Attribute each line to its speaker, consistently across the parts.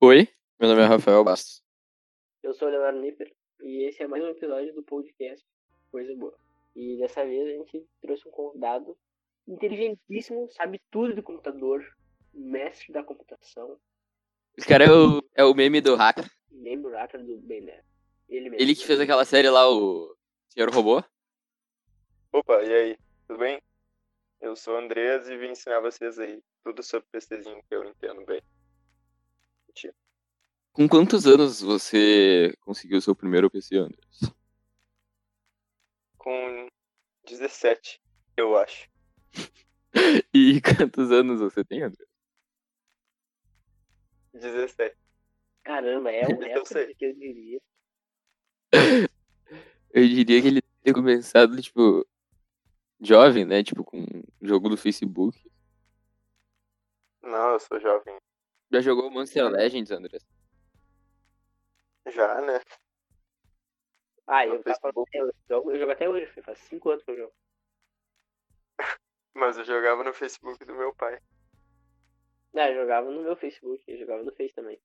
Speaker 1: Oi, meu nome é Rafael Bastos.
Speaker 2: Eu sou o Leonardo Nipper e esse é mais um episódio do podcast Coisa Boa. E dessa vez a gente trouxe um convidado inteligentíssimo, sabe tudo de computador, mestre da computação,
Speaker 1: Esse cara é o, é o meme do hacker.
Speaker 2: membro hacker do Ben 10. Ele mesmo.
Speaker 1: Ele que fez aquela série lá, o Senhor Robô.
Speaker 3: Opa, e aí, tudo bem? Eu sou o Andrés e vim ensinar vocês aí tudo sobre PCzinho que eu entendo bem.
Speaker 1: Com quantos anos você conseguiu seu primeiro PC, Anderson?
Speaker 3: Com 17, eu acho.
Speaker 1: E quantos anos você tem, André?
Speaker 3: 17.
Speaker 2: Caramba, é um
Speaker 3: Eu
Speaker 2: recorde
Speaker 3: sei.
Speaker 2: que eu diria.
Speaker 1: Eu diria que ele deve ter começado, tipo, jovem, né? Tipo, com o jogo do Facebook.
Speaker 3: Não, eu sou jovem.
Speaker 1: Já jogou Monster Legends, André?
Speaker 3: Já, né?
Speaker 2: Ah,
Speaker 3: No
Speaker 2: eu, tava,
Speaker 3: Facebook.
Speaker 2: eu, jogo, eu jogo até hoje, faz 5 anos que eu jogo.
Speaker 3: Mas eu jogava no Facebook do meu pai.
Speaker 2: Não, Ah, eu jogava no meu Facebook, eu jogava no Face também.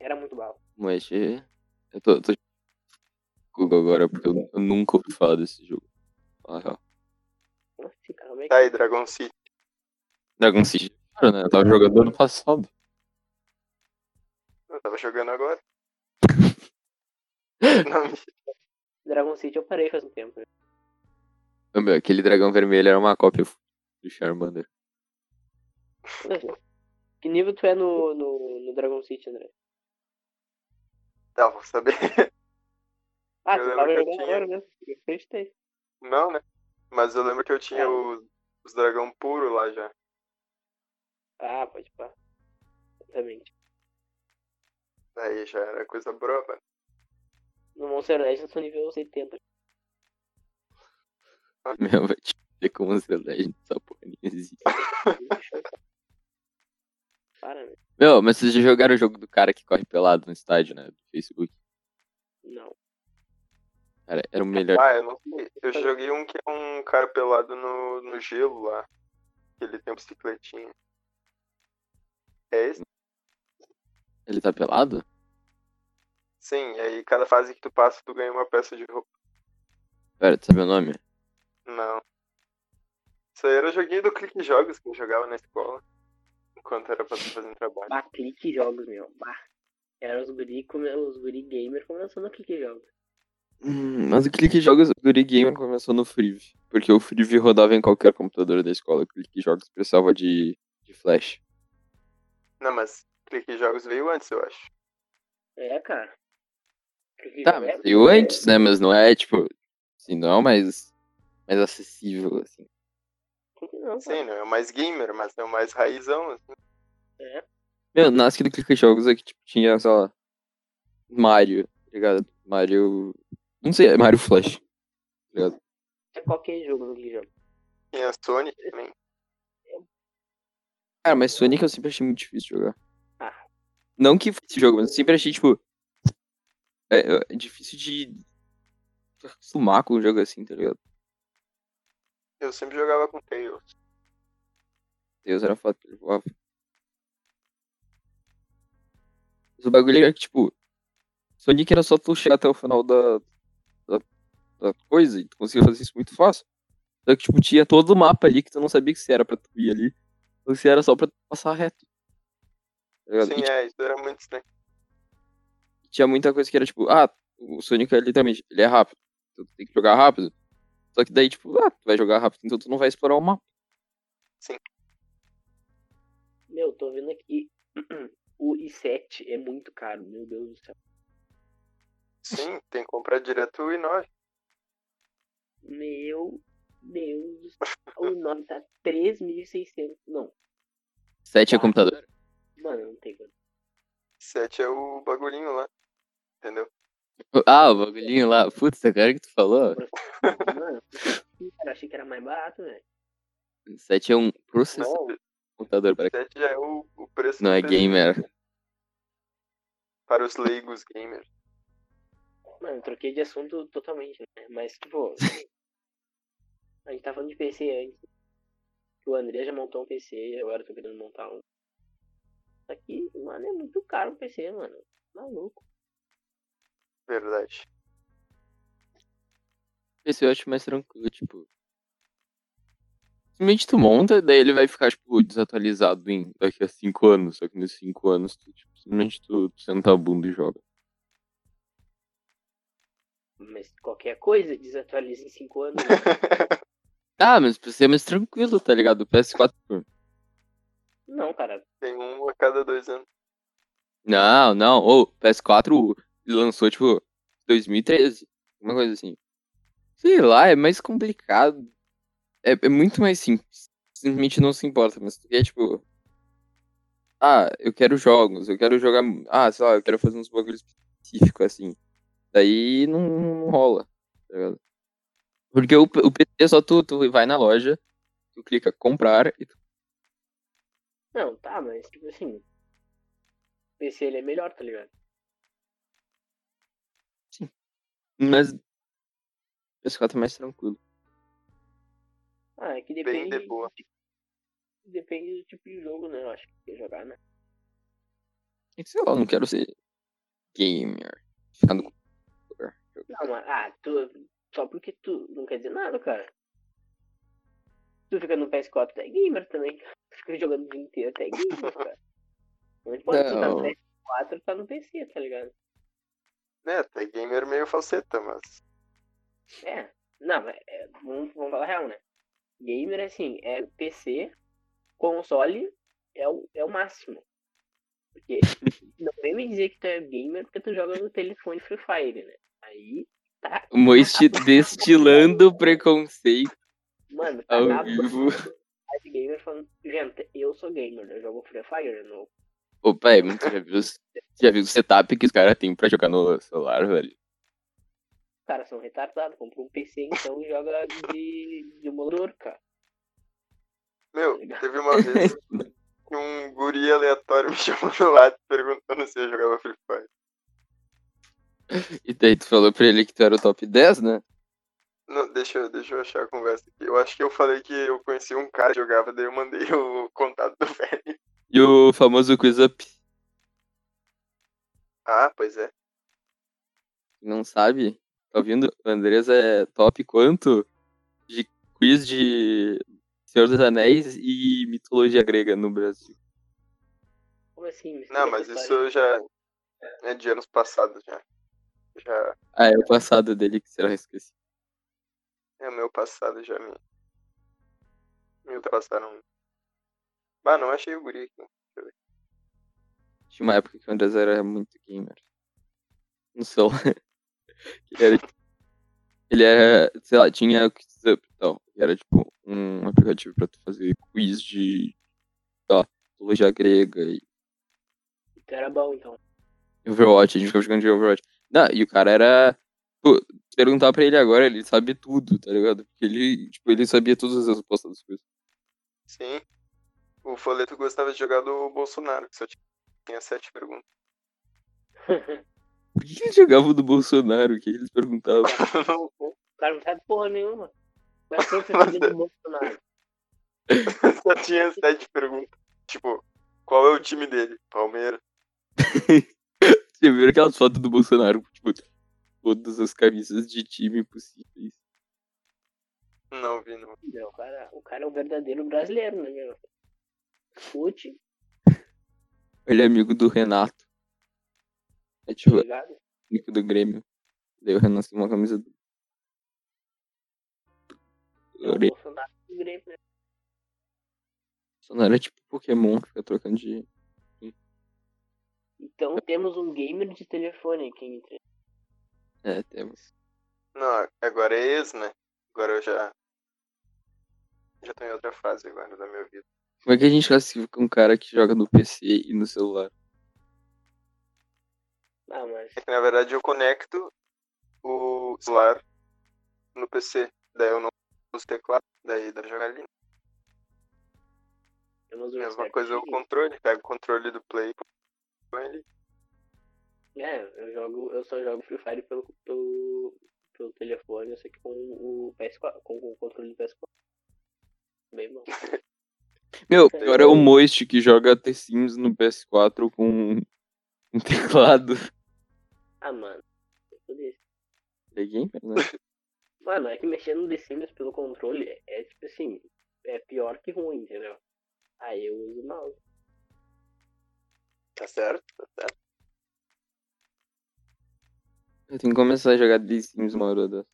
Speaker 2: Era muito bala.
Speaker 1: Mas é, eu tô, tô Google agora, porque eu, eu nunca ouvi falar desse jogo. Ah, real.
Speaker 2: Nossa, esse cara, como é que.
Speaker 3: Tá aí, Dragon City.
Speaker 1: Dragon City, claro, né? Eu tava jogando ano passado.
Speaker 3: Eu tava jogando agora. Não, mentira.
Speaker 2: Dragon City eu parei faz um tempo. né?
Speaker 1: Ô, meu, aquele dragão vermelho era uma cópia do Charmander.
Speaker 2: Que nível tu é no, no, no Dragon City, André?
Speaker 3: tá, vou saber.
Speaker 2: Ah,
Speaker 3: Eu
Speaker 2: tu
Speaker 3: lembro
Speaker 2: tava
Speaker 3: que eu
Speaker 2: jogando
Speaker 3: tinha.
Speaker 2: agora mesmo. Eu acreditei.
Speaker 3: Não, né? Mas eu lembro que eu
Speaker 2: É.
Speaker 3: tinha os, os dragão puro lá já.
Speaker 2: Ah, pode pá. Exatamente.
Speaker 3: Daí já era coisa braba.
Speaker 2: No Monster Legends eu sou nível 70.
Speaker 1: Meu, vai te ver como você legend essa porra nem existe.
Speaker 2: Para, né?
Speaker 1: Meu, mas vocês já jogaram o jogo do cara que corre pelado no estádio, né? Do Facebook.
Speaker 2: Não.
Speaker 1: Cara, era o melhor.
Speaker 3: Ah, eu não sei. Eu
Speaker 2: Tá.
Speaker 3: joguei um que é um cara pelado no, no gelo lá. Que ele tem um bicicletinho. É esse?
Speaker 1: Ele tá pelado?
Speaker 3: Sim, e aí cada fase que tu passa, tu ganha uma peça de roupa.
Speaker 1: Pera, tu sabe o nome?
Speaker 3: Não. Isso aí era joguinho do Clique Jogos que eu jogava na escola. Enquanto era pra tu fazer um trabalho.
Speaker 2: Bah, clique jogos, meu. Bah. Era os guri, come- os guri gamer começando a clique jogos.
Speaker 1: Hum, mas o Clique Jogos do Guri Gamer começou no Friv. Porque o Friv rodava em qualquer computador da escola. O Clique Jogos precisava de, de flash.
Speaker 3: Não, mas Clique Jogos veio antes, eu acho.
Speaker 2: É, cara. Clique
Speaker 1: Tá,
Speaker 2: jogos
Speaker 1: mas
Speaker 2: é-
Speaker 1: veio antes, né? Mas não é, tipo... Assim, não é o mais, mais acessível, assim.
Speaker 2: Por que Não,
Speaker 3: Sim, não é o mais gamer, mas é o mais raizão. assim.
Speaker 1: Meu, nasce do Clique Jogos é que tipo, tinha, sei lá, Mario, tá ligado? Mario. Não sei, é Mario Flash. tá ligado?
Speaker 2: É qualquer jogo no clique jogos.
Speaker 3: Tinha Sonic também.
Speaker 1: Cara, mas Sonic eu sempre achei muito difícil de jogar.
Speaker 2: Ah.
Speaker 1: Não que esse jogo, mas eu sempre achei, tipo. É, é difícil de. se acostumar com um jogo assim, tá ligado?
Speaker 3: Eu sempre jogava com Tails.
Speaker 1: Deus era foda, tá ele voava. Mas o bagulho era que, tipo, Sonic era só tu chegar até o final da, da, da coisa e tu conseguia fazer isso muito fácil. Só que, tipo, tinha todo o mapa ali que tu não sabia que se era pra tu ir ali, ou se era só pra tu passar reto. Tá ligado?
Speaker 3: Sim,
Speaker 1: E
Speaker 3: é, isso era muito estranho.
Speaker 1: tinha muita coisa que era, tipo, ah, o Sonic é literalmente, ele é rápido, então tu tem que jogar rápido. Só que daí, tipo, ah, tu vai jogar rápido, então tu não vai explorar o mapa.
Speaker 2: Meu, tô vendo aqui. O i7 é muito caro, meu Deus do céu.
Speaker 3: Sim, tem que comprar direto o i9.
Speaker 2: Meu Deus do céu. O nome tá 3.600. Não,
Speaker 1: 7 é computador.
Speaker 2: mano, não tem quanto.
Speaker 3: 7 é o bagulhinho lá. Entendeu?
Speaker 1: Ah, o bagulhinho lá, putz, agora que tu falou.
Speaker 2: Mano, eu achei que era mais barato, velho.
Speaker 1: 7 é um processador
Speaker 3: Não,
Speaker 1: computador para
Speaker 3: 7 já é o, o preço
Speaker 1: não é
Speaker 3: do PC
Speaker 1: gamer.
Speaker 3: para os leigos gamers.
Speaker 2: Mano, eu troquei de assunto totalmente, né? Mas, tipo. a gente tá falando de PC antes. O André já montou um PC, agora eu tô querendo montar um. Só que, mano, é muito caro um PC, mano. Maluco.
Speaker 3: Verdade.
Speaker 1: Esse eu acho mais tranquilo, tipo. Simplesmente tu monta, daí ele vai ficar, tipo, desatualizado em daqui a 5 anos. Só que nesses 5 anos, tu, tipo, simplesmente tu, tu senta a bunda e joga.
Speaker 2: Mas qualquer coisa desatualiza em 5 anos. né?
Speaker 1: Ah, mas o PC é mais tranquilo, tá ligado? O PS4.
Speaker 2: Não, cara.
Speaker 3: Tem um a cada dois anos.
Speaker 1: Não, não. Ô, o PS4 lançou, tipo, 2013. Uma coisa assim. Sei lá, é mais complicado. É, é muito mais simples. Simplesmente não se importa, mas tu quer, tipo. Ah, eu quero jogos, eu quero jogar. Ah, sei lá, eu quero fazer uns bagulhos específicos, assim. Daí não, não rola, tá ligado? Porque o, o PC só tu, tu vai na loja, tu clica comprar e tu.
Speaker 2: Não, tá, mas tipo assim. PC ele é melhor, tá ligado?
Speaker 1: Mas. O PS4 é mais tranquilo.
Speaker 2: Ah, é que
Speaker 3: Bem
Speaker 2: depende.
Speaker 3: de boa.
Speaker 2: Depende do tipo de jogo, né? Eu acho que quer jogar, né?
Speaker 1: É que sei lá, eu não quero ser gamer. Ficar no computador.
Speaker 2: Não, mas. Ah, tu. Só porque tu não quer dizer nada, cara. Tu fica no PS4, tu é gamer também, cara. Tu fica jogando o dia inteiro, tu é gamer, cara. Não importa se tu tá
Speaker 1: Não.
Speaker 2: no PS4 tá no PC, tá ligado?
Speaker 3: Né, tá gamer meio faceta, mas.
Speaker 2: É. Não, mas é, vamos, vamos falar a real, né? Gamer, assim, é PC, console é o, é o máximo. Porque não vem me dizer que tu é gamer porque tu joga no telefone Free Fire, né? Aí, tá.
Speaker 1: O Moist destilando preconceito.
Speaker 2: Mano,
Speaker 3: Ah,
Speaker 2: tá
Speaker 1: Ao
Speaker 2: acabando.
Speaker 1: vivo.
Speaker 2: Aí o gamer falando, gente, eu sou gamer, eu jogo Free Fire, eu não.
Speaker 1: Opa, é, mas tu já viu, os- já viu o setup que os caras têm pra jogar no celular, velho?
Speaker 2: Os caras são retardados, compra um PC então e joga de, de motor, cara.
Speaker 3: Meu, teve uma vez que um guri aleatório me chamou no lado perguntando se eu jogava Free Fire.
Speaker 1: E daí tu falou pra ele que tu era o top 10, né?
Speaker 3: Não, deixa, eu- deixa eu achar a conversa aqui. Eu acho que eu falei que eu conheci um cara que jogava, daí eu mandei o contato do velho.
Speaker 1: E o famoso quiz up.
Speaker 3: Ah, pois é.
Speaker 1: Não sabe? Tá ouvindo? O Andrés é top quanto? De quiz de Senhor dos Anéis e mitologia grega no Brasil.
Speaker 2: Como assim? Me explica
Speaker 3: Não, mas
Speaker 2: essa
Speaker 3: isso
Speaker 2: história.
Speaker 3: eu já é de anos passados já. Já
Speaker 1: Ah, é o passado dele que será esquecido.
Speaker 3: é o meu passado já me me ultrapassaram. Ah, não achei o guri aqui.
Speaker 1: Tinha uma época que o Andrés era muito gamer. No celular. ele, era, tipo, ele era, sei lá, tinha o QuizUp e tal. E era tipo um aplicativo pra tu fazer quiz de sei lá, mitologia grega e
Speaker 2: Tu era bom, então.
Speaker 1: Overwatch. A gente ficava jogando de Overwatch. Não, e o cara era. Pô, se perguntar pra ele agora, ele sabe tudo, tá ligado? Porque ele, tipo, ele sabia todas as respostas das coisas.
Speaker 3: Sim. O Foleto gostava de jogar do Bolsonaro, que só tinha sete perguntas.
Speaker 1: Por que que eles jogavam do Bolsonaro? O que eles perguntavam?
Speaker 3: Não,
Speaker 2: O cara não sabe porra nenhuma. Mas sempre você tá do Bolsonaro.
Speaker 3: só tinha sete perguntas. Tipo, qual é o time dele? Palmeiras.
Speaker 1: Você viu aquelas fotos do Bolsonaro? Tipo, todas as camisas de time possíveis.
Speaker 3: Não vi, não.
Speaker 2: Não, o cara, o cara é um verdadeiro brasileiro, né, meu? Fute,
Speaker 1: Ele é amigo do Renato. É
Speaker 2: tá
Speaker 1: tipo,
Speaker 2: ligado?
Speaker 1: amigo do Grêmio. Daí o Renato tem uma camisa do.
Speaker 2: É o
Speaker 1: Ore-
Speaker 2: Bolsonaro do Grêmio, né?
Speaker 1: Bolsonaro é tipo Pokémon, fica trocando de.
Speaker 2: Então temos um gamer de telefone aqui entre.
Speaker 1: É, temos.
Speaker 3: Não, agora é ex, né? Agora eu já. Já tô em outra fase agora da minha vida.
Speaker 1: Como é que a gente classifica um cara que joga no PC e no celular?
Speaker 2: Ah, mas
Speaker 3: É que na verdade eu conecto o celular no PC. Daí eu não uso teclado, daí dá pra jogar ali.
Speaker 2: temos um
Speaker 3: Mesma
Speaker 2: certo
Speaker 3: coisa o
Speaker 2: time.
Speaker 3: controle, pega o controle do Play põe ali.
Speaker 2: É, eu jogo, eu só jogo Free Fire pelo, pelo, pelo telefone, eu sei que com o PS4, com, com o controle do PS4. Bem bom.
Speaker 1: Meu, pior é o Moist que joga The Sims no PS4 com um teclado.
Speaker 2: Ah, mano. Tudo isso.
Speaker 1: Peguei, né?
Speaker 2: Mano, é que mexer no The Sims pelo controle é, é, tipo assim, é pior que ruim, entendeu? Aí eu uso o mouse.
Speaker 3: Tá certo, tá certo.
Speaker 1: Eu tenho que começar a jogar The Sims uma hora dessa.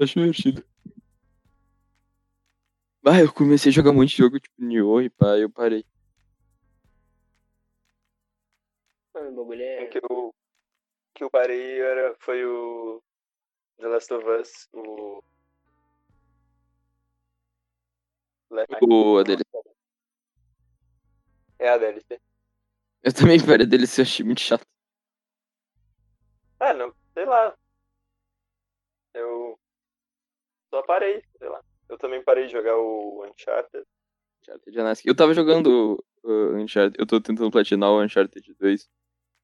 Speaker 1: Acho divertido. Ah, eu comecei a jogar muito jogo tipo Nioh e pá, eu parei.
Speaker 2: Mano, o bagulho é.
Speaker 3: Um que eu, que eu parei era, foi o The Last of Us, o. Left
Speaker 1: O a DLC.
Speaker 3: É a DLC.
Speaker 1: Eu também parei a DLC, eu achei muito chato.
Speaker 3: Ah, não, sei lá. Eu só parei, sei lá. Eu também parei de jogar o Uncharted.
Speaker 1: Uncharted Anask. Eu tava jogando uh, Uncharted, eu tô tentando platinar o Uncharted 2.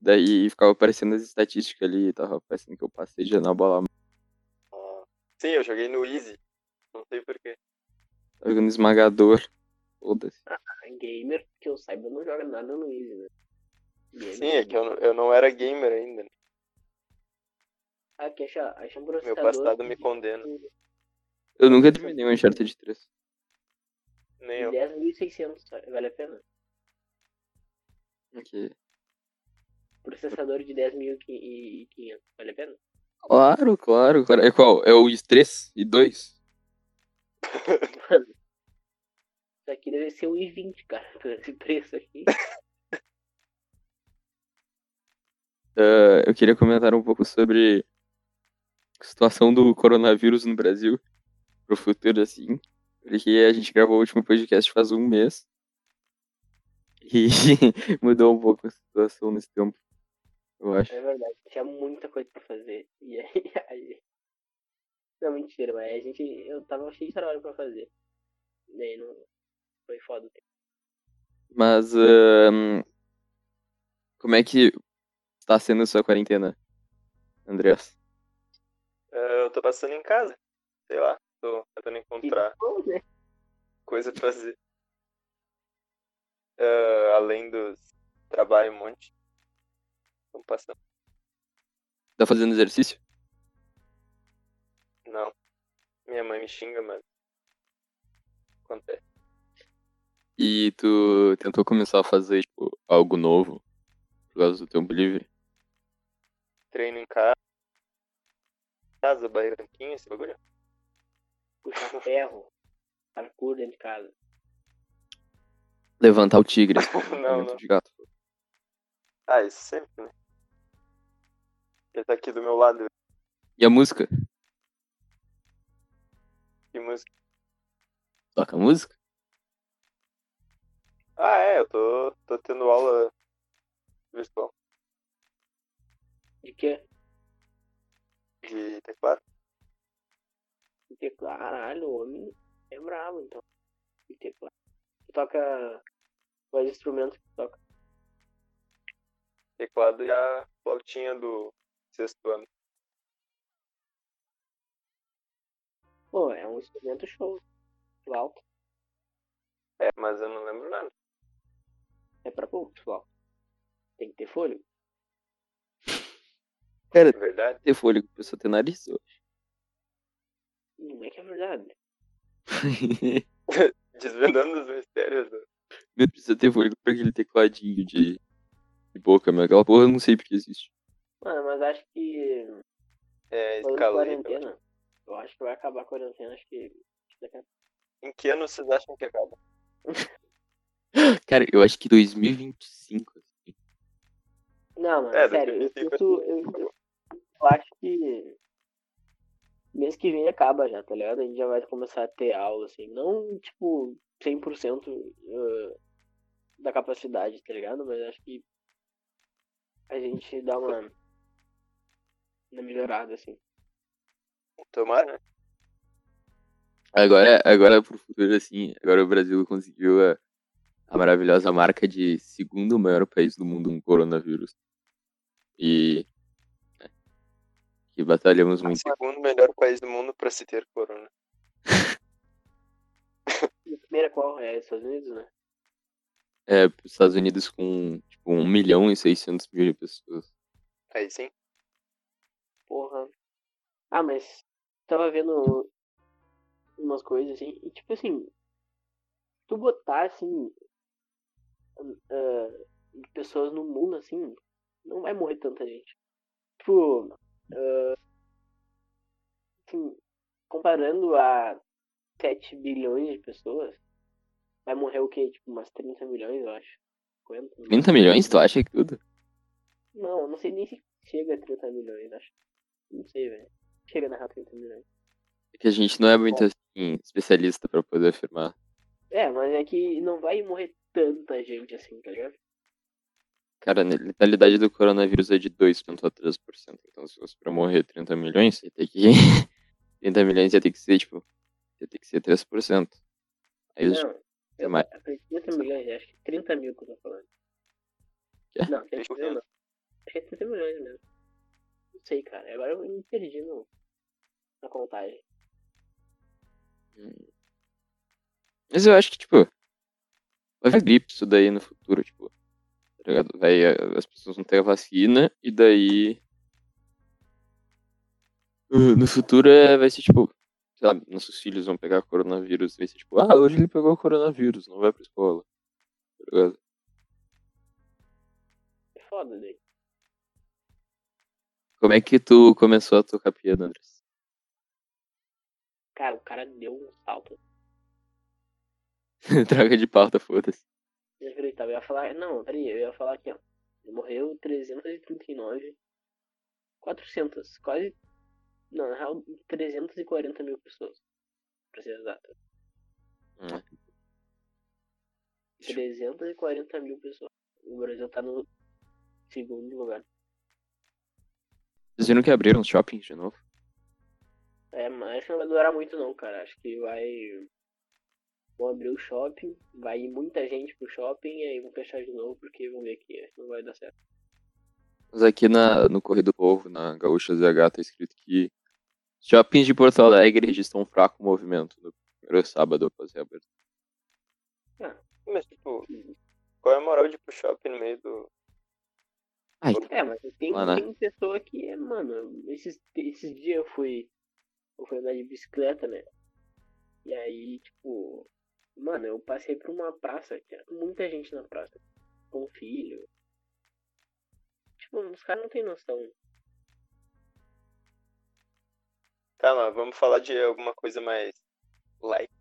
Speaker 1: Daí ficava aparecendo as estatísticas ali, tava parecendo que eu passei já na bola.
Speaker 3: Ah, Sim, eu joguei no Easy. Não sei porquê.
Speaker 1: Tava jogando esmagador. Foda-se.
Speaker 2: A gamer, que eu saiba, não joga nada no Easy, né? Gamer.
Speaker 3: Sim, é que eu, não- eu não era gamer ainda. né?
Speaker 2: Ah, que acha, acha um
Speaker 3: Meu
Speaker 2: processador. um
Speaker 3: passado me condena.
Speaker 1: Eu nunca terminei o Uncharted 3.
Speaker 3: Nem eu.
Speaker 2: 10.600, só, vale a pena.
Speaker 1: Ok.
Speaker 2: Processador de 10.500, vale a pena?
Speaker 1: Claro, claro, claro. É qual? É o 3 e 2?
Speaker 2: Isso aqui deve ser 1,20, cara, por esse preço aqui.
Speaker 1: Ah, eu queria comentar um pouco sobre a situação do coronavírus no Brasil pro futuro, assim. Porque a gente gravou o último podcast faz um mês. E mudou um pouco a situação nesse tempo, eu acho.
Speaker 2: É verdade, tinha muita coisa pra fazer. E aí, aí... Não, mentira, mas a gente. Eu tava cheio de trabalho pra fazer. E aí não. Foi foda o tempo.
Speaker 1: Mas ahn, como é que tá sendo a sua quarentena, Andreas?
Speaker 3: Eh, Eu tô passando em casa. Sei lá. Tô tentando encontrar
Speaker 2: Bom, né?
Speaker 3: coisa pra fazer. Eh, além dos trabalho um monte. Tô passando.
Speaker 1: Tá fazendo exercício?
Speaker 3: Não. Minha mãe me xinga, mano. é Acontece.
Speaker 1: E tu tentou começar a fazer tipo, algo novo por causa do tempo livre?
Speaker 3: Treino em casa. Casa, barranquinha, esse bagulho.
Speaker 2: Puxar ferro, parkour dentro de casa.
Speaker 1: Levantar o tigre.
Speaker 3: Não,
Speaker 1: Alimento
Speaker 3: não.
Speaker 1: de gato.
Speaker 3: Ah, isso sempre, né? Ele tá aqui do meu lado.
Speaker 1: E a música?
Speaker 3: Que música?
Speaker 1: Toca a música?
Speaker 3: Ah, é, eu tô, tô tendo aula virtual
Speaker 2: De quê?
Speaker 3: de teclado.
Speaker 2: De teclado. é, Caralho, o homem é brabo, então. De teclado. Tu toca. Quais instrumentos que tu toca?
Speaker 3: Teclado e a flautinha do sexto ano.
Speaker 2: Pô, é um instrumento show. Flauta.
Speaker 3: É, mas eu não lembro nada.
Speaker 2: É pra poucos, flauta. Tem que ter folho.
Speaker 1: Cara,
Speaker 3: É verdade.
Speaker 1: ter folha que a pessoa tem nariz. eu
Speaker 2: Não é que é verdade.
Speaker 1: acho.
Speaker 3: Desvendando os mistérios do.
Speaker 1: Não precisa ter folha pra aquele tecladinho de, de boca, mas aquela porra eu não sei porque existe.
Speaker 2: Mano, Ah, mas acho que.
Speaker 3: É,
Speaker 2: Falando em
Speaker 3: escala aí. pelo-
Speaker 2: quarentena, eu acho que vai acabar a quarentena, acho que. daqui a-
Speaker 3: Em que ano vocês acham que acaba?
Speaker 1: Cara, eu acho que 2025. assim.
Speaker 2: Não, mano,
Speaker 3: É, daqui a
Speaker 2: sério, eu
Speaker 3: 25
Speaker 2: sinto. Eu, eu- eu acho que. Mês que vem acaba já, tá ligado? A gente já vai começar a ter aula, assim. Não, tipo, 100% eh, da capacidade, tá ligado? Mas acho que. A gente dá uma. Uma melhorada, assim.
Speaker 3: Tomara, né?
Speaker 1: Agora, agora pro futuro, assim, agora o Brasil conseguiu a, a maravilhosa marca de segundo maior país do mundo com coronavírus. E. né, que batalhamos muito.
Speaker 3: Segundo melhor país do mundo pra se ter corona.
Speaker 2: primeira qual? É Estados Unidos, né?
Speaker 1: É, os Estados Unidos com, tipo, 1 milhão e 600 mil de pessoas.
Speaker 3: Aí sim.
Speaker 2: Porra. Ah, mas tava vendo umas coisas assim, e tipo assim, tu botar assim ah, pessoas no mundo assim, não vai morrer tanta gente. Tipo, ah, assim, comparando a 7 bilhões de pessoas, vai morrer o quê? Tipo, umas 30 milhões, eu acho. 50
Speaker 1: 30 milhões, tu acha que tudo?
Speaker 2: Não, eu não sei nem se chega a 30 milhões, acho. Não sei, velho. Chega na real 30 milhões.
Speaker 1: É que a gente não é muito, assim, especialista pra poder afirmar.
Speaker 2: É, mas é que não vai morrer tanta gente assim, tá ligado?
Speaker 1: Cara, a letalidade do coronavírus é de 2,3%. Então, se fosse pra morrer 30 milhões, ia ter que. 30 milhões ia ter que ser, tipo. Ia ter que ser 3%. Aí os.
Speaker 2: Não, eu
Speaker 1: mais.
Speaker 2: falei 30 milhões, acho que 30 mil que eu tô falando.
Speaker 1: Quê?
Speaker 2: Não, 30 milhões não. Acho que é 30 milhões mesmo. Não sei, cara. Agora eu me perdi no... na contagem.
Speaker 1: Mas eu acho que, tipo. Vai vir gripe isso daí no futuro, tipo. Tá ligado? Vai, eh, as pessoas vão ter a vacina e daí. uh, No futuro eh, vai ser tipo. Sei lá, nossos filhos vão pegar coronavírus. Vai ser tipo, ah, hoje ele pegou coronavírus, não vai pra escola. Tá ligado?
Speaker 2: É foda, né?
Speaker 1: Como é que tu começou a tocar piano, Andrés?
Speaker 2: Cara, o cara deu um salto.
Speaker 1: Traga de pauta, foda-se.
Speaker 2: Eu falei, tá, eu ia falar. Não, peraí, eu ia falar aqui, ó. Morreu 339. 400, quase. Não, na real, 340 mil pessoas. Pra ser exato.
Speaker 1: Hum.
Speaker 2: 340 mil pessoas. O Brasil tá no segundo lugar.
Speaker 1: Vocês viram que abriram os shoppings de novo?
Speaker 2: É, mas acho que não vai durar muito não, cara. Acho que vai. Vão abrir o shopping, vai ir muita gente pro shopping e aí vão fechar de novo porque vão ver que acho que não vai dar certo.
Speaker 1: Mas aqui na, no Correio do Povo, na Gaúcha ZH, tá escrito que shoppings de Porto Alegre registram um fraco movimento no primeiro sábado após a abertura.
Speaker 3: Mas, tipo, qual é a moral de ir pro shopping no meio do.
Speaker 1: Ai,
Speaker 2: É, mas tem,
Speaker 1: Lá, né?
Speaker 2: tem pessoa que é, mano, esses, esses dias eu fui. Eu fui andar de bicicleta, né? E aí, tipo, mano, eu passei por uma praça, tinha muita gente na praça. Com filho. Tipo, os caras não tem noção.
Speaker 3: Tá, mas vamos falar de alguma coisa mais. Like.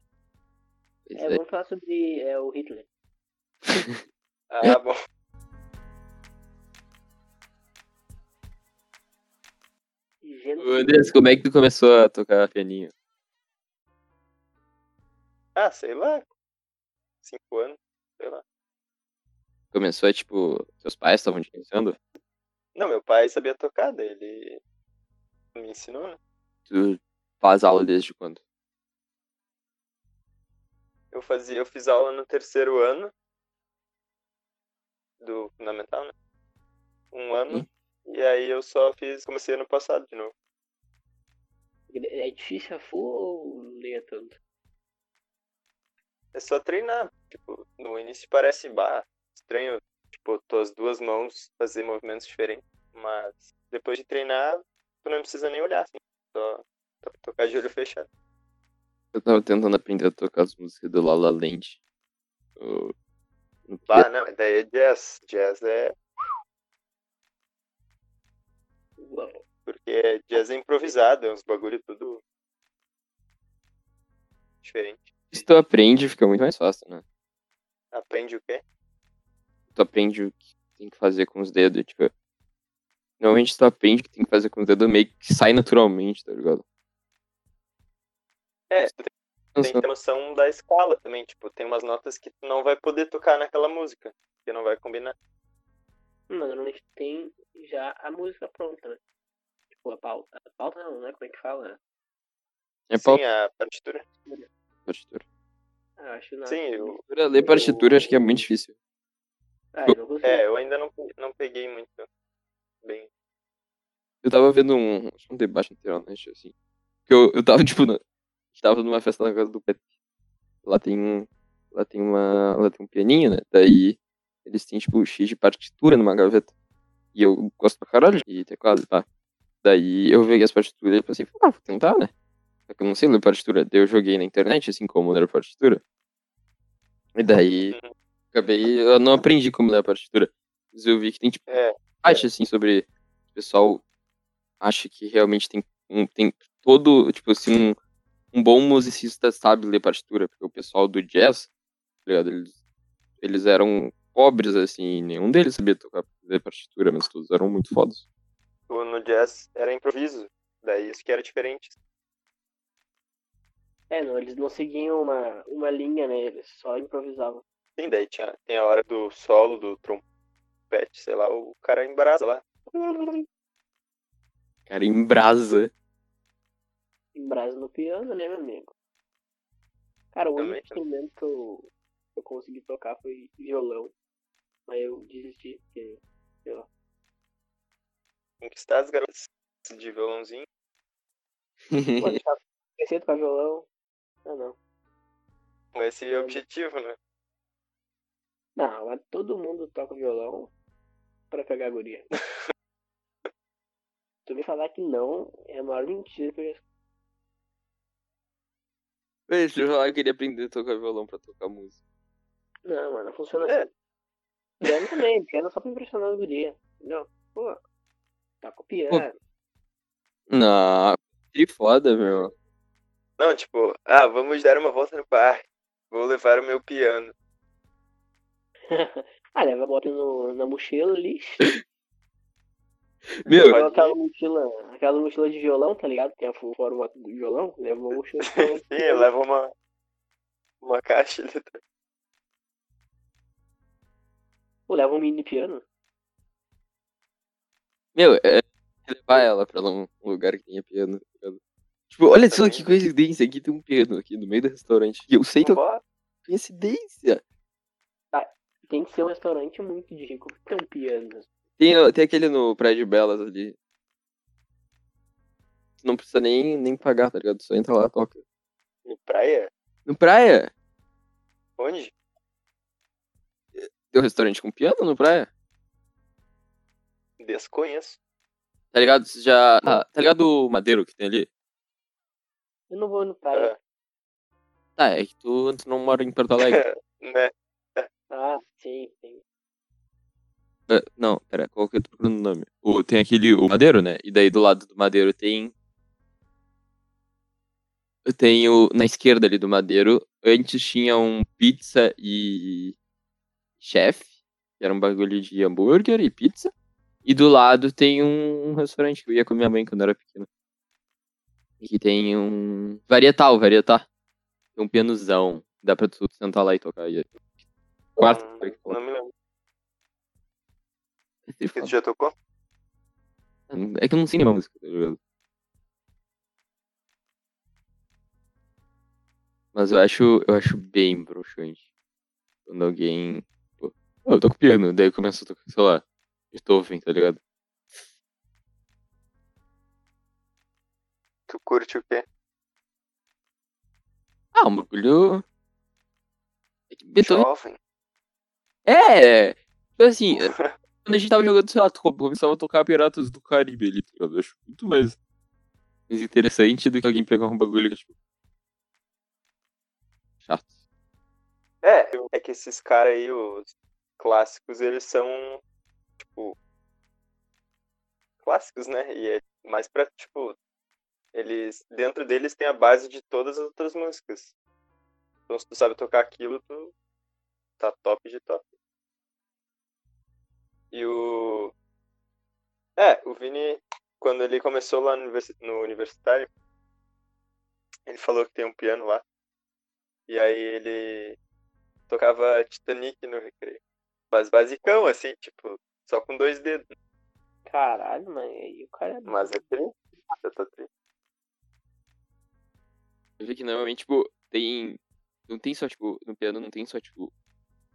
Speaker 1: pois
Speaker 2: É,
Speaker 1: é.
Speaker 2: vamos falar sobre é, o Hitler.
Speaker 3: Ah, bom.
Speaker 1: Ô,
Speaker 2: Genocídio.
Speaker 1: Andrés, como é que tu começou a tocar pianinho?
Speaker 3: Ah, sei lá. Cinco anos.
Speaker 1: Começou, tipo, seus pais estavam te ensinando?
Speaker 3: Não, meu pai sabia tocar, daí ele me ensinou, né?
Speaker 1: Tu faz aula desde quando?
Speaker 3: Eu, fazia, eu fiz aula no terceiro ano do Fundamental, né? Um ano. E aí eu só fiz. Comecei ano passado de novo.
Speaker 2: É difícil a full ou nem é tanto?
Speaker 3: É só treinar. Tipo, no início parece bah, estranho, tipo, tuas duas mãos fazer movimentos diferentes. Mas depois de treinar, tu não precisa nem olhar, assim. Só só tocar de olho fechado.
Speaker 1: Eu tava tentando aprender a tocar as músicas do La La Land. Eu- no
Speaker 3: Bah, não, daí é jazz. Jazz é.
Speaker 2: Uau.
Speaker 3: Porque é jazz é improvisado, é uns bagulho tudo. Diferente.
Speaker 1: Se tu aprende, fica muito mais fácil, né?
Speaker 3: Aprende o quê?
Speaker 1: tu aprende o que tem que fazer com os dedos, tipo. Normalmente tu aprende o que tem que fazer com os dedos meio que sai naturalmente, tá ligado?
Speaker 3: É,
Speaker 1: Isso
Speaker 3: tu tem que ter noção da escala também. Tipo, tem umas notas que tu não vai poder tocar naquela música. Que não vai combinar.
Speaker 2: Mano, normalmente tem já a música pronta, né? Tipo, a pauta. A pauta não, né? Como é que fala?
Speaker 1: É
Speaker 3: Sim,
Speaker 1: pau
Speaker 3: a partitura.
Speaker 1: partitura.
Speaker 2: Ah, acho nada.
Speaker 3: Sim, eu,
Speaker 1: Ler partitura acho que é muito difícil.
Speaker 2: Ah, eu não consigo.
Speaker 3: É, eu ainda não, pe- não peguei muito bem.
Speaker 1: Eu tava vendo um, acho que um debate na internet, assim. Que eu, eu tava, tipo, na, eu tava numa festa na casa do Pet. Lá tem um Lá tem uma. Lá tem um pianinho, né? Daí eles têm, tipo, X de partitura numa gaveta. E eu gosto pra caralho de teclado, tá? Daí eu peguei as partituras e pensei, ah, vou tentar, né? Só que eu não sei ler partitura. Daí eu joguei na internet, assim, como ler partitura. E daí acabei. Eu não aprendi como ler a partitura. Mas eu vi que tem, tipo,
Speaker 3: É,
Speaker 1: acha assim sobre o pessoal acha que realmente tem um tem todo tipo assim um, um bom musicista sabe ler partitura porque o pessoal do jazz tá ligado? eles eles eram pobres assim nenhum deles sabia tocar ler partitura mas todos eram muito fodas
Speaker 3: tipo, no jazz era improviso. Daí isso que era diferente.
Speaker 2: É, não, eles não seguiam uma, uma linha, né? Eles só improvisavam.
Speaker 3: Sim, daí tinha, tem a hora do solo, do trompete, sei lá, o cara embrasa lá.
Speaker 1: cara em brasa
Speaker 2: Em brasa no piano, né, meu amigo? Cara, o único
Speaker 3: Também, também.
Speaker 2: instrumento que eu, que eu consegui tocar foi violão. Mas eu desisti, porque
Speaker 3: Conquistar as garotas de violãozinho.
Speaker 2: pô, deixar- comecei a tocar violão. Ah, não.
Speaker 3: com Esse é o objetivo, né?
Speaker 2: Não, mas todo mundo toca violão pra pegar a guria. tu me falar que não é a maior mentira que eu já
Speaker 1: Deixa eu falar, eu queria aprender a tocar violão pra tocar música.
Speaker 2: Não, mano, funciona
Speaker 3: É.
Speaker 2: assim. Piano também, piano só pra impressionar as gurias. Não, pô, tá copiando.
Speaker 1: Não, que foda, meu.
Speaker 3: Não, tipo, ah, vamos dar uma volta no parque. Vou levar o meu piano.
Speaker 2: ah, leva a bota no, na mochila ali.
Speaker 1: Meu,
Speaker 2: Leva aquela mochila, aquela mochila de violão, tá ligado? Tem a fo- forma do violão, leva uma mochila de violão.
Speaker 3: Sim, leva uma, uma caixa de
Speaker 2: Pô, leva um mini piano.
Speaker 1: Meu, é é levar ela pra lá um lugar que tenha piano. tá ligado? Tipo, olha só que coincidência, aqui tem um piano aqui no meio do restaurante. E eu sei que é
Speaker 3: Bora.
Speaker 1: coincidência.
Speaker 2: Tem que ser um restaurante muito de rico. Tem um piano.
Speaker 1: Tem, ó, tem aquele no Prédio Belas ali. Tu Não precisa nem, nem pagar, tá ligado? Só entra lá, toca.
Speaker 3: Em praia?
Speaker 1: No praia?
Speaker 3: Onde?
Speaker 1: Tem um restaurante com piano no praia?
Speaker 3: Desconheço.
Speaker 1: Tá ligado? Você já. ah, tá ligado o madeiro que tem ali?
Speaker 2: Eu não vou
Speaker 3: É.
Speaker 2: no praia.
Speaker 1: Tá, é que tu, tu não mora em Porto Alegre.
Speaker 3: Né?
Speaker 2: Ah, sim, sim.
Speaker 1: Ah, Não, pera, qual que eu tô procurando o nome? O, tem aquele, o Madeiro, né? E daí do lado do Madeiro tem. Tem o. Na esquerda ali do Madeiro, antes tinha um pizza e. chefe, que era um bagulho de hambúrguer e pizza. E do lado tem um, um restaurante que eu ia com minha mãe quando eu era pequeno. E que tem um. Varietal, varietal. Tem um pianozão. Dá pra tu sentar lá e tocar. E... Quatro.
Speaker 3: Hum, Não, não me lembro.
Speaker 1: Esse
Speaker 3: Você
Speaker 1: foda.
Speaker 3: já tocou?
Speaker 1: É que eu não sei nenhuma música, tá ligado? Mas eu acho, eu acho bem broxante. Quando alguém. Pô, "Ah, eu toco piano, daí começa a tocar, sei lá, Beethoven, tá ligado?
Speaker 3: Tu curte o quê?
Speaker 1: Ah, um bagulho. É que Beethoven.
Speaker 3: Jovem.
Speaker 1: É! Tipo assim, é, quando a gente tava jogando, sei lá, tu começava a tocar Piratas do Caribe ali, tá ligado? Eu acho muito mais, mais interessante do que alguém pegar um bagulho que, tipo. Chato.
Speaker 3: É, é que esses caras aí, os clássicos, eles são, tipo, clássicos, né? E é mais pra, tipo, eles, dentro deles tem a base de todas as outras músicas. Então se tu sabe tocar aquilo, tu tá top de top. E o... É, o Vini, quando ele começou lá no, universi- no universitário, ele falou que tem um piano lá. E aí ele tocava Titanic no recreio. Mas basicão, assim, tipo, só com dois dedos.
Speaker 2: Caralho, mas aí o cara é.
Speaker 3: Mas é tri. Já tá tri.
Speaker 1: Eu vi que normalmente, tipo, tem. Não tem só, tipo, no piano não tem só, tipo,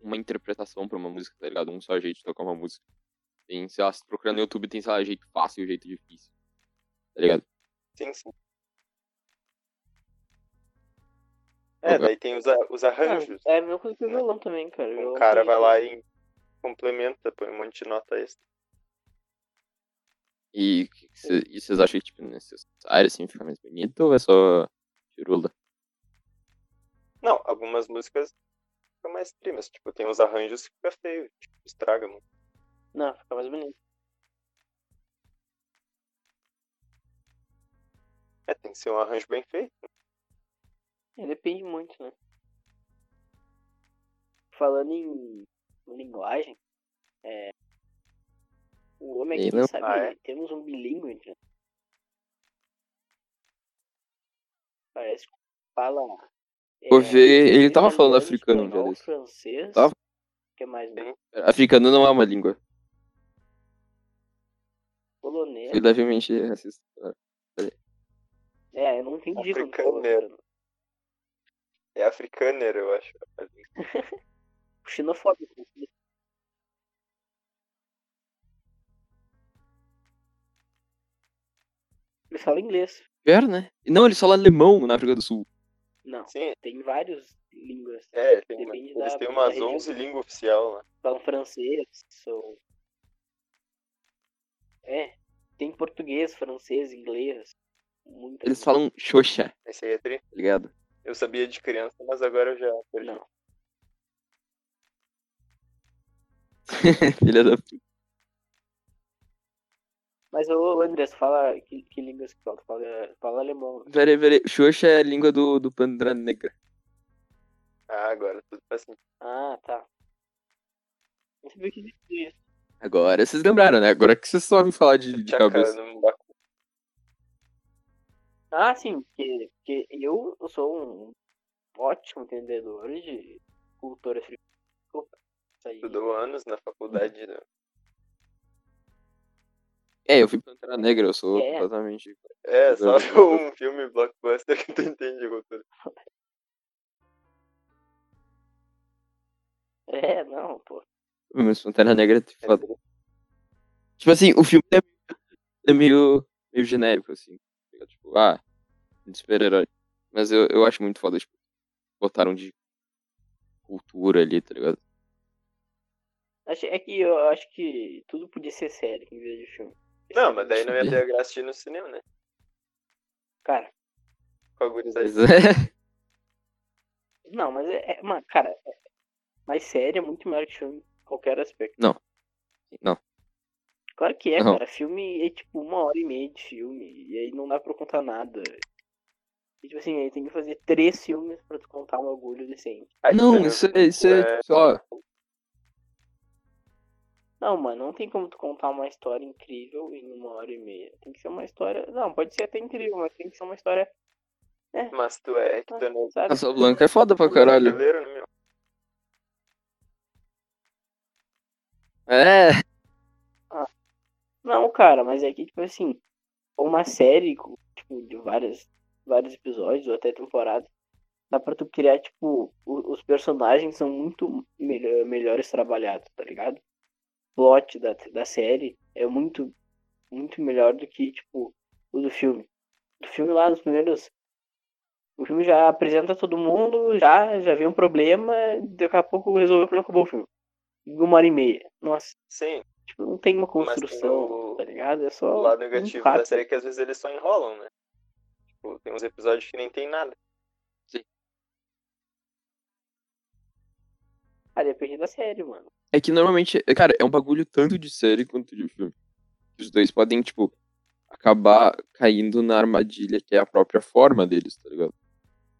Speaker 1: uma interpretação pra uma música, tá ligado? Um só jeito de tocar uma música. Tem, sei lá, se procurando no YouTube, tem, sei lá, jeito fácil e jeito difícil. Tá ligado?
Speaker 3: Sim, sim. É, daí tem os, a- os arranjos.
Speaker 2: É, é a mesma coisa que o violão também, é cara. O
Speaker 3: Um
Speaker 2: violão
Speaker 3: cara
Speaker 2: tem-
Speaker 3: vai lá e complementa, põe um monte de nota extra.
Speaker 1: E que que cê- e vocês acham que, tipo, necessário, assim, ficar mais bonito ou é só pirula?
Speaker 3: Não, algumas músicas ficam mais primas. Tipo, tem uns arranjos que fica feio, tipo, estraga muito.
Speaker 2: Não, fica mais bonito.
Speaker 3: É, tem que ser um arranjo bem feito.
Speaker 2: É, depende muito, né? Falando em linguagem, é... o homem
Speaker 1: Ei,
Speaker 2: aqui
Speaker 1: não.
Speaker 2: sabe,
Speaker 3: Ah, é?
Speaker 2: temos um bilíngue entre nós. Parece que fala. é,
Speaker 1: Eu vi- ele tava falando
Speaker 2: italiano,
Speaker 1: africano um dia
Speaker 2: espanhol,
Speaker 1: desse.
Speaker 2: francês.
Speaker 1: Tava.
Speaker 2: que é mais
Speaker 3: Sim.
Speaker 1: Africano não é uma língua.
Speaker 2: polonês.
Speaker 1: Foi é levemente racista.
Speaker 2: É, eu não entendi quando falou
Speaker 3: Africaneiro.
Speaker 2: africano.
Speaker 3: É africaner, eu acho.
Speaker 2: Xenofóbico. Ele fala inglês.
Speaker 1: Pior, né? Não, ele fala alemão na África do Sul.
Speaker 2: Não.
Speaker 3: Sim,
Speaker 2: tem várias línguas.
Speaker 3: é, tem,
Speaker 2: Depende
Speaker 3: eles
Speaker 2: da-
Speaker 3: têm
Speaker 2: da
Speaker 3: umas
Speaker 2: região.
Speaker 3: 11 línguas oficial lá.
Speaker 2: Falam francês, ou... É, tem português, francês, inglês. Muito
Speaker 1: Eles falam xoxa, tá
Speaker 3: Esse aí é tri.
Speaker 1: ligado?
Speaker 3: Eu sabia de criança, mas agora eu já perdi.
Speaker 2: Não.
Speaker 1: Filha da puta.
Speaker 2: Mas o André, tu fala que, que línguas que fala? Tu fala, fala alemão. né?
Speaker 1: Peraí, peraí. Xoxa é a língua do, do Pandra Negra.
Speaker 3: Ah, agora tudo faz sentido.
Speaker 2: Ah, tá. Não sabia que existia isso.
Speaker 1: Agora vocês lembraram, né? Agora que vocês só me falar de, de
Speaker 3: Tchaca,
Speaker 1: cabeça.
Speaker 3: não dá cu.
Speaker 2: Ah, sim, porque, porque eu sou um ótimo entendedor de cultura africana. Desculpa, isso aí.
Speaker 3: Estudou anos na faculdade, né?
Speaker 1: É, eu fui Pantera Negra, eu sou
Speaker 2: É.
Speaker 1: completamente.
Speaker 3: É, só
Speaker 1: Estudou.
Speaker 3: viu um filme blockbuster que tu entende a cultura.
Speaker 2: É, não, pô.
Speaker 1: Mas Pantera Negra é
Speaker 3: É
Speaker 1: foda.
Speaker 3: tri.
Speaker 1: Tipo assim, o filme é, é meio, meio genérico, assim. Tipo, ah, de super-herói. Mas eu, eu acho muito foda, tipo, botaram de cultura ali, tá ligado?
Speaker 2: Acho, é que eu acho que tudo podia ser sério em vez de filme.
Speaker 3: Não, mas é- daí não ia ter a graça de ir no cinema, né?
Speaker 2: Cara,
Speaker 3: Com a gurizada.
Speaker 1: Mas é.
Speaker 2: não, mas é. é mano, cara, é, mas sério é muito melhor que filme em qualquer aspecto.
Speaker 1: Não.
Speaker 2: Claro que é,
Speaker 1: Não.
Speaker 2: cara. Filme é tipo uma hora e meia de filme. E aí não dá pra contar nada. E, tipo assim, aí tem que fazer três filmes pra tu contar um orgulho decente.
Speaker 3: Ai,
Speaker 1: Não,
Speaker 3: cara,
Speaker 1: isso é, isso é, tipo, só.
Speaker 2: Não, mano, não tem como tu contar uma história incrível em uma hora e meia. Tem que ser uma história. Não, pode ser até incrível, mas tem que ser uma história.
Speaker 3: Mas tu é que tu não
Speaker 2: Sabe?
Speaker 1: Casa Blanca é foda pra caralho.
Speaker 3: brasileiro, né, meu?
Speaker 1: É.
Speaker 2: Não, cara, mas é que, tipo assim, uma série, com, tipo, de várias, vários episódios ou até temporada, dá pra tu criar, tipo, o- os personagens são muito melho- melhores trabalhados, tá ligado? O plot da, da série é muito, muito melhor do que, tipo, o do filme. Do filme lá, nos primeiros. O filme já apresenta todo mundo, já, já vem um problema, daqui a pouco resolveu o problema, acabou o filme. Em Uma hora e meia. Nossa,
Speaker 3: Sim,
Speaker 2: tipo, não tem uma
Speaker 3: Mas tem
Speaker 2: construção
Speaker 3: o-
Speaker 2: tá ligado? É só.
Speaker 3: o lado
Speaker 2: um
Speaker 3: negativo
Speaker 2: papo.
Speaker 3: da série é que às vezes eles só enrolam, né? Tipo, tem uns episódios que nem tem nada.
Speaker 2: Ah, depende da série, mano.
Speaker 1: É que normalmente, cara, é um bagulho tanto de série quanto de filme. Os dois podem, tipo, acabar caindo na armadilha que é a própria forma deles, tá ligado?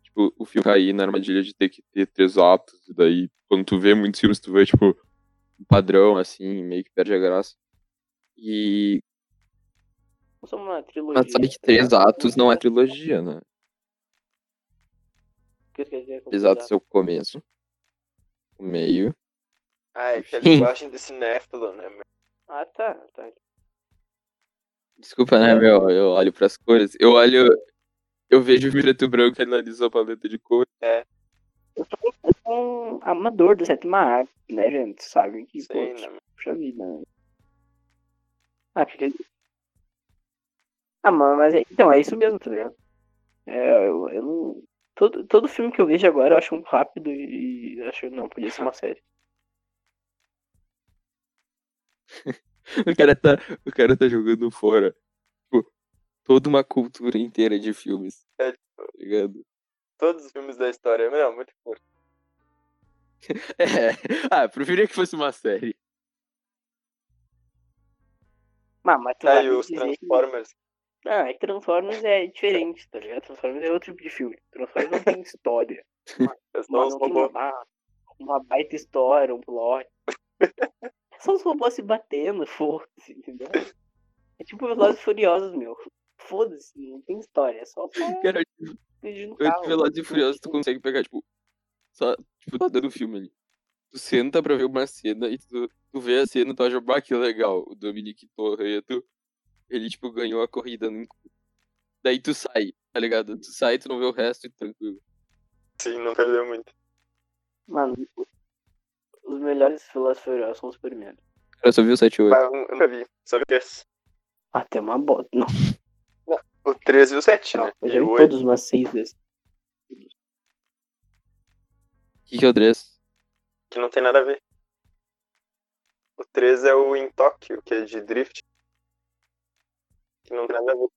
Speaker 1: Tipo, o filme cair na armadilha de ter que ter três atos, e daí, quando tu vê muitos filmes, tu vê, tipo, um padrão, assim, meio que perde a graça. E
Speaker 2: Não sou uma trilogia.
Speaker 1: mas sabe que
Speaker 2: tá
Speaker 1: três
Speaker 2: ligado?
Speaker 1: atos não é trilogia, né?
Speaker 2: O que eu quero dizer com
Speaker 1: Três
Speaker 2: três
Speaker 1: atos é o começo, o meio.
Speaker 3: Ah, é que a
Speaker 1: Sim.
Speaker 3: linguagem desse néfilo, né? meu?
Speaker 2: Ah, tá. tá.
Speaker 1: Desculpa, né, meu? Eu olho pras cores. Eu olho. Eu vejo o preto e branco e analiso a paleta de cores.
Speaker 2: Eu sou um amador da sétima arte, né, gente? Sabe? Que, pô, tipo,
Speaker 3: Sim, né? meu?
Speaker 2: puxa vida, né? Ah, porque... Ah, mano, mas é... Então, é isso mesmo, tá ligado? É, eu, eu não... Todo, todo filme que eu vejo agora eu acho muito rápido e e acho não, podia ser uma série.
Speaker 1: O cara tá, o cara tá jogando fora. Tipo, toda uma cultura inteira de filmes.
Speaker 3: É, tipo-
Speaker 1: Tá ligado?
Speaker 3: Todos os filmes da história. Não, muito curto.
Speaker 1: É. Ah, preferia que fosse uma série.
Speaker 2: Ah, mas tu
Speaker 3: Tá
Speaker 2: vai
Speaker 3: aí
Speaker 2: me
Speaker 3: os
Speaker 2: dizer que-
Speaker 3: Transformers.
Speaker 2: Não, é que Transformers é diferente, tá ligado? Transformers é outro tipo de filme. Transformers não tem história.
Speaker 3: São
Speaker 2: Mas
Speaker 3: os
Speaker 2: não tem
Speaker 3: robôs.
Speaker 2: uma, uma baita história, um plot. São os robôs se batendo, foda-se, entendeu? É tipo Velozes e Furiosos, meu. Foda-se, não tem história. É só
Speaker 1: Cara,
Speaker 2: pedindo
Speaker 1: Tipo, Eu de Velozes e Furiosos, tu consegue pegar, tipo, só, tipo, tá dando filme ali. Tu senta pra ver uma cena e tu, tu vê a cena e tu acha, bah, que legal, o Dominic Torreto, ele, tipo, ganhou a corrida. no encontro." Daí tu sai, tá ligado? Tu sai, tu não vê o resto e tranquilo.
Speaker 3: Sim, não perdeu muito.
Speaker 2: Mano, os melhores Velozes e Furiosos são os primeiros.
Speaker 1: Cara, só viu o 7 8.
Speaker 3: Mas eu nunca vi. Só vi o três.
Speaker 2: Até uma bota. Não,
Speaker 3: o 3 e o 7, né?
Speaker 2: eu
Speaker 3: E
Speaker 2: já vi
Speaker 3: o 8.
Speaker 2: todos umas seis vezes.
Speaker 1: O que, que é o Dress?
Speaker 3: que não tem nada a ver. O 3 é o em Tóquio, que é de drift. Que não tem nada a ver.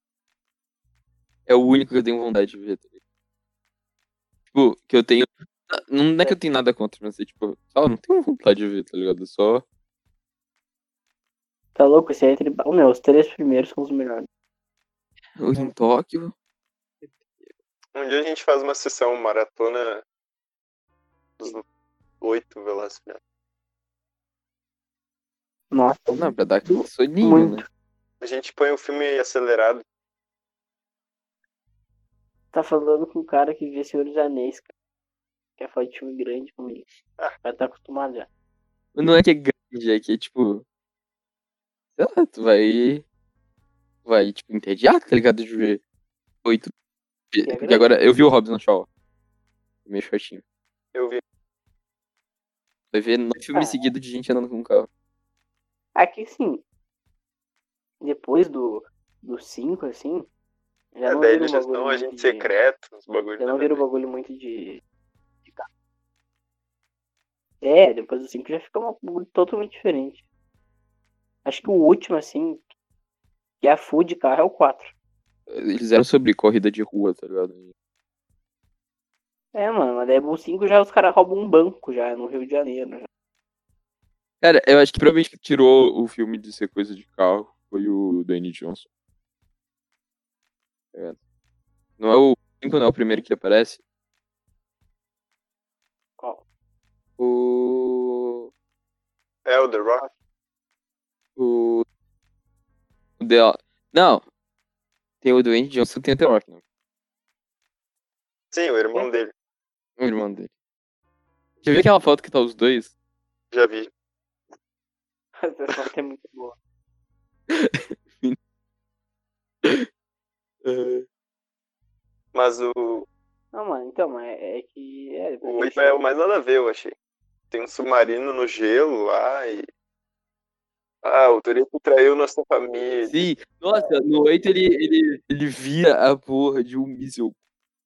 Speaker 1: É o único que eu tenho vontade de ver. tá ligado? Tipo, que eu tenho. Não é que eu tenho nada contra, mas é tipo, só não tenho vontade de ver, tá ligado? Só.
Speaker 2: Tá louco? Esse aí é tribal. Meu, os três primeiros são os melhores.
Speaker 1: Eu em Tóquio.
Speaker 3: Um dia a gente faz uma sessão maratona dos oito Velozes e Furiosos.
Speaker 2: Nossa,
Speaker 1: Não, pra dar aquele soninho,
Speaker 2: Muito.
Speaker 1: né?
Speaker 3: A gente põe o filme acelerado.
Speaker 2: Tá falando com o cara que vê Senhor dos Anéis, cara. Que é fã de time grande comigo. Vai estar tá acostumado já.
Speaker 1: Mas Não é que é grande, é que é tipo. Sei lá, tu vai. Vai, tipo, entediar, tá ligado? De ver oito. Porque
Speaker 2: é grande.
Speaker 1: agora eu vi o Robson Shaw. Meio chatinho.
Speaker 3: Eu vi.
Speaker 1: Vai ver nove filmes
Speaker 2: Ah.
Speaker 1: seguidos de gente andando com um carro.
Speaker 2: Aqui sim. Depois do 5, assim. Já
Speaker 3: É,
Speaker 2: não
Speaker 3: daí
Speaker 2: vira um
Speaker 3: eles já
Speaker 2: bagulho
Speaker 3: estão
Speaker 2: muito
Speaker 3: agente
Speaker 2: de-
Speaker 3: secreto, uns bagulhos.
Speaker 2: Já não
Speaker 3: nada
Speaker 2: vira
Speaker 3: a
Speaker 2: um
Speaker 3: ver.
Speaker 2: bagulho muito de. de carro. É, depois do 5 já fica um bagulho totalmente diferente. Acho que o último, assim. Que é full de carro é o 4.
Speaker 1: Eles eram sobre corrida de rua, tá ligado?
Speaker 2: É, mano, mas daí o 5 já os caras roubam um banco já no Rio de Janeiro. já.
Speaker 1: Cara, eu acho que provavelmente que tirou o filme de ser coisa de carro foi o Danny Johnson. É. Não é o 5, não é o primeiro que aparece.
Speaker 2: Qual?
Speaker 1: O.
Speaker 3: É o The Rock.
Speaker 1: O. O The Rock. Não! Tem o Dwayne Johnson e tem o The Rock, né?
Speaker 3: Sim, o
Speaker 2: Hum?
Speaker 3: irmão dele.
Speaker 1: É O irmão dele. Já viu aquela foto que tá os dois?
Speaker 3: Já vi.
Speaker 2: Essa foto é muito boa.
Speaker 3: Mas o,
Speaker 2: Não, mano, então, mas é é que. É,
Speaker 3: o 8 é o mais nada a ver, eu achei. Tem um submarino no gelo lá e. Ah, o turismo traiu nossa família.
Speaker 1: Sim! Nossa, no 8 ele, ele, ele vira a porra de um míssil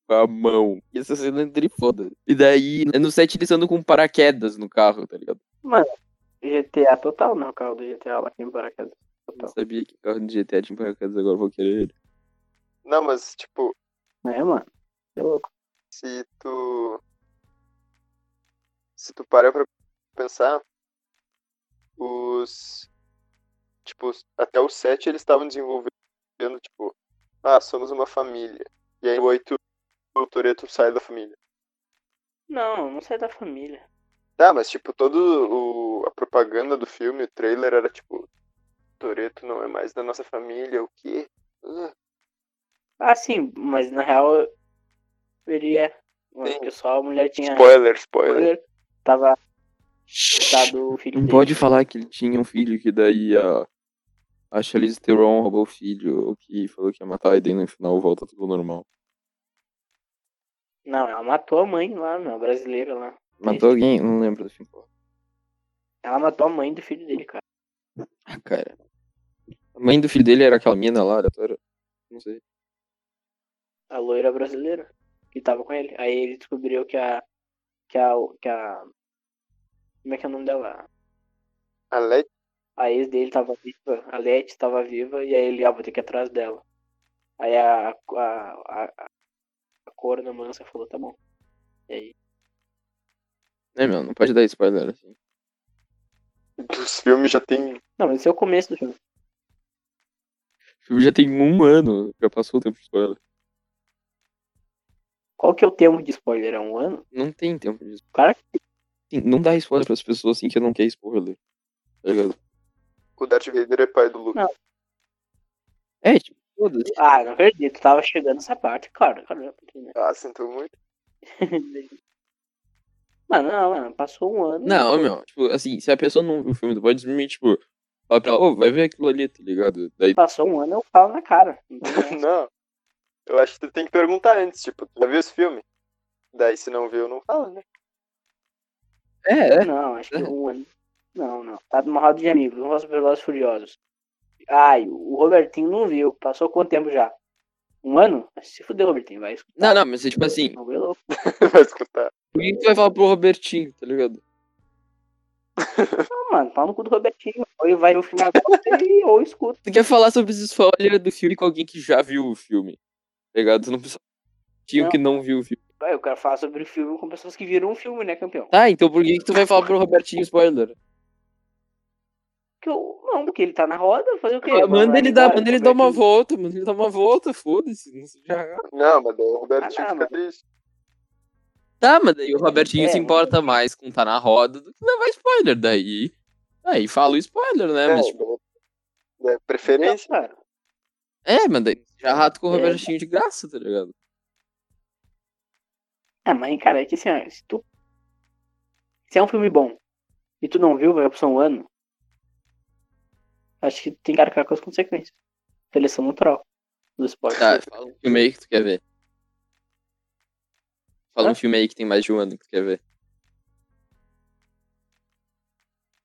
Speaker 1: com a mão. E essa cena é tri foda. E daí, é no 7 eles andam com paraquedas no carro, tá ligado?
Speaker 2: GTA total, não, o carro do GTA lá, quem paraquedas.
Speaker 1: Eu
Speaker 2: Total.
Speaker 1: sabia que carro do GTA tinha paraquedas, agora eu vou querer ele.
Speaker 3: Não, mas tipo,
Speaker 2: É, mano. É louco.
Speaker 3: se tu. Se tu parar pra pensar, os. Tipo, os- até os sete eles estavam desenvolvendo, tipo, ah, somos uma família. E aí o oito, o Toreto sai da família.
Speaker 2: Não, não sai da família.
Speaker 3: Tá, mas tipo, todo o, a propaganda do filme, o trailer era tipo, Toreto não é mais da nossa família, o quê? Ah,
Speaker 2: Ah, sim, mas na real. Ele é. Mas
Speaker 3: Sim.
Speaker 2: o pessoal, a mulher tinha.
Speaker 3: Spoiler, spoiler.
Speaker 2: spoiler, Tava dado o filho
Speaker 1: Não
Speaker 2: dele.
Speaker 1: pode falar que ele tinha um filho que daí a, a Charlize Theron roubou o filho, ou que falou que ia matar, e daí no final volta tudo normal.
Speaker 2: Não, ela matou a mãe lá, meu, a brasileira lá.
Speaker 1: Matou alguém? Não lembro do filme.
Speaker 2: Ela matou a mãe do filho dele, cara.
Speaker 1: Ah, cara. A mãe do filho dele era aquela mina lá, era... Não sei.
Speaker 2: A loira brasileira. que tava com ele. Aí ele descobriu que a. Que a. Que a como é que é o nome dela?
Speaker 3: Ale...
Speaker 2: A ex dele tava viva, a Leti tava viva, e aí ele, ah, vou ter que ir atrás dela. Aí a. A, a, a, a corna mansa falou, tá bom. E aí.
Speaker 1: É, meu, não pode dar spoiler assim.
Speaker 3: Dos filmes já tem.
Speaker 2: Não, mas esse é o começo do filme.
Speaker 1: O filme já tem um ano, já passou o tempo de spoiler.
Speaker 2: Qual que é o tempo de spoiler? É um ano?
Speaker 1: Não tem tempo de spoiler.
Speaker 2: Cara,
Speaker 1: Assim, Não dá spoiler pras pessoas assim que não quer spoiler. Tá ligado?
Speaker 3: O Darth Vader é pai do Luke.
Speaker 2: Não.
Speaker 1: É, tipo, foda-se.
Speaker 2: ah, não acredito, tava chegando essa parte, cara, caramba. né?
Speaker 3: Ah, sinto muito.
Speaker 2: Mano, não, mano, passou um ano.
Speaker 1: Não, meu, tipo, assim, se a pessoa não viu o filme do Bode Smith, tipo, fala pra ela, ô, vai ver aquilo ali, tá ligado? Daí,
Speaker 2: Passou um ano, eu falo na cara.
Speaker 3: não. Eu acho que tu tem que perguntar antes, tipo, tu já viu esse filme? Daí se não viu, não fala, né?
Speaker 1: é, é.
Speaker 2: Não, acho que um ano. Não, não. Tá numa roda de amigos, um rosto Velozes e Furiosos. Ai, o Robertinho não viu. Passou quanto tempo já? Um ano? Se fuder, Robertinho, vai escutar.
Speaker 1: Não, não, mas é tipo assim,
Speaker 2: Não, é louco.
Speaker 3: Vai escutar.
Speaker 1: por que tu vai falar pro Robertinho, tá ligado?
Speaker 2: Não, mano, pau no cu do Robertinho. Ou ele vai no filme agora e- ou escuta.
Speaker 1: Tu quer falar sobre os spoilers do filme com alguém que já viu o filme, tá ligado? Tu não precisa tio
Speaker 2: Não.
Speaker 1: que não viu o filme.
Speaker 2: Aí eu quero falar sobre o filme com pessoas que viram o filme, né, campeão?
Speaker 1: Tá, então por que, que tu vai falar pro Robertinho spoiler?
Speaker 2: Porque eu... Não, porque ele tá na roda, fazer o quê?
Speaker 1: Ah, manda
Speaker 2: Vai
Speaker 1: ele
Speaker 2: embora, né,
Speaker 1: dar, manda ele dar uma
Speaker 2: Robertinho.
Speaker 1: volta, manda ele dar uma volta, foda-se, não se já. é.
Speaker 3: Não, mas daí o Robertinho
Speaker 2: Ah, não,
Speaker 3: fica triste.
Speaker 1: Tá, mas daí o Robertinho
Speaker 2: É,
Speaker 1: se importa mais com tá na roda do que levar spoiler. Daí. Aí fala o spoiler, né?
Speaker 3: É,
Speaker 1: Mas, tipo,
Speaker 3: daí- é preferência.
Speaker 2: Não, cara.
Speaker 1: é, mas daí já rato com o
Speaker 2: É.
Speaker 1: Robertinho de graça, tá ligado?
Speaker 2: Ah, mas, cara, é que assim, ó, se tu. Se é um filme bom e tu não viu, vai opção um ano. Acho que tem que arcar com as consequências. Seleção natural do esporte.
Speaker 1: Tá, fala um filme aí que tu quer ver. Fala um
Speaker 2: Hã?
Speaker 1: filme aí que tem mais de um ano que tu quer ver.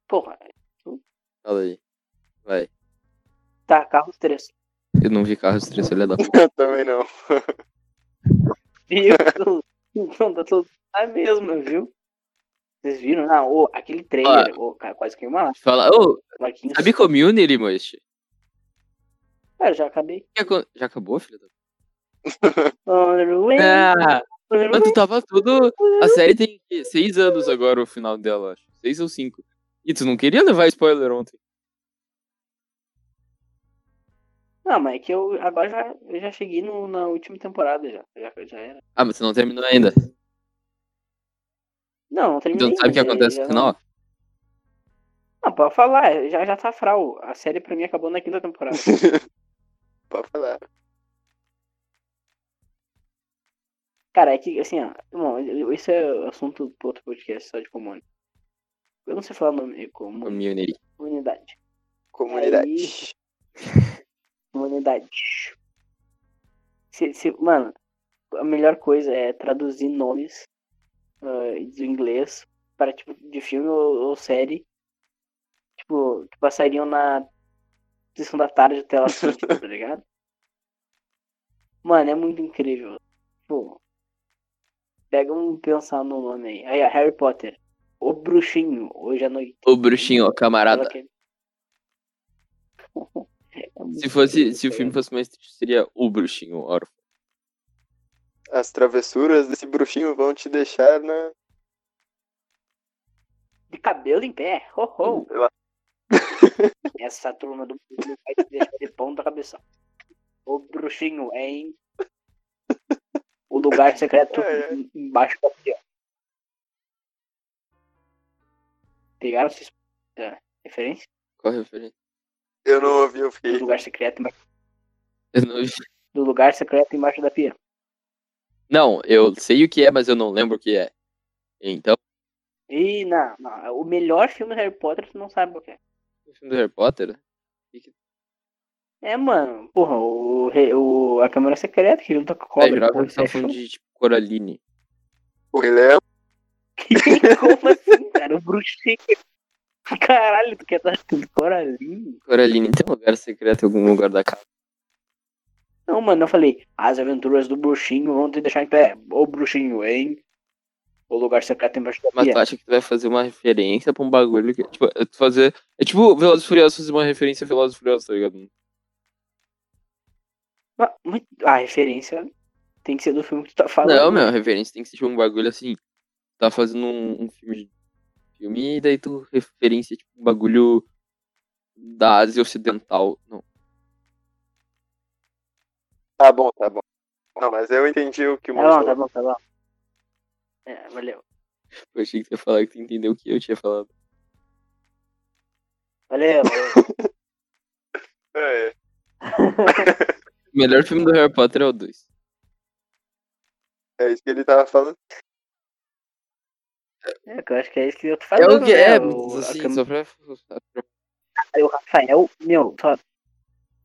Speaker 2: Porra,
Speaker 1: Fala aí. Vai.
Speaker 2: tá, carros 3.
Speaker 1: Eu não vi Carros 3, olha da puta.
Speaker 3: Eu também não.
Speaker 2: Então tá tudo na mesma, viu? Vocês viram? Ah, ô, aquele trailer, ô, cara, quase queimou lá.
Speaker 1: Fala, ô,
Speaker 2: Marquinhos.
Speaker 1: sabe Community, moço?
Speaker 2: Cara, já acabei.
Speaker 1: Que acon- Já acabou, filho da puta?
Speaker 2: Ah,
Speaker 1: Ah, mas tu tava todo... A série tem o quê? seis anos agora, o final dela, acho. Seis ou cinco. E tu não queria levar spoiler ontem.
Speaker 2: Não, mas é que eu agora já, eu já cheguei no, na última temporada já. Já, já era.
Speaker 1: Ah, mas você não terminou ainda.
Speaker 2: Não, não terminei.
Speaker 1: Então tu sabe o que
Speaker 2: mas
Speaker 1: acontece
Speaker 2: já
Speaker 1: no
Speaker 2: não-
Speaker 1: final?
Speaker 2: Não, pode falar, já, já tá fral. A série pra mim acabou na quinta temporada.
Speaker 3: Pode falar.
Speaker 2: Cara, é que assim, ó. Bom, isso é assunto pro outro podcast, só de comune. Eu não sei falar nome, comune,
Speaker 1: Community.
Speaker 2: comunidade.
Speaker 3: Comunidade.
Speaker 2: Comunidade. Se, se, mano, a melhor coisa é traduzir nomes ah, do inglês para tipo de filme ou, ou série. Tipo, que passariam na sessão da tarde tela assiste, tá ligado? Mano, é muito incrível. Tipo, pega um pensar no nome aí. Aí, ó, Harry Potter. O bruxinho, hoje à noite.
Speaker 1: Ô bruxinho, ó, camarada.
Speaker 2: Aquele- É muito
Speaker 1: Se, fosse,
Speaker 2: incrível,
Speaker 1: se o
Speaker 2: tá
Speaker 1: filme fosse mais triste, seria O Bruxinho Órfão.
Speaker 3: As travessuras desse bruxinho vão te deixar na.
Speaker 2: De cabelo em pé. é. Ho,
Speaker 1: Hum.
Speaker 2: ho.
Speaker 3: Sei lá.
Speaker 2: Essa turma do Bruno vai te deixar de pão da cabeça. O bruxinho é em. O lugar secreto
Speaker 3: É, é.
Speaker 2: em- embaixo tá da pia. Pegaram essa essa referência?
Speaker 1: Qual a referência?
Speaker 3: Eu não ouvi, eu
Speaker 2: Do
Speaker 3: fiquei.
Speaker 2: lugar secreto embaixo,
Speaker 1: Eu não... vi.
Speaker 2: do lugar secreto embaixo da pia.
Speaker 1: não, eu sei o que é, mas eu não lembro o que é. Então,
Speaker 2: E não, não, o melhor filme do Harry Potter tu não sabe o que é.
Speaker 1: o filme do Harry Potter?
Speaker 2: É, mano, porra, o, re- o, a câmera secreta que junta com a
Speaker 1: É,
Speaker 2: cobra.
Speaker 1: jurava
Speaker 2: porra,
Speaker 1: que você tava
Speaker 2: isso é
Speaker 1: falando de tipo, Coraline.
Speaker 3: O Rei Leão.
Speaker 2: Como assim, cara? O bruxinho. Caralho, tá tu quer estar tudo Coraline?
Speaker 1: Coraline tem um lugar secreto em algum lugar da casa.
Speaker 2: Não, mano, eu falei, as aventuras do bruxinho vão te deixar em pé. Ô bruxinho, hein? O lugar secreto embaixo da
Speaker 1: Mas tá.
Speaker 2: pia.
Speaker 1: tu acha que tu vai fazer uma referência pra um bagulho que, tipo, é tu fazer... É tipo Velozes e Furiosos fazer uma referência a Velozes e Furiosos, tá ligado?
Speaker 2: Ma- mas A referência tem que ser do filme que tu tá falando.
Speaker 1: Não, meu, a referência tem que ser tipo um bagulho assim. Tá fazendo um, um filme de filme e daí tu referência tipo um bagulho da Ásia Ocidental. Não.
Speaker 3: Tá bom, tá bom. Não, mas eu entendi o que o
Speaker 2: Tá
Speaker 3: Mano
Speaker 2: bom, tá
Speaker 3: falou.
Speaker 2: bom, tá bom. É, valeu.
Speaker 1: Eu achei que tu ia falar que tu entendeu o que eu tinha falado.
Speaker 2: Valeu.
Speaker 3: É,
Speaker 1: O melhor filme do Harry Potter é o 2.
Speaker 3: é isso que ele tava falando.
Speaker 2: é, que eu acho que é isso que eu tô
Speaker 1: É
Speaker 2: falando.
Speaker 1: o que
Speaker 2: né?
Speaker 1: é,
Speaker 2: O-
Speaker 1: mas
Speaker 2: a
Speaker 1: assim,
Speaker 2: cam-
Speaker 1: só pra.
Speaker 2: Aí o Rafael, meu, só...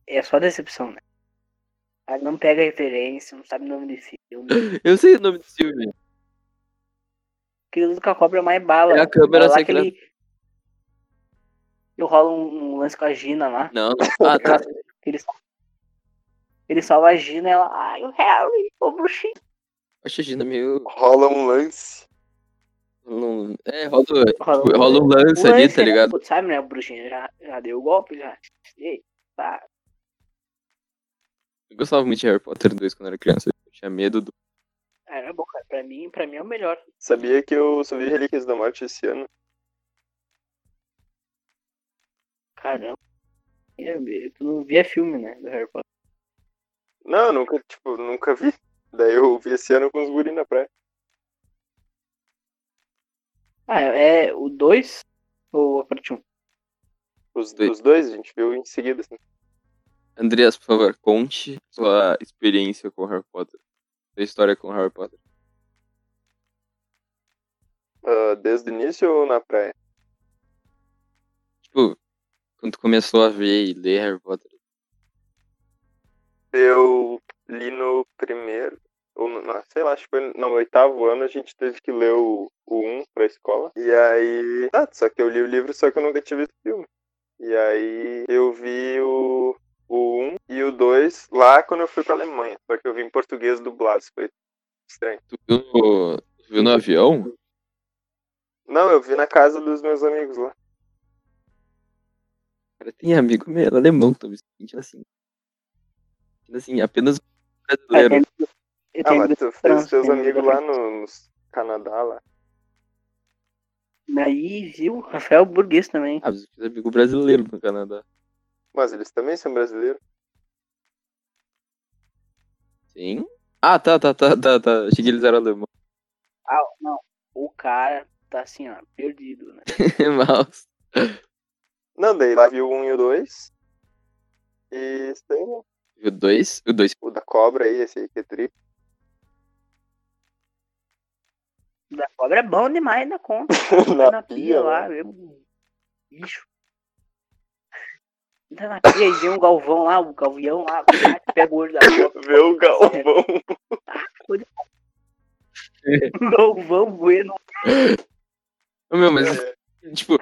Speaker 2: é só decepção, né? Ah, Não pega referência, não sabe o nome de filme.
Speaker 1: Eu sei o nome do filme.
Speaker 2: Aquilo do Cacobra é mais bala.
Speaker 1: É a câmera
Speaker 2: Vai lá
Speaker 1: secreta.
Speaker 2: que ele- Eu rolo um, um lance com a Gina lá.
Speaker 1: Não, não. Ah, tá.
Speaker 2: que Ele, sal- ele salva a Gina e ela. Ai, o Harry, o bruxinho.
Speaker 1: Acho a Gina meio.
Speaker 3: Rola um lance.
Speaker 1: É, rola,
Speaker 2: Rola
Speaker 1: tipo, rola um lance
Speaker 2: O
Speaker 1: ali,
Speaker 2: lance,
Speaker 1: tá
Speaker 2: né?
Speaker 1: ligado?
Speaker 2: Putz, Sabe, né? O bruxinho já, já deu o golpe, já. Ei, pá.
Speaker 1: Eu gostava muito de Harry Potter 2 quando eu era criança. Eu tinha medo do.
Speaker 2: Era bom, cara. Pra mim, pra mim é o melhor.
Speaker 3: Sabia que eu subi Relíquias da Morte esse ano.
Speaker 2: Caramba. E- Tu não via filme, né? Do Harry Potter.
Speaker 3: Não, eu nunca, tipo, nunca vi. Daí eu vi esse ano com os guri na praia.
Speaker 2: Ah, é é o 2 ou a parte 1?
Speaker 3: Os,
Speaker 1: Dois.
Speaker 3: os dois a gente viu em seguida, assim.
Speaker 1: Andreas, por favor, conte sua experiência com Harry Potter. Sua história com Harry Potter.
Speaker 3: Ah, desde o início ou na praia?
Speaker 1: Tipo, quando tu começou a ver e ler Harry Potter.
Speaker 3: Eu li no primeiro, ou no, na- sei lá, acho que foi no oitavo ano a gente teve que ler o, o 1 pra escola. E aí. Tá, só que eu li o livro, só que eu nunca tive visto o filme. E aí eu vi o, o 1 e o 2 lá quando eu fui pra Alemanha. Só que eu vi em português dublado, isso foi estranho.
Speaker 1: Tu viu no, tu viu no avião?
Speaker 3: Não, eu vi na casa dos meus amigos lá.
Speaker 1: Cara, tem amigo meu alemão que tá me sentindo assim. Sentindo Assim, apenas
Speaker 2: Eu
Speaker 1: brasileiro.
Speaker 2: tenho, Ah, eu
Speaker 3: Ah,
Speaker 2: tenho
Speaker 3: mas tu fez
Speaker 2: trans,
Speaker 3: teus
Speaker 2: tem
Speaker 3: amigos
Speaker 2: amigo
Speaker 3: lá no, no Canadá lá.
Speaker 2: Daí viu Rafael Burguês também.
Speaker 1: Ah, mas eu fiz amigo brasileiro no Canadá.
Speaker 3: Mas eles também são brasileiros.
Speaker 1: Sim? Ah, tá, tá, tá, tá, tá. Achei que eles eram alemão.
Speaker 2: Ah, não. O cara tá assim, ó, perdido, né?
Speaker 1: Mas,
Speaker 3: Não, daí lá vi o 1 e o 2. E sei lá.
Speaker 1: o dois, o dois.
Speaker 3: O da cobra aí, esse aí que é tri.
Speaker 2: Da cobra é bom demais na conta. Tá na pia lá, eu... bicho. Tá na pia e vem um galvão lá, o galvião lá, bate, pega o olho da cobra.
Speaker 3: Vê o Galvão.
Speaker 2: É. O galvão bueno.
Speaker 1: Ô, Meu, mas Tipo,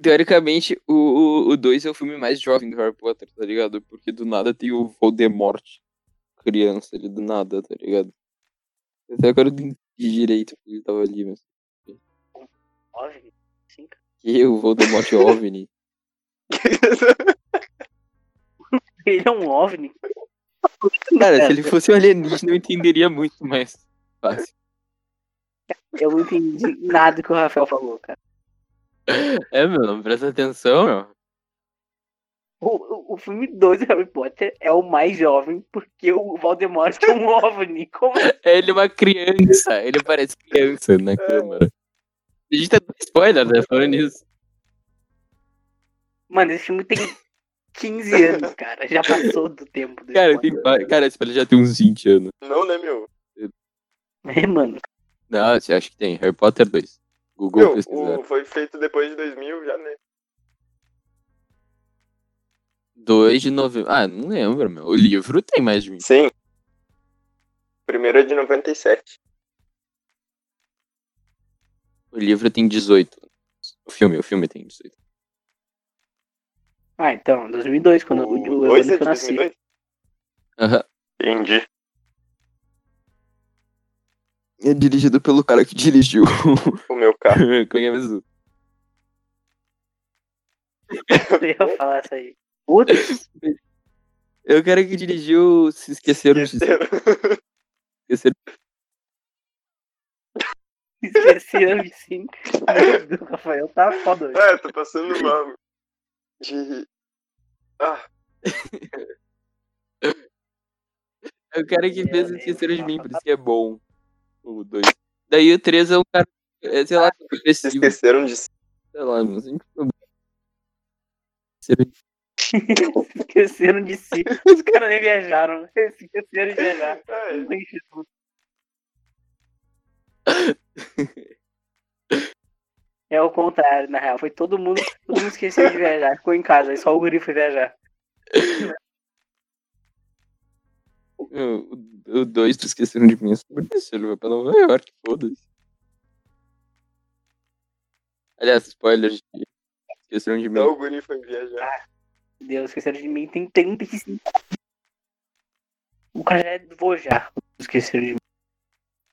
Speaker 1: teoricamente, o 2 o, dois é o filme mais jovem do Harry Potter, tá ligado? Porque do nada tem o Voldemort criança ali, do nada, tá ligado? Até agora eu não entendi direito porque ele tava ali, mas...
Speaker 2: Óbvio, assim, cara.
Speaker 1: Que o Voldemort é OVNI?
Speaker 2: Ele é um ovni.
Speaker 1: Cara, se ele fosse um alienígena, eu entenderia muito mais fácil.
Speaker 2: Eu não entendi nada que o Rafael falou, cara.
Speaker 1: É, meu, não presta atenção, meu.
Speaker 2: O, o- o filme 2 do Harry Potter é o mais jovem, porque o Voldemort é um OVNI. Como é
Speaker 1: É, ele é uma criança, ele parece criança na câmera. A gente tá dando spoiler, né, falando nisso.
Speaker 2: Mano, esse filme tem 15 anos, cara. Já passou do tempo desse
Speaker 1: Cara,
Speaker 2: filme.
Speaker 1: tem, va- cara, esse spoiler já tem uns 20 anos.
Speaker 3: Não, né, meu?
Speaker 2: É, mano.
Speaker 1: Não, você acha que tem? Harry Potter 2. Google
Speaker 3: Meu,
Speaker 1: pesquisar.
Speaker 3: o, foi feito depois de 2000 já, né?
Speaker 1: 2 de novembro. Ah, não lembro, meu. O livro tem mais de 20.
Speaker 3: Sim. Primeiro é de 97.
Speaker 1: O livro tem 18. O filme, o filme tem 18.
Speaker 2: Ah, então, 2002, quando o, o, o
Speaker 3: dois
Speaker 2: ano que
Speaker 3: é de
Speaker 2: eu nasci.
Speaker 3: 2002?
Speaker 1: Aham.
Speaker 3: Entendi.
Speaker 1: É dirigido pelo cara que dirigiu.
Speaker 3: O meu carro.
Speaker 1: Como é mesmo?
Speaker 2: Eu ia falar isso aí. Putz,
Speaker 1: É o cara que dirigiu Se Esqueceram de Esqueceram.
Speaker 2: esqueci a M5. Meu Deus, Rafael tá foda hoje.
Speaker 3: É, tô passando mal. De. Ah,
Speaker 1: É o cara que
Speaker 2: Meu
Speaker 1: fez
Speaker 2: Deus. tá
Speaker 1: Esqueceram de Mim, por isso que é bom. O 2. Daí o 3 é um cara, é,
Speaker 2: Ah,
Speaker 1: sei lá,
Speaker 3: se
Speaker 1: depressivo, sei
Speaker 3: esqueceram de.
Speaker 1: lá, mas enfim, é bom. Esqueceram de-
Speaker 2: Esqueceram de si. Os caras nem viajaram. né? Esqueceram de viajar.
Speaker 3: Ah,
Speaker 2: Não tem jeito. É o contrário, na real. Foi todo mundo, todo mundo esqueceu de viajar, ficou em casa, aí só o guri foi viajar.
Speaker 1: O- O 2, tu esqueceram de mim, é sobre isso, ele vai pra Nova York, foda-se. Aliás, spoiler de Esqueceram de mim.
Speaker 3: Não, então o Guri foi
Speaker 2: Ah,
Speaker 3: viajar.
Speaker 2: Meu Deus, esqueceram de mim, tem 35. O cara já é vou já. Esqueceram de mim.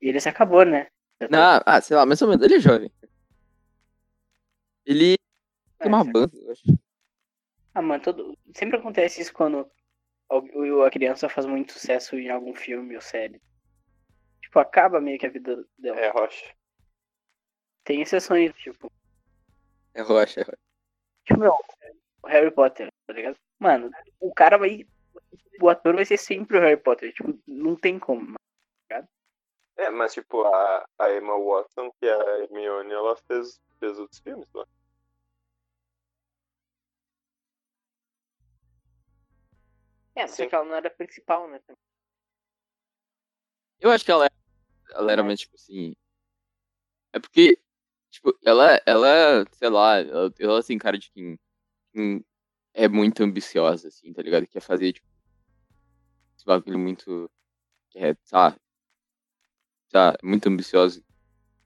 Speaker 2: E ele se acabou, né? Já tá-
Speaker 1: Não, ah, sei lá, mais ou menos, ele é jovem. Ele
Speaker 2: É,
Speaker 1: tem uma
Speaker 2: já-
Speaker 1: banda, eu acho.
Speaker 2: Ah, mano, todo... sempre acontece isso quando al- a criança faz muito sucesso em algum filme ou série. Tipo, acaba meio que a vida dela.
Speaker 3: É, Rocha.
Speaker 2: Tem exceções, tipo.
Speaker 1: É rocha, é rocha.
Speaker 2: Tipo, meu, o Harry Potter, tá ligado? Mano, o cara vai. O ator vai ser sempre o Harry Potter. Tipo, não tem como. mano.
Speaker 3: É, mas tipo, a, a Emma Watson, que é a Hermione, ela fez, fez outros filmes lá.
Speaker 2: É, só que ela não era a principal, né?
Speaker 1: Eu acho que ela é. Ela era mais, tipo assim. É porque, tipo, ela, ela sei lá, ela, ela tem cara de quem, quem é muito ambiciosa, assim, tá ligado? Quer fazer, tipo, esse bagulho muito. É, tá. Tá, muito ambiciosa.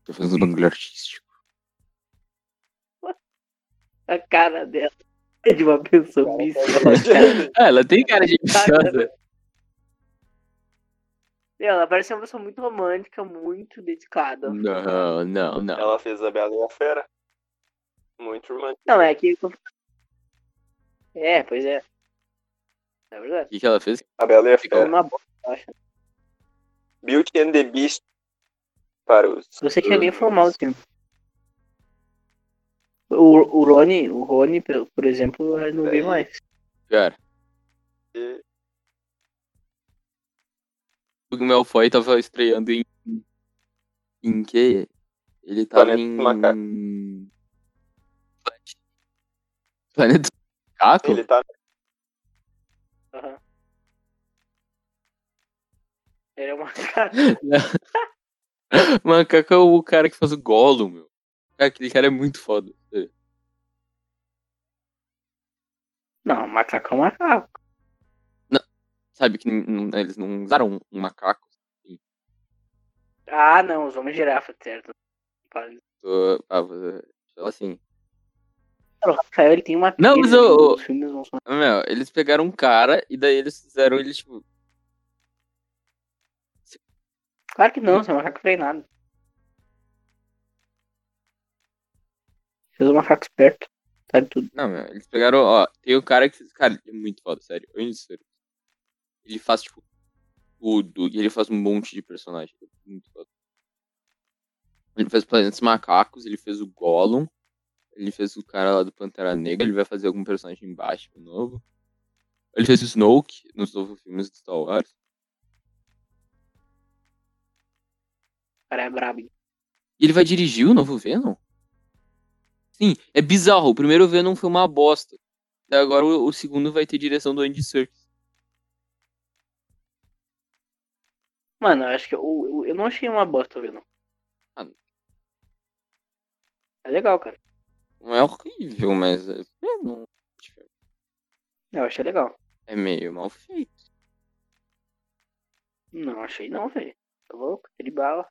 Speaker 1: Quer fazer um bagulho artístico.
Speaker 2: A cara dela é de uma pessoa mística.
Speaker 1: Ah, ela tem cara de ambiciosa.
Speaker 2: Ela parece uma pessoa muito romântica, muito dedicada.
Speaker 1: Hum. Não, não, não.
Speaker 3: Ela fez a Bela e a Fera. Muito romântico.
Speaker 2: Não, é que. É, pois é. É
Speaker 1: O
Speaker 2: verdade.
Speaker 1: que, que ela fez?
Speaker 3: A Bela e a
Speaker 2: Ficou
Speaker 3: Fera.
Speaker 2: uma bosta, eu acho.
Speaker 3: Beauty and the Beast. Para os.
Speaker 2: Eu sei que é bem formal o filme. O, o Rony, o Rony, por por exemplo, eu não vi mais.
Speaker 1: Pior. O Malfoy tava estreando em. Em que? Ele tava
Speaker 3: Planeta
Speaker 1: em.
Speaker 3: dos Macacos.
Speaker 1: Planet- Planeta dos Macacos?
Speaker 3: Ele tá.
Speaker 2: Aham. Ele é uma cara.
Speaker 1: Macaco é o cara que faz o Gollum, meu. Cara, aquele cara é muito foda.
Speaker 2: Não, macaco é um macaco.
Speaker 1: Sabe que n- n- eles não usaram um macaco.
Speaker 2: Ah, não, usou uma girafa, certo.
Speaker 1: Tô- ah, vou- Então, assim.
Speaker 2: O Rafael ele tem uma.
Speaker 1: Não,
Speaker 2: pira
Speaker 1: mas
Speaker 2: de
Speaker 1: o-
Speaker 2: como os filmes não são-
Speaker 1: Meu, eles pegaram um cara e daí eles fizeram ele, tipo.
Speaker 2: Claro que não, você é um macaco treinado. Fez um macaco esperto, sabe tudo.
Speaker 1: Não, meu, eles pegaram, ó, tem um cara que. Cara, ele é muito foda, sério. Eu ensino. Ele faz, tipo, tudo. E ele faz um monte de personagem. Ele é Muito foda. Ele fez Planetas Macacos, ele fez o Gollum. Ele fez o cara lá do Pantera Negra, ele vai fazer algum personagem embaixo de novo. Ele fez o Snoke nos novos filmes do Star Wars.
Speaker 2: O cara é brabo. hein?
Speaker 1: E ele vai dirigir o novo Venom? Sim, é bizarro. O primeiro Venom foi uma bosta. Daí Agora o, o segundo vai ter direção do Andy Serkis.
Speaker 2: Mano, eu acho que. Eu, eu, eu não achei uma bosta, viu? Não.
Speaker 1: Ah, não.
Speaker 2: É legal, cara.
Speaker 1: Não é horrível, mas é, é não- tipo,
Speaker 2: Eu achei legal.
Speaker 1: é meio mal feito.
Speaker 2: Não, achei não, velho. Tá louco? Ele bala.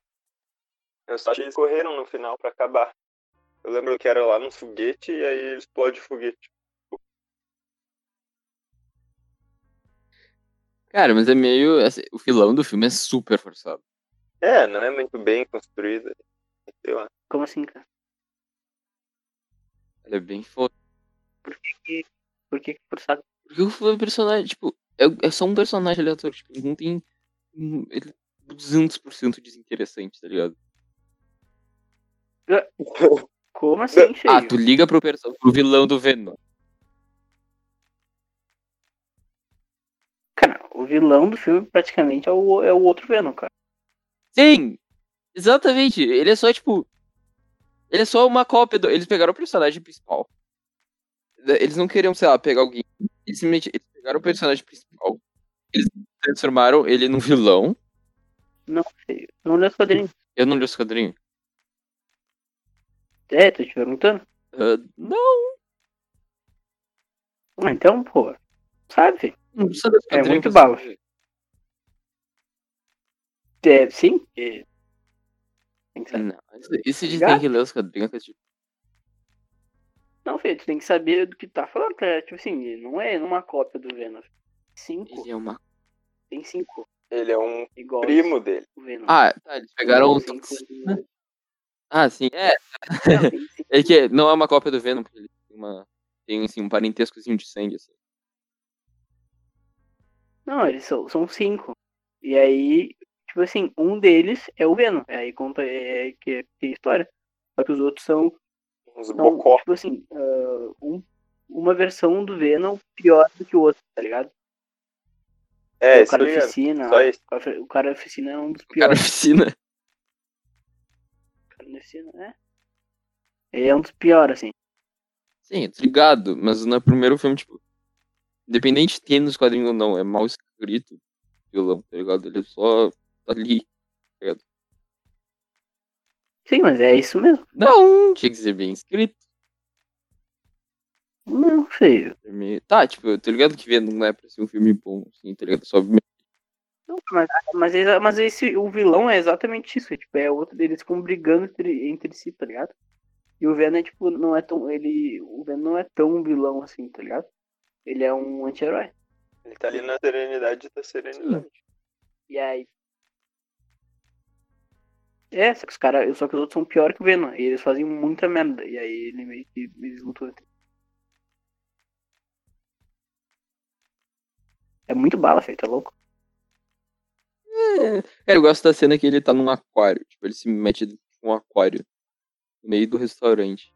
Speaker 3: Eu só achei que eles correram no final pra acabar. Eu lembro que era lá num foguete e aí explode o foguete.
Speaker 1: Cara, mas é meio. assim, o filão do filme é super forçado.
Speaker 3: É, não é muito bem construída. Sei lá.
Speaker 2: Como assim, cara?
Speaker 1: Ele é bem foda.
Speaker 2: Por que que, por que, que forçado?
Speaker 1: Porque o personagem, tipo, é, é só um personagem aleatório. Tipo, ele não tem. um- Ele, 200% desinteressante, tá ligado?
Speaker 2: Como assim, cheio?
Speaker 1: Ah, tu liga pro, perso- pro vilão do Venom.
Speaker 2: Cara, o vilão do filme praticamente é o, é o outro Venom, cara.
Speaker 1: Sim! Exatamente! Ele é só, tipo. Ele é só uma cópia do. Eles pegaram o personagem principal. Eles não queriam, sei lá, pegar alguém. Eles, simplesmente- eles pegaram o personagem principal. Eles transformaram ele num vilão.
Speaker 2: Não sei. Não lê os quadrinhos.
Speaker 1: Eu não li os quadrinhos.
Speaker 2: É, tô te perguntando.
Speaker 1: Ah, não,
Speaker 2: Ah, Então, pô, sabe?
Speaker 1: não precisa dos
Speaker 2: É
Speaker 1: quadrinhos. tá pra
Speaker 2: muito bala.
Speaker 1: saber.
Speaker 2: É, sim. é. Tem que saber.
Speaker 1: Não, isso- isso de
Speaker 2: Obrigado.
Speaker 1: tem que ler os quadrinhos. que é tipo,
Speaker 2: Não, filho, tu tem que saber do que tu tá falando, cara. Tipo assim, não é uma cópia do Venom. Cinco.
Speaker 1: Ele é uma.
Speaker 2: Tem cinco.
Speaker 3: Ele é um
Speaker 2: Igual
Speaker 3: primo dele.
Speaker 2: o Venom.
Speaker 1: Ah, tá, eles pegaram o.
Speaker 2: Tem cinco.
Speaker 1: Ah, sim. É,
Speaker 2: Não, tem cinco.
Speaker 1: É que não é uma cópia do Venom, porque ele tem uma. Tem assim, um parentescozinho de sangue, assim.
Speaker 2: Não, eles são, são cinco. E aí, tipo assim, um deles é o Venom. Aí conta é, que é, que é história. Só que os outros são
Speaker 3: Uns
Speaker 2: Então,
Speaker 3: bocó.
Speaker 2: tipo assim, ah, um- uma versão do Venom pior do que o outro, tá ligado?
Speaker 3: É,
Speaker 2: o cara
Speaker 3: isso aí
Speaker 2: oficina,
Speaker 3: é só isso.
Speaker 2: o cara- o cara oficina é um dos
Speaker 1: O cara
Speaker 2: piores.
Speaker 1: oficina.
Speaker 2: O cara oficina, né? Ele é um dos piores, assim.
Speaker 1: Sim, tô ligado, mas no primeiro filme, tipo. Independente de ter nos quadrinhos ou não, é mal escrito o vilão, tá ligado? Ele só tá ali.
Speaker 2: Sim, mas é isso mesmo.
Speaker 1: Não! Tinha que ser bem escrito.
Speaker 2: Não, feio.
Speaker 1: pra mim. Tá, tipo, eu tô ligado que Venom não é pra ser um filme bom, assim, tá ligado? Só
Speaker 2: Não, mas, mas, é- mas esse, o vilão é exatamente isso. É, tipo, é outro, eles ficam brigando entre, entre si, tá ligado? E o Venom é, tipo, não é tão. Ele. O Venom não é tão vilão assim, tá ligado? Ele é um anti-herói.
Speaker 3: Ele tá ali na serenidade da serenidade.
Speaker 2: E aí. É, só que os caras. Só que os outros são pior que o Venom. E eles fazem muita merda. E aí ele meio que eles lutam entre. É muito bala, feio, tá louco?
Speaker 1: É. Cara, eu gosto da cena que ele tá num aquário. Tipo, ele se mete dentro de um aquário no meio do restaurante.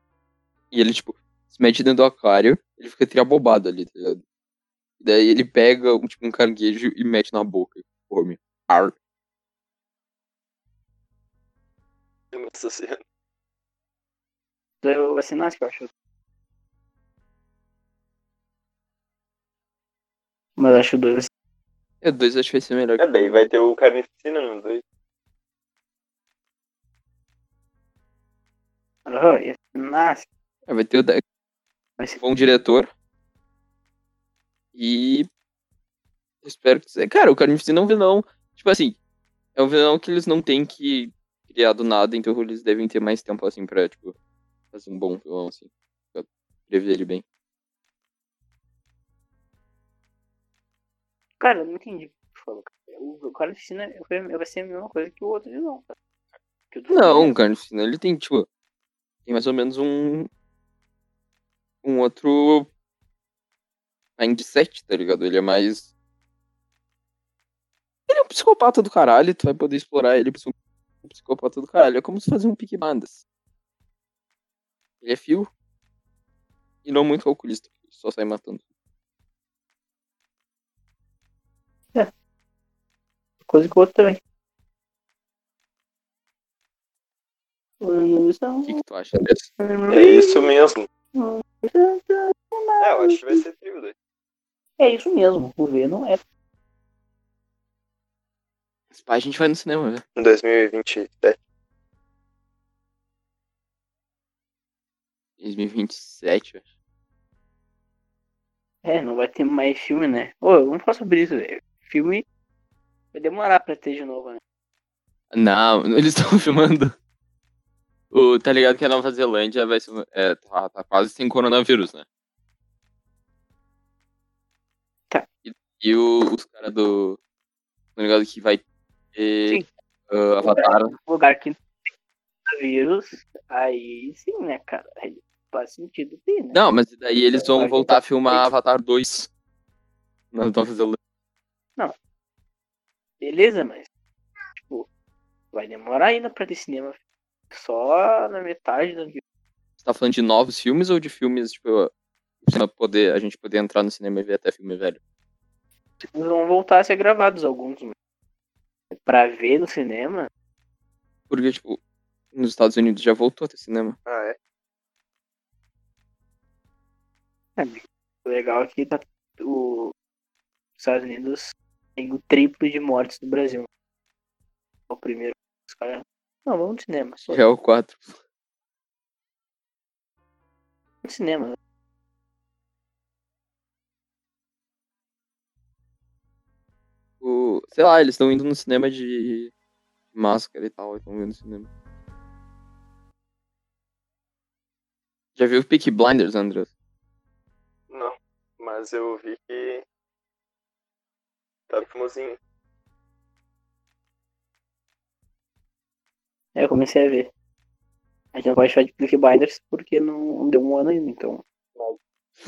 Speaker 1: E ele, tipo, se mete dentro do aquário, ele fica triabobado ali, tá ligado? E daí ele pega um, tipo, um caranguejo e mete na boca. e Come. Ar.
Speaker 3: Nossa Senhora.
Speaker 2: Então eu assinasse que eu acho. Mas eu acho assim. dois.
Speaker 1: É, dois eu acho que vai ser melhor.
Speaker 3: É, daí vai ter o Carnificina nos dois.
Speaker 2: Aham, ia assinar.
Speaker 1: É, vai ter o Dex,
Speaker 2: Vai ser
Speaker 1: bom diretor. E. eu Espero que. Cara, o Carnificina é um vilão. Tipo assim, é um vilão que eles não têm que criar do nada, então eles devem ter mais tempo assim pra, tipo, fazer um bom vilão, assim. Pra escrever ele bem.
Speaker 2: Cara, eu não entendi o que tu falou. cara. O o cara de China foi- vai ser a mesma coisa que o outro vilão, cara. Que o do
Speaker 1: Não,
Speaker 2: filme
Speaker 1: o Carnificina ele tem, tipo. Tem mais ou menos um. Um outro. Mindset, tá ligado? Ele é mais. Ele é um psicopata do caralho, tu vai poder explorar ele como um psicopata do caralho. É como se fazer um pique bandas. Ele é fio. E não muito calculista, ele só sai matando.
Speaker 2: é coisa que o outro também. Não,
Speaker 1: O que, que tu acha dessa?
Speaker 3: É isso mesmo. É, eu acho que vai ser trio dois.
Speaker 2: É isso mesmo. O Venom é.
Speaker 1: Esse pá, a gente vai no cinema, velho.
Speaker 3: Em 2027.
Speaker 1: 2027, velho.
Speaker 2: É, não vai ter mais filme, né? Ô, vamos falar sobre isso, velho. Filme vai demorar pra ter de novo, né?
Speaker 1: Não, eles estão filmando. O, tá ligado que a Nova Zelândia vai ser, é, tá, tá quase sem coronavírus, né?
Speaker 2: Tá.
Speaker 1: E E o, os caras do. Tá ligado que vai ter
Speaker 2: Sim.
Speaker 1: ah, Avatar.
Speaker 2: lugar que não tem vírus, aí sim, né, cara? Aí faz sentido ter, né?
Speaker 1: Não, mas daí eles vão
Speaker 2: Vai
Speaker 1: voltar a
Speaker 2: ter-
Speaker 1: filmar Avatar 2. Não, estão fazendo.
Speaker 2: Beleza, mas, tipo, vai demorar ainda pra ter cinema. Só na metade do ano que
Speaker 1: Você tá falando de novos filmes ou de filmes, tipo, o cinema poder, a gente poder entrar no cinema e ver até filme velho?
Speaker 2: vem. Eles vão voltar a ser gravados alguns, mas pra ver no cinema,
Speaker 1: Porque, tipo, nos Estados Unidos já voltou a ter cinema.
Speaker 3: Ah, é?
Speaker 2: o legal é que tá, o, os Estados Unidos tem o triplo de mortes do Brasil. É O primeiro, os caras, não, vamos no cinema, só
Speaker 1: Já é o 4.
Speaker 2: no cinema.
Speaker 1: O, tipo, sei lá, eles estão indo no cinema de de máscara e tal, estão vendo cinema. Já viu Peaky Blinders, André?
Speaker 3: Não. Mas eu vi que. Tá famosinho.
Speaker 2: Aí É, eu comecei a ver. A gente não pode falar de Peaky Blinders porque não, não deu um ano ainda, então.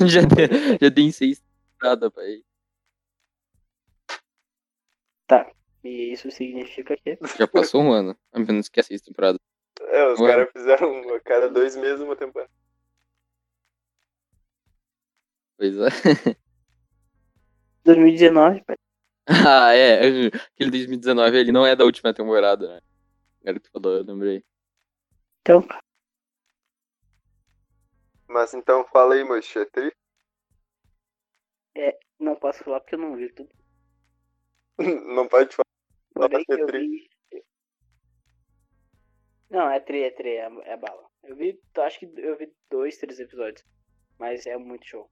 Speaker 1: já, tem, já tem seis temporadas, pai.
Speaker 2: E isso significa que.
Speaker 1: Já passou um ano, a menos que é seis temporadas.
Speaker 3: É, os
Speaker 1: Ué.
Speaker 3: caras fizeram a cada dois meses uma temporada.
Speaker 1: Pois é.
Speaker 2: 2019, pai.
Speaker 1: Ah, é. Aquele 2019 ele não é da última temporada, né? Agora que tu falou, eu lembrei.
Speaker 2: Então,
Speaker 3: Mas então fala aí, Mochi, é tri?
Speaker 2: não posso falar porque eu não vi tudo.
Speaker 3: Não pode falar.
Speaker 2: Porém,
Speaker 3: é
Speaker 2: eu
Speaker 3: tri.
Speaker 2: vi. Não, é tri, é tri, é, é bala. Eu vi, acho que eu vi dois, três episódios. Mas é muito show.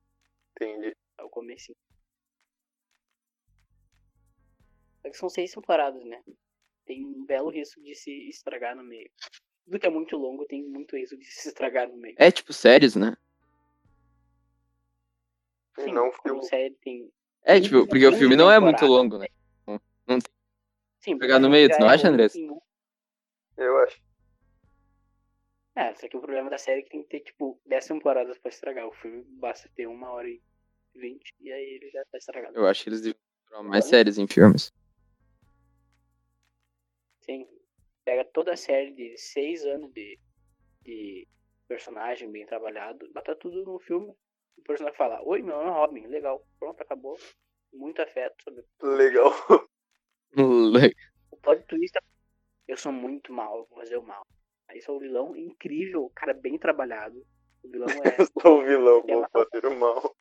Speaker 3: Entendi.
Speaker 2: É o começo. Só É que são seis temporadas, né? Tem um belo risco de se estragar no meio. Tudo que é muito longo tem muito risco de se estragar no meio.
Speaker 1: É tipo séries, né?
Speaker 3: E
Speaker 2: Sim,
Speaker 3: não
Speaker 2: como
Speaker 3: filme.
Speaker 2: série tem.
Speaker 1: É, tipo, porque o filme não é muito longo, né?
Speaker 2: Sim,
Speaker 1: Pegar no meio, tu
Speaker 2: já
Speaker 1: não
Speaker 2: é
Speaker 1: acha,
Speaker 2: um-
Speaker 1: Andrés?
Speaker 2: tem um-
Speaker 3: Eu acho.
Speaker 2: É, só que o problema da série é que tem que ter, tipo, 10 temporadas pra estragar. O filme basta ter uma hora e vinte e aí ele já tá estragado.
Speaker 1: Eu acho que eles deviam procurar mais séries em filmes.
Speaker 2: Sim. Pega toda a série de seis anos de, de personagem bem trabalhado, bota tudo no filme. O personagem fala, oi, meu nome é Robin, legal, pronto, acabou. Muito afeto sobre
Speaker 3: Legal.
Speaker 2: o plot twist. é, Eu sou muito mal, vou fazer o mal. Aí sou o vilão incrível, o cara bem trabalhado. O vilão é
Speaker 3: Eu sou o vilão,
Speaker 2: É
Speaker 3: vou
Speaker 2: uma-
Speaker 3: fazer o mal.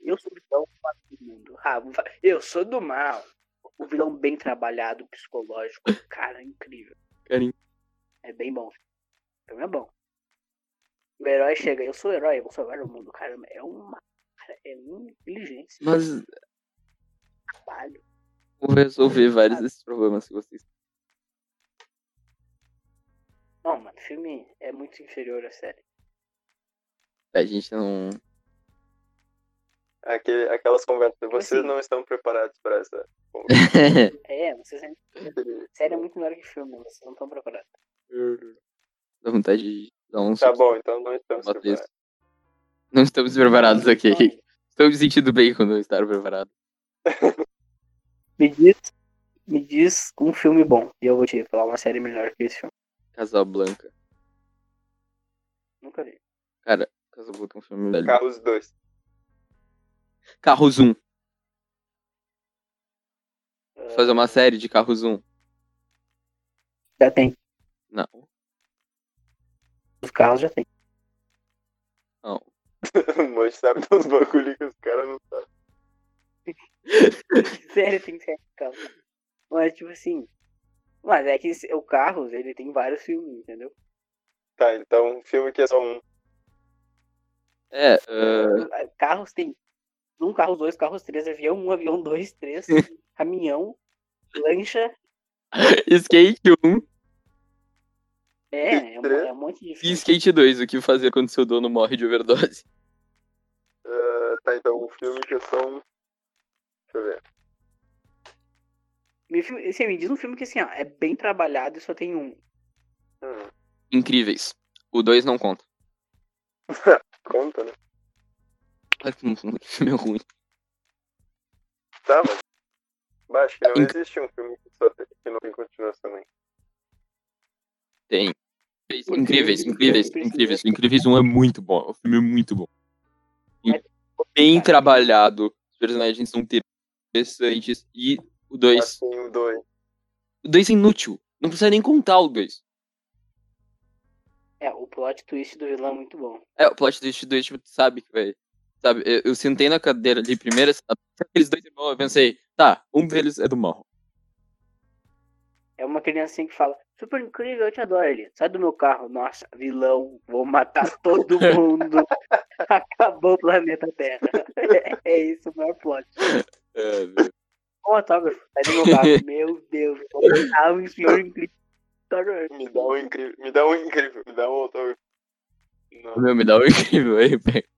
Speaker 2: Eu sou o vilão pra todo mundo. Ah, vou fa- eu sou do mal. O vilão bem trabalhado, psicológico. Cara, é incrível.
Speaker 1: Carinho.
Speaker 2: É bem bom. Então é bom. O herói chega, eu sou o herói, eu vou salvar o mundo. Cara, é uma. cara, é uma inteligência,
Speaker 1: Mas
Speaker 2: trabalho.
Speaker 1: vou resolver vários desses problemas que vocês.
Speaker 2: Não, mano, o filme é muito inferior à série.
Speaker 1: A gente não.
Speaker 3: Aquele, aquelas conversas. Vocês
Speaker 2: Assim.
Speaker 3: não estão preparados para essa.
Speaker 2: É, vocês. Série é muito melhor que filme, vocês não estão preparados.
Speaker 1: Dá vontade de dar um.
Speaker 3: Tá bom, então não estamos
Speaker 1: Bota
Speaker 3: preparados.
Speaker 1: Não estamos preparados
Speaker 2: Tá Então,
Speaker 1: aqui. Estou me sentindo bem quando eu estar preparado.
Speaker 2: Me diz. Me diz um filme bom. E eu vou te falar uma série melhor que esse filme.
Speaker 1: Casablanca.
Speaker 2: Nunca vi.
Speaker 1: Casablanca é um filme velho.
Speaker 3: Carros dois
Speaker 1: Carros 1.
Speaker 2: Ah,
Speaker 1: Fazer uma série de Carros 1.
Speaker 2: Já tem.
Speaker 1: Não.
Speaker 2: Os carros já tem.
Speaker 1: Não.
Speaker 3: Mochi sabe uns bagulho que os caras não sabem.
Speaker 2: Sério, tem que ser carro. Mas, tipo assim. Mas é que se- o Carros, ele tem vários filmes, entendeu?
Speaker 3: Tá, então um filme que é só um.
Speaker 1: É, ah,
Speaker 2: Carros tem um, carros dois, carros três, avião um, avião dois, três, caminhão, lancha.
Speaker 1: Skate 1
Speaker 2: É, é um, é um monte de
Speaker 1: e
Speaker 2: filme.
Speaker 1: Skate 2. O que fazer quando seu dono morre de overdose?
Speaker 3: Ah, tá, então um filme que é só um. Deixa eu ver.
Speaker 2: Me, fi- assim, me diz um filme que assim, ó, é bem trabalhado e só tem um.
Speaker 3: Hum,
Speaker 1: Incríveis. O 2 não conta.
Speaker 3: conta, né?
Speaker 1: Ai, que filme é ruim.
Speaker 3: Tá, mas. Bah, acho que não
Speaker 1: Inc-
Speaker 3: existe um filme que, só tem, que não tem continuação, hein?
Speaker 1: Tem. Incríveis, incríveis, incríveis. Incríveis 1 é muito bom. O filme é muito bom. Bem
Speaker 2: Tá.
Speaker 1: trabalhado. Os personagens são interessantes. E o 2.
Speaker 3: Assim, o dois.
Speaker 1: O 2 é inútil. Não precisa nem contar o 2.
Speaker 2: É, o plot twist do vilão é muito bom.
Speaker 1: É, o plot twist do 2, tipo, tu sabe que vai. Sabe, eu, eu sentei na cadeira ali primeiro, sabe, aqueles dois irmãos, eu pensei, tá, um deles é do mal.
Speaker 2: É uma criancinha que fala, super incrível, eu te adoro ele. Sai do meu carro, nossa, vilão, vou matar todo mundo. Acabou o planeta Terra. é isso, o maior plot.
Speaker 1: É, velho.
Speaker 2: Um autógrafo, sai do meu carro. meu Deus, vou matar o senhor incrível. Adoro
Speaker 3: Me dá um incrível. Me dá um incrível. Me dá um autógrafo. Não.
Speaker 1: Meu, me dá um incrível aí, velho.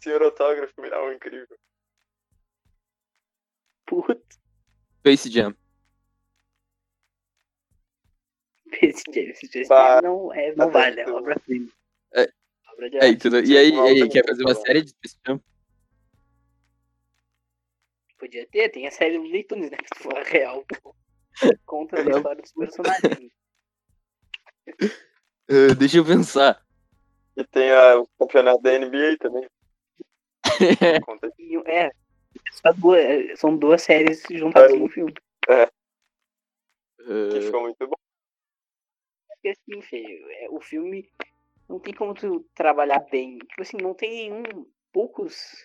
Speaker 3: Senhor autógrafo, me dá um incrível.
Speaker 2: Puta,
Speaker 1: Face Jam.
Speaker 2: esse James, esse
Speaker 3: Bah.
Speaker 2: James não, é, não vale, é obra-prima.
Speaker 1: É.
Speaker 2: Obra de
Speaker 1: É,
Speaker 2: arte.
Speaker 1: entendeu? E aí,
Speaker 3: Mal
Speaker 1: e aí,
Speaker 3: também,
Speaker 1: quer fazer uma
Speaker 3: tá bom.
Speaker 1: série de Face Jam?
Speaker 2: Podia ter, tem a série do Neytoons, né? Se for real, pô. Conta a história dos personagens.
Speaker 1: Ah, deixa eu pensar.
Speaker 3: E tem a- o campeonato da NBA também. Conta
Speaker 2: E, é, só duas- são duas séries juntadas num filme.
Speaker 3: que
Speaker 1: Ah,
Speaker 3: ficou muito bom.
Speaker 2: Porque assim, feio, é, o filme não tem como tu trabalhar bem. Tipo assim, não tem nenhum. Poucos.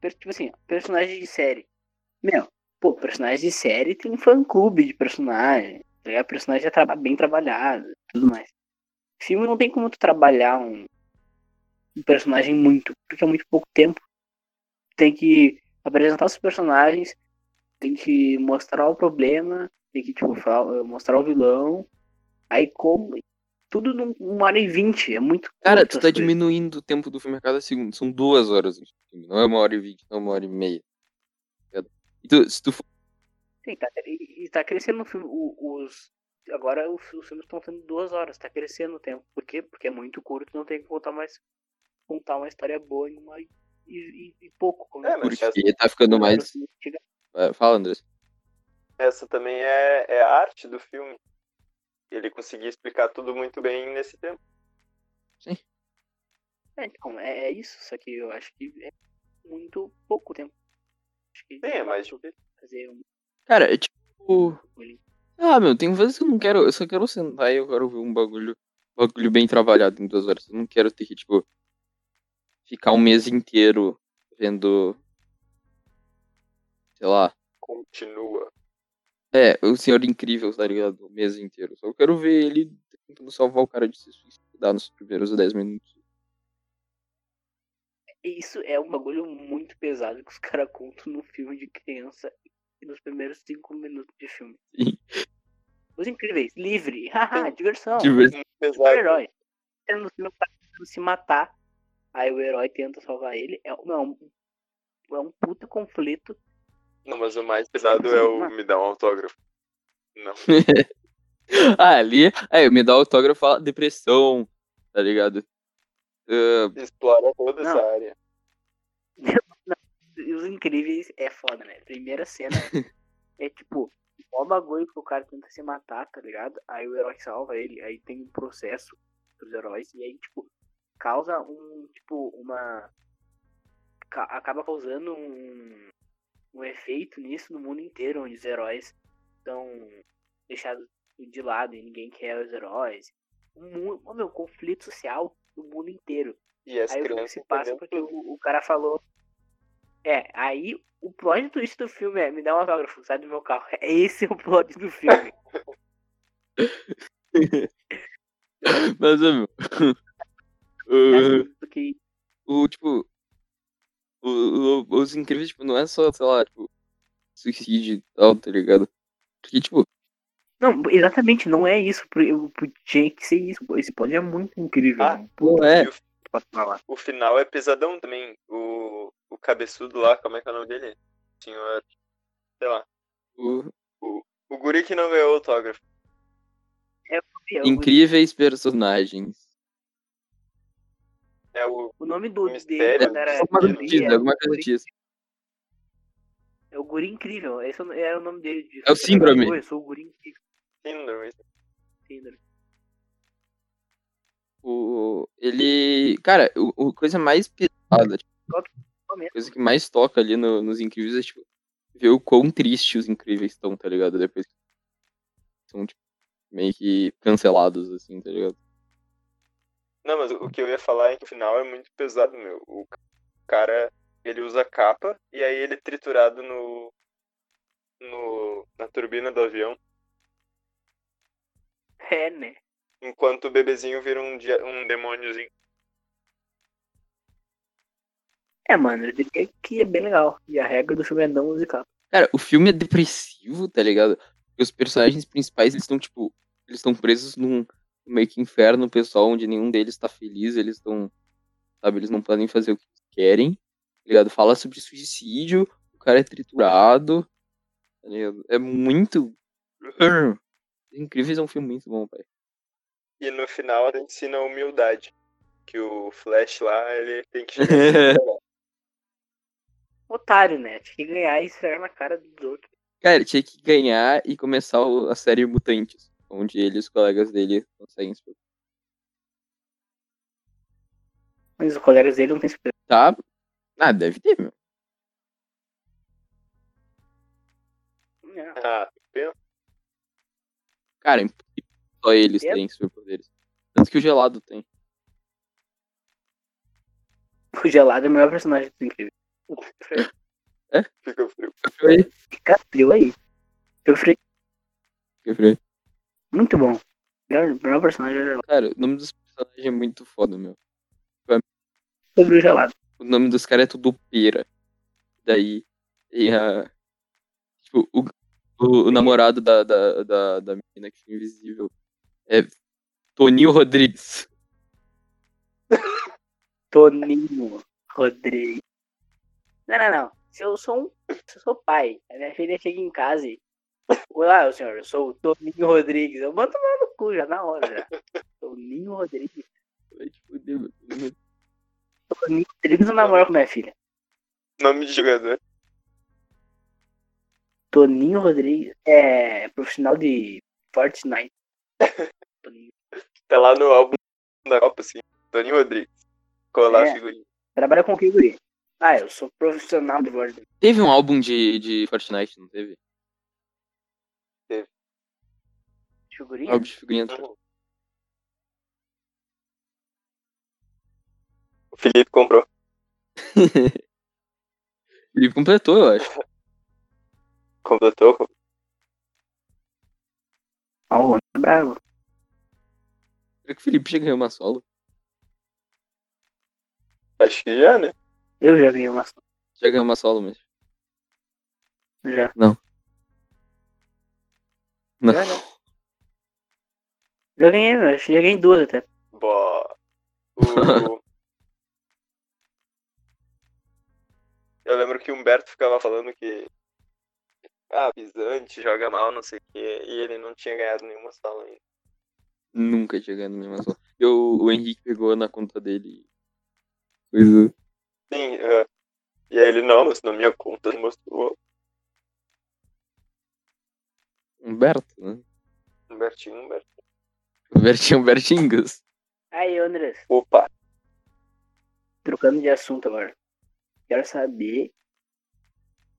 Speaker 2: per- Tipo assim, ó, personagens de série. Meu, pô, personagens de série tem um fã-clube de personagem. Tá ligado? Personagem é traba- bem trabalhado e tudo mais. Filme não tem como tu trabalhar um, um personagem muito, porque é muito pouco tempo. Tem que apresentar os personagens, tem que mostrar o problema, tem que tipo, fal- mostrar o vilão, Aí como. Tudo num- numa hora e vinte. É muito.
Speaker 1: Cara,
Speaker 2: curto
Speaker 1: tu
Speaker 2: as
Speaker 1: tá
Speaker 2: coisas.
Speaker 1: diminuindo o tempo do filme a cada segundo. São duas horas de filme, não é uma hora e vinte, não é uma hora e meia. E tu- se tu for
Speaker 2: Sim, tá, e, e tá crescendo o filme. o- os, agora os, os filmes estão sendo duas horas. Tá crescendo o tempo. Por quê? Porque é muito curto. Não tem que contar mais. Contar uma história boa em uma. E, e- e pouco. Como
Speaker 3: É, mas
Speaker 1: porque
Speaker 3: essa,
Speaker 1: tá ficando mais.
Speaker 2: Assim, chega-
Speaker 1: Ah, Fala, André.
Speaker 3: essa também é, é a arte do filme. Ele conseguia explicar tudo muito bem nesse tempo.
Speaker 2: É, então, é, é isso. Só que eu acho que é muito pouco tempo. Acho que
Speaker 3: Sim, é mais
Speaker 2: dá pra
Speaker 3: difícil.
Speaker 2: fazer um.
Speaker 1: Cara, é tipo. Ah, meu, tem vezes que eu não quero. Eu só quero sentar e eu quero ver um bagulho. Bagulho bem trabalhado em duas horas. Eu não quero ter que, tipo. Ficar um mês inteiro vendo. Sei lá.
Speaker 3: Continua.
Speaker 1: É, o Senhor Incrível, tá ligado? O mês inteiro. Só eu quero ver ele tentando salvar o cara de se suicidar nos primeiros 10 minutos.
Speaker 2: Isso é um bagulho muito pesado que os caras contam no filme de criança e nos primeiros cinco minutos de filme.
Speaker 1: Sim.
Speaker 2: Os incríveis, livre, haha,
Speaker 3: Sim.
Speaker 2: diversão,
Speaker 1: De ver-
Speaker 3: Apesar de
Speaker 2: super-herói. Ele No filme tá tentando se matar, aí o herói tenta salvar ele. É, um- é um, é um puta conflito.
Speaker 3: Não, mas o mais pesado é o me dá um autógrafo. Não.
Speaker 1: Ah, ali. É, me dá autógrafo, fala depressão, tá ligado? Ah,
Speaker 3: Explora toda
Speaker 2: Não.
Speaker 3: essa área.
Speaker 2: E os incríveis é foda, né? Primeira cena é tipo, o bagulho que o cara tenta se matar, tá ligado? Aí o herói salva ele, aí tem um processo dos heróis, e aí, tipo, causa um, tipo, uma. ca- acaba causando um, um efeito nisso no mundo inteiro, onde os heróis são deixados de lado e ninguém quer os heróis. Um, mu- Ô, meu, conflito social do mundo inteiro.
Speaker 3: E as
Speaker 2: Aí o filme
Speaker 3: crianças.
Speaker 2: se passa
Speaker 3: entendendo
Speaker 2: porque
Speaker 3: tudo.
Speaker 2: o, o cara falou. É, aí o plot twist do filme é: me dá um autógrafo, sai do meu carro. É esse o plot do filme.
Speaker 1: Mas, ô, meu. Ah,
Speaker 2: porque
Speaker 1: o tipo o, o- os incríveis tipo não é só sei lá tipo suicídio e tal tá ligado porque tipo
Speaker 2: Não, exatamente, não é isso. por- eu- por- Tinha que ser isso. pô, Esse plot é muito incrível.
Speaker 3: Ah,
Speaker 2: né?
Speaker 1: não é
Speaker 3: E o,
Speaker 2: Posso falar.
Speaker 3: o final é pesadão também. O, o cabeçudo lá, como é que é o nome dele? Senhor. Sei lá.
Speaker 1: O-
Speaker 3: O guri que não ganhou o autógrafo.
Speaker 2: Fiel.
Speaker 1: Incríveis personagens.
Speaker 3: É o.
Speaker 2: O nome do dele
Speaker 3: Mistério.
Speaker 2: quando era.
Speaker 1: Alguma coisa
Speaker 2: guri,
Speaker 1: diz,
Speaker 2: era
Speaker 1: alguma coisa
Speaker 2: Guri-
Speaker 1: diz.
Speaker 2: É o Guri Incrível. Esse é o- era o nome dele. disso.
Speaker 1: É o Síndrome.
Speaker 2: Pô, Eu sou o Guri Incrível.
Speaker 3: Síndrome.
Speaker 2: Síndrome.
Speaker 1: O, ele. Cara, o, o coisa mais pesada, tipo,
Speaker 2: Só mesmo.
Speaker 1: a coisa que mais toca ali no- nos incríveis é, tipo, ver o quão triste os incríveis estão, tá ligado? Depois que são, tipo, meio que cancelados, assim, tá ligado?
Speaker 3: Não, mas o que eu ia falar é que o final é muito pesado, meu. O cara, ele usa capa e aí ele é triturado no. no na turbina do avião.
Speaker 2: É, né?
Speaker 3: Enquanto o bebezinho vira um, dia- um demôniozinho.
Speaker 2: É, mano, ele é que é bem legal. E a regra do filme é não musical.
Speaker 1: Cara, o filme é depressivo, tá ligado? Porque os personagens principais, eles estão, tipo, eles estão presos num meio que inferno pessoal, onde nenhum deles tá feliz, eles estão, sabe, eles não podem fazer o que querem, tá ligado? Fala sobre suicídio, o cara é triturado, tá ligado? É muito... Incríveis é um filme muito bom, pai.
Speaker 3: E no final ele ensina a humildade. Que o Flash lá, ele tem que chegar. e se superar.
Speaker 2: Otário, né? Tinha que ganhar e esfregar na cara dos outros.
Speaker 1: Cara, tinha que ganhar e começar o- a série Mutantes, onde ele e os colegas dele conseguem se
Speaker 2: Mas os colegas dele não tem esperança.
Speaker 1: Tá? Ah, deve ter, meu.
Speaker 2: Não.
Speaker 3: ah,
Speaker 1: Cara, é impossível. só eles
Speaker 2: Eu-
Speaker 1: têm superpoderes. Tanto que o gelado tem.
Speaker 2: O gelado é o melhor personagem do incrível.
Speaker 3: fica frio.
Speaker 2: Fica frio aí. Eu falei, muito bom. Melhor, melhor personagem é o gelado.
Speaker 1: Cara, o nome dos personagens é muito foda, meu.
Speaker 2: Sobre o gelado.
Speaker 1: O nome dos caras é tudo pera. Daí tem a. Tipo, o, o, o namorado da, da, da, da menina que fica invisível é Toninho Rodrigues.
Speaker 2: Toninho Rodrigues. Não, não, não. Se eu sou um. Se eu sou pai, a minha filha chega em casa e. Olá, senhor, eu sou o Toninho Rodrigues. Eu mando lá no cu já na hora. Já. Toninho Rodrigues.
Speaker 1: Vai te fuder, meu. Todo mundo-
Speaker 2: Toninho Rodrigues não namora com minha filha.
Speaker 3: Nome de jogador.
Speaker 2: Toninho Rodrigues é profissional de Fortnite. Toninho.
Speaker 3: Tá lá no álbum da Copa, assim. Tony Rodrigues. Colar
Speaker 2: É.
Speaker 3: a figurinha.
Speaker 2: Trabalha com que guri? Ah, eu sou profissional de Fortnite.
Speaker 1: Teve um álbum de, de Fortnite, não teve?
Speaker 2: Guri?
Speaker 1: álbum de figurinha.
Speaker 3: O Felipe comprou.
Speaker 1: Ele completou, eu acho.
Speaker 3: Completou,
Speaker 2: Ó, o homem é bravo.
Speaker 1: Será que o Felipe já ganhou uma solo?
Speaker 3: Acho que já, né?
Speaker 2: Eu já ganhei uma.
Speaker 1: Já ganhou uma solo, mas.
Speaker 2: Já.
Speaker 1: Não.
Speaker 2: Já, né? Já ganhei, eu acho que já ganhei duas até.
Speaker 3: Bó. O- Eu lembro que o Humberto ficava falando que. Ah, Pisante joga mal, não sei o quê. E ele não tinha ganhado nenhuma sala ainda.
Speaker 1: Nunca tinha ganhado nenhuma solo. Eu, o Henrique pegou na conta dele. Coisa.
Speaker 3: Sim, é. e aí ele, não, mas na minha conta ele mostrou.
Speaker 1: Humberto, né?
Speaker 3: Humbertinho, Humberto.
Speaker 1: Humbertinho Humbertingas.
Speaker 2: Aí, Andrés,
Speaker 3: Opa!
Speaker 2: trocando de assunto agora. Quero saber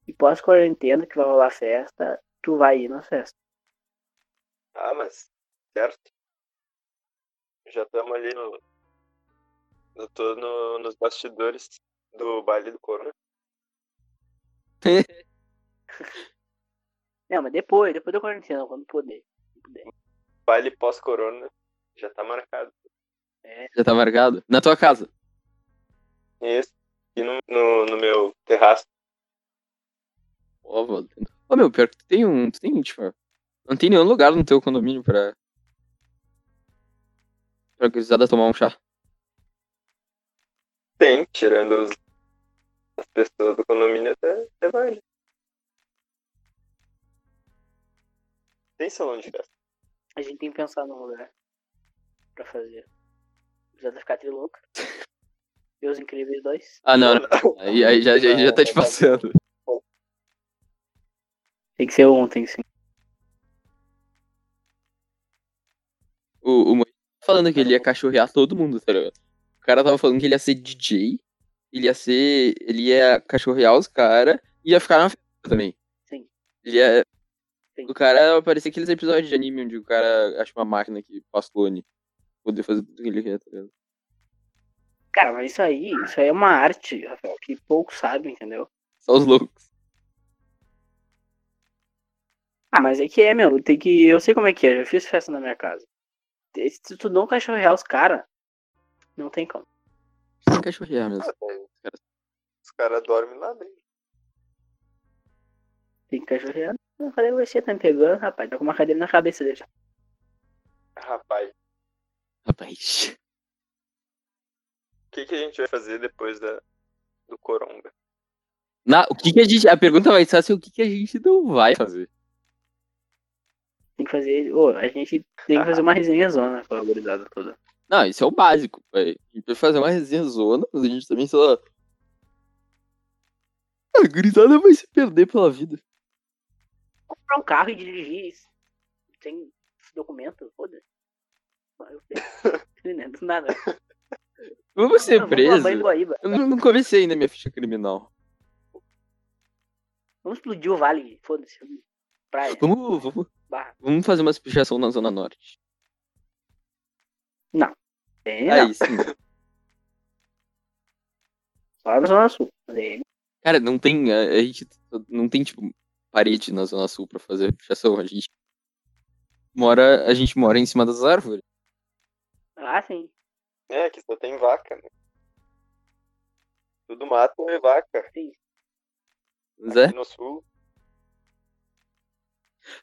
Speaker 2: se pós-quarentena que vai rolar festa, tu vai ir na festa.
Speaker 3: Ah, mas. Certo? Já estamos ali no. Eu tô no- nos bastidores do baile do Corona.
Speaker 2: Não, mas depois, depois da quarentena, quando puder. Quando puder.
Speaker 3: Baile pós-corona já tá marcado.
Speaker 1: Já tá marcado? Na tua casa.
Speaker 3: Isso. E no, no, no meu terraço.
Speaker 1: Ó, valendo. Ô, meu, pior que tu tem um. Tu tem, tipo. Não tem nenhum lugar no teu condomínio pra. Pra gurizada tomar um chá.
Speaker 3: Tem, tirando os, as pessoas do condomínio até, até vai. Tem salão de festa.
Speaker 2: A gente tem que pensar num lugar pra fazer. Apesar de ficar trilouca. Deus Incríveis 2.
Speaker 1: Ah, não, não.
Speaker 3: Não,
Speaker 1: Aí, aí já, já, já tá te passando.
Speaker 2: Tem que ser ontem, sim.
Speaker 1: O, o Moisés tá falando que ele ia cachorrear todo mundo, tá ligado? O cara tava falando que ele ia ser DJ, ele ia ser. Ele ia cachorrear os caras e ia ficar na festa também.
Speaker 2: Sim.
Speaker 1: Ele ia.
Speaker 2: Sim.
Speaker 1: O cara parecia aqueles episódios de anime onde o cara acha uma máquina que faz clone. Poder fazer tudo que ele quer, tá ligado?
Speaker 2: Cara, mas isso aí, isso aí é uma arte, Rafael, que poucos sabem, entendeu?
Speaker 1: Só os loucos.
Speaker 2: Ah, mas é que é, meu, tem que. Eu sei como é que é, já fiz festa na minha casa. Se tu não cachorrear os caras, não tem como.
Speaker 1: Sem cachorrear mesmo.
Speaker 3: Os caras dormem lá dentro.
Speaker 2: Tem que cachorrear. Não, cadê você? Tá me pegando, rapaz? Tá com uma cadeira na cabeça dele. já.
Speaker 3: Rapaz,
Speaker 1: Rapaz.
Speaker 3: o que, que a gente vai fazer depois da, do Coronga?
Speaker 1: Na, o que, que a gente. A pergunta vai ser assim, o que, que a gente não vai fazer.
Speaker 2: Tem que fazer. Ô, a gente tem que fazer uma resenha zona com a gurizada toda.
Speaker 1: Não, isso é o básico, velho. A gente vai fazer uma resenha zona, mas a gente também, sei lá. A gurizada vai se perder pela vida.
Speaker 2: Comprar um carro e dirigir isso. Sem documento, foda-se. Ah, Eu sei. Né, Do nada.
Speaker 1: Vamos ser
Speaker 2: Ah, Vamos,
Speaker 1: preso.
Speaker 2: lavar Guaíba.
Speaker 1: Eu não, não comecei ainda minha ficha criminal.
Speaker 2: Vamos explodir o vale, foda-se. Praia,
Speaker 1: Vamos, vamos,
Speaker 2: barra.
Speaker 1: vamos fazer uma pichação na Zona Norte.
Speaker 2: É, não,
Speaker 1: Aí sim.
Speaker 2: só na Zona Sul. É,
Speaker 1: Cara, não tem. A, a gente não tem, tipo, parede na Zona Sul pra fazer pichação. A gente mora, a gente mora em cima das árvores.
Speaker 2: Ah, sim.
Speaker 3: É, que só tem vaca, né? Tudo mato é vaca.
Speaker 1: Mas é,
Speaker 3: Aqui no sul,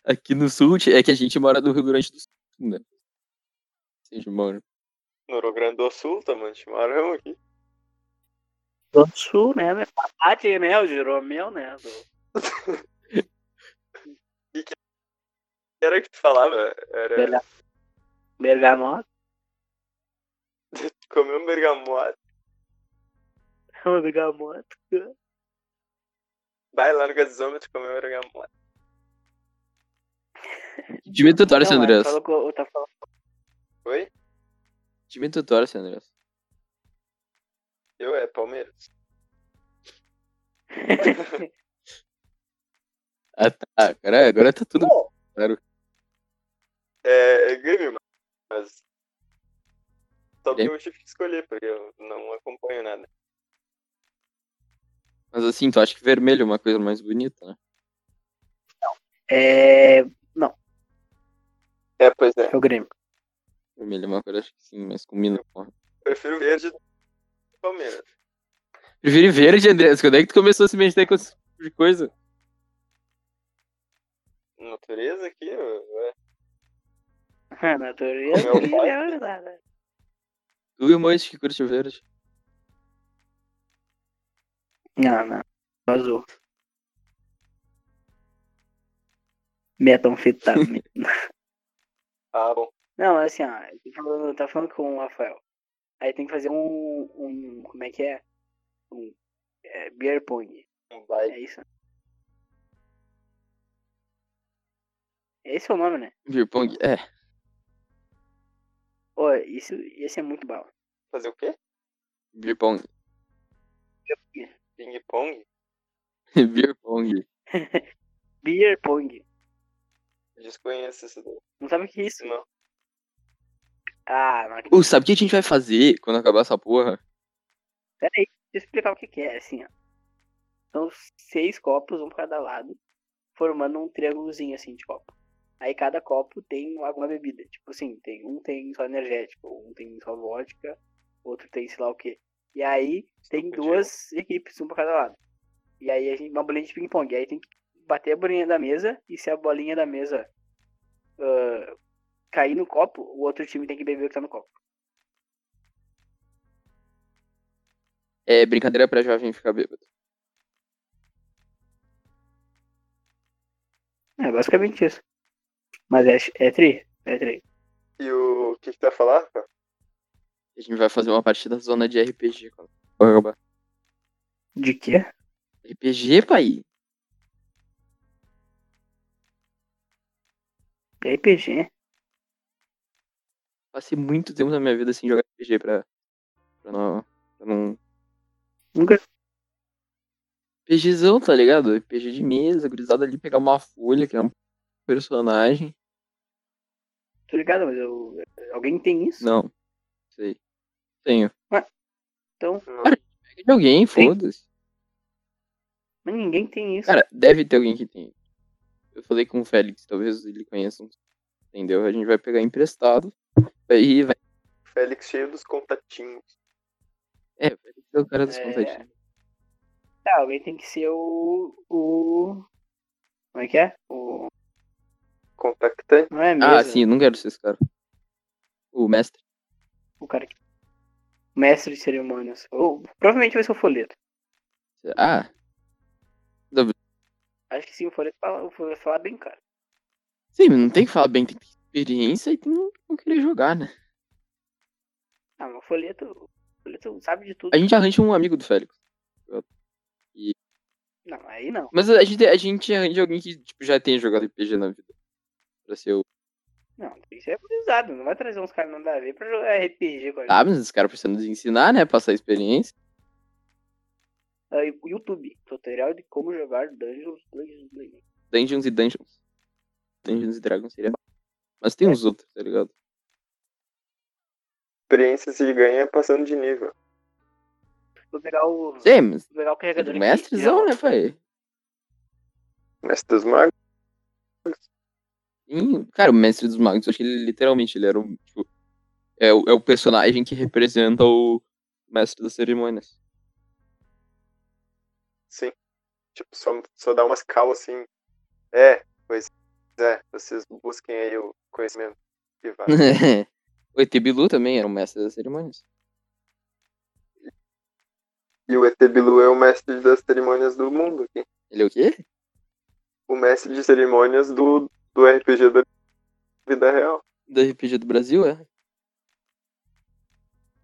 Speaker 1: aqui no sul é que a gente mora no Rio Grande do Sul, né? A gente mora.
Speaker 3: no Rio Grande do Sul, tá também de marão aqui.
Speaker 2: Zona Sul, né? meu? Bate, né? O Jeromel, né? do-
Speaker 3: Era o que tu falava? Era
Speaker 2: Berga- Bergamota.
Speaker 3: comer um bergamota.
Speaker 2: Bergamota.
Speaker 3: Vai lá no gasômetro comer um bergamota.
Speaker 1: Time tu torce,
Speaker 2: Não, é, mas
Speaker 1: Andrés.
Speaker 2: falou que eu- eu tava tá falando-
Speaker 3: Oi?
Speaker 1: Time tu torce, Andrés.
Speaker 3: Eu é Palmeiras.
Speaker 1: Ah, tá. Cara, agora tá tudo.
Speaker 3: É, é Grêmio, mas. Só porque
Speaker 1: Grêmio.
Speaker 3: eu tive que escolher, porque eu não acompanho nada.
Speaker 1: Mas assim, tu acha que vermelho é uma coisa mais bonita, né?
Speaker 2: É.
Speaker 3: É, pois é.
Speaker 2: É o Grêmio.
Speaker 1: Vermelho é uma coisa, acho que sim, mas combina com.
Speaker 3: Prefiro verde do que Palmeiras.
Speaker 1: Prefiro verde, Andrés. Quando é que tu começou a se mexer com esse tipo de coisa?
Speaker 3: Natureza aqui, é. ué.
Speaker 2: A natureza
Speaker 3: Meu pai.
Speaker 2: é verdade.
Speaker 1: Tu e o Mois que curte o verde.
Speaker 2: Não, Ah, não. Azul. Metanfetamina.
Speaker 3: Ah, bom.
Speaker 2: tá não, mas assim, ó. eu tô falando- eu tava falando com o Rafael. Aí tem que fazer um. um como é que é? Um. É, beer pong.
Speaker 3: Um baile.
Speaker 2: É isso? Esse é o nome, né?
Speaker 1: Beer pong, é.
Speaker 2: Ô, isso, esse é muito bala.
Speaker 3: Fazer o quê?
Speaker 1: Beer pong.
Speaker 3: Ping-pong?
Speaker 1: Beer pong.
Speaker 2: Beer pong.
Speaker 3: Desconheço isso daí.
Speaker 2: Não sabe o que é isso?
Speaker 3: Não.
Speaker 2: Ah, não acredito.
Speaker 1: Ô, sabe o que a gente vai fazer quando acabar essa porra?
Speaker 2: Pera aí, deixa eu explicar o que, que é, assim, ó. São seis copos, um pra cada lado, formando um triângulozinho, assim, de copo. Aí cada copo tem alguma bebida. Tipo assim, tem, um tem só energético, um tem só vodka, outro tem sei lá o quê. E aí tem
Speaker 3: Entendi.
Speaker 2: duas equipes, um pra cada lado. E aí a gente, uma bolinha de ping-pong. Aí tem que bater a bolinha da mesa, e se a bolinha da mesa ah, cair no copo, o outro time tem que beber o que tá no copo.
Speaker 1: É brincadeira pra jovem ficar bêbado.
Speaker 2: É basicamente isso. Mas é, é tri. É tri.
Speaker 3: E o que que tu ia falar, Rafa?
Speaker 1: A gente vai fazer uma partida zona de RPG. quando acabar.
Speaker 2: De quê?
Speaker 1: RPG, pai?
Speaker 2: De RPG.
Speaker 1: Passei muito tempo da minha vida assim, sem jogar RPG pra, pra não. Pra não...
Speaker 2: Nunca.
Speaker 1: RPGzão, tá ligado? RPG de mesa, gurizada ali, pegar uma folha, criar um personagem.
Speaker 2: Tô ligado, mas eu... alguém tem isso?
Speaker 1: Não. Sei. Tenho.
Speaker 2: Então,
Speaker 3: Não.
Speaker 1: Cara, Pega de alguém,
Speaker 2: Tem.
Speaker 1: foda-se.
Speaker 2: mas ninguém tem isso.
Speaker 1: Cara, deve ter alguém que tem. Eu falei com o Félix, talvez ele conheça. Entendeu? A gente vai pegar emprestado. Aí vai.
Speaker 3: Félix cheio dos contatinhos.
Speaker 1: É, vai ser o cara dos
Speaker 2: É.
Speaker 1: contatinhos.
Speaker 2: Tá, alguém tem que ser o. o. Como é que é? O.
Speaker 3: Contactante.
Speaker 2: Não é mesmo?
Speaker 1: Ah, sim, eu não quero ser esse cara. O mestre.
Speaker 2: O cara que. Mestre de cerimônias. Ou, provavelmente vai ser o folheto.
Speaker 1: Ah,
Speaker 2: Acho que sim, o folheto fala, o folheto fala bem, cara.
Speaker 1: sim, mas não tem que falar bem, tem que ter experiência e tem que querer jogar, né?
Speaker 2: Ah, mas o folheto. O folheto sabe de tudo.
Speaker 1: A gente arranja um amigo do Félix.
Speaker 2: Não, aí não.
Speaker 1: Mas a gente, a gente arranja alguém que tipo, já tenha jogado RPG na vida. Pra ser o.
Speaker 2: Não, tem que ser abusado. Não vai trazer uns caras nada a ver pra jogar RPG com a gente.
Speaker 1: Ah, mas esses caras precisam nos ensinar, né? Passar experiência.
Speaker 2: Ah, e- o YouTube. Tutorial de como jogar Dungeons Dungeons Dragons.
Speaker 1: Dungeons e Dungeons. Dungeons e Dragons seria. Mas tem uns outros, tá ligado?
Speaker 3: Experiência se ganha passando de nível.
Speaker 2: Vou pegar o.
Speaker 1: Sim, mas.
Speaker 2: Vou pegar o
Speaker 1: é
Speaker 2: carregador
Speaker 1: do
Speaker 2: aqui.
Speaker 1: Mestrezão, né, pai?
Speaker 3: Mestre dos magos.
Speaker 1: Sim, cara, o Mestre dos Magos, eu acho que ele literalmente ele era um. Tipo, é, o, é o personagem que representa o Mestre das Cerimônias.
Speaker 3: Sim. Tipo, só, só dá umas calas assim. É, pois é. Vocês busquem aí o conhecimento. E vai.
Speaker 1: o ET Bilu também era o Mestre das Cerimônias.
Speaker 3: e o ET Bilu é o mestre das cerimônias do mundo. Aqui.
Speaker 1: Ele é o quê?
Speaker 3: O mestre de cerimônias do, do RPG da vida real.
Speaker 1: Da RPG do Brasil, é?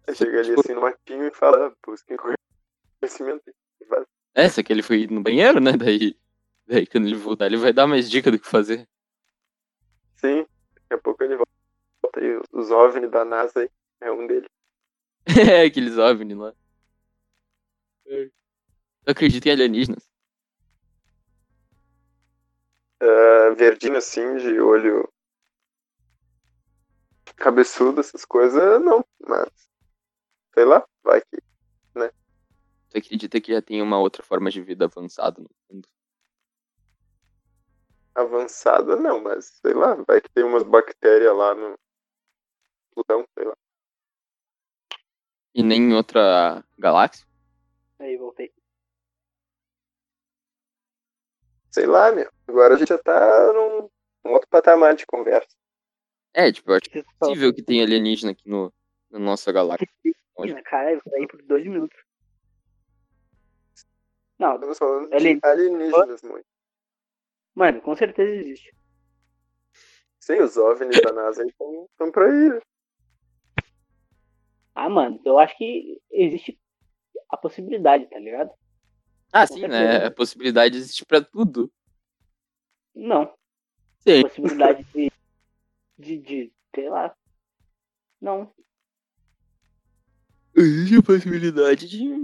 Speaker 3: Ele chega ali
Speaker 1: Tipo-
Speaker 3: assim no matinho e fala, busquem é conhecimento. E vai.
Speaker 1: É, só que ele foi no banheiro, né? Daí, daí quando ele voltar, ele vai dar mais dica do que fazer.
Speaker 3: Sim, daqui a pouco ele volta. E os OVNI da NASA aí, é um deles.
Speaker 1: é, aqueles OVNI lá. Eu acredito em alienígenas.
Speaker 3: Ah, verdinho assim, de olho cabeçudo, essas coisas, não, mas sei lá, vai que
Speaker 1: Tu acredita que já tem uma outra forma de vida avançada né? no mundo?
Speaker 3: avançada não, mas sei lá, vai que tem umas bactérias lá no Plutão, sei lá.
Speaker 1: E nem em outra galáxia?
Speaker 2: Aí, voltei.
Speaker 3: Sei lá, meu. Agora a gente já tá num, num outro patamar de conversa.
Speaker 1: É, tipo, eu acho
Speaker 2: Preciso falar.
Speaker 1: possível que tem alienígena aqui no, na nossa galáxia.
Speaker 2: Ih, Caralho, foi aí por dois minutos. Não,
Speaker 3: Estamos falando
Speaker 2: Alien-
Speaker 3: de alienígenas muito.
Speaker 2: mano, com certeza existe.
Speaker 3: Sim, os OVNIs da NASA estão pra aí.
Speaker 2: Ah, mano, eu acho que existe a possibilidade, tá ligado?
Speaker 1: Ah,
Speaker 2: Com
Speaker 1: sim, né? A possibilidade existe pra tudo.
Speaker 2: Não.
Speaker 1: Sim.
Speaker 2: Possibilidade de, de. de. sei lá. Não.
Speaker 1: Existe a possibilidade de.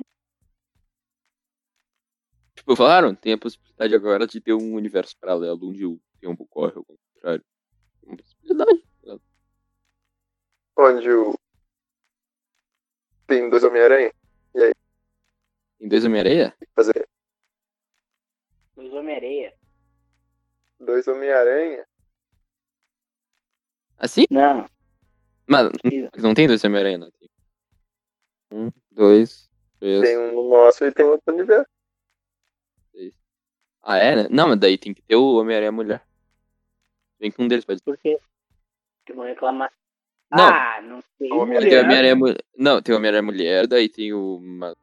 Speaker 1: Tipo, falaram, tem a possibilidade agora de ter um universo paralelo onde o tempo corre ao contrário. É Uma possibilidade.
Speaker 3: Onde o. Tem dois Homem-Aranha.
Speaker 1: Tem dois Homem-Areia?
Speaker 3: Fazer
Speaker 2: Os Homem-Areia.
Speaker 3: dois Homem-Aranha.
Speaker 1: Assim?
Speaker 2: Não.
Speaker 1: Mas
Speaker 2: Isso.
Speaker 1: não tem dois Homem-Aranha, não. Tem Um, dois, três.
Speaker 3: Tem um no nosso e tem outro no universo.
Speaker 1: Ah, é? Né? Não, mas daí tem que ter o Homem-Aranha mulher. Vem com um deles, pode.
Speaker 2: Porque. Que vão reclamar.
Speaker 1: Não, Então, é
Speaker 2: Ah, não tem.
Speaker 3: O Homem-Aranha-
Speaker 1: tem o
Speaker 2: mulher.
Speaker 1: Homem-Aranha mulher. Não, tem o Homem-Aranha mulher, daí tem o. ma-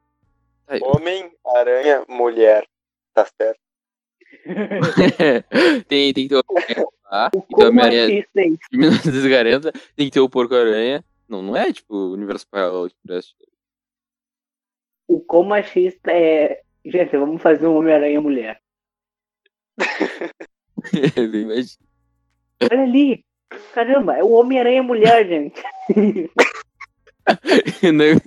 Speaker 1: Ai,
Speaker 3: Homem, Aranha, Mulher. Tá certo.
Speaker 1: Então, tem, tem que ter o Homem-Aranha lá, tem que ter o
Speaker 2: Como
Speaker 1: Homem-Aranha
Speaker 2: assistem?
Speaker 1: de 1940, tem que ter o Porco-Aranha. Não, não é tipo o universo paralelo de Crash.
Speaker 2: O quão machista é. Gente, vamos fazer um Homem-Aranha mulher.
Speaker 1: É bem mais-
Speaker 2: Olha ali! Caramba, é o Homem-Aranha mulher, gente.
Speaker 1: né?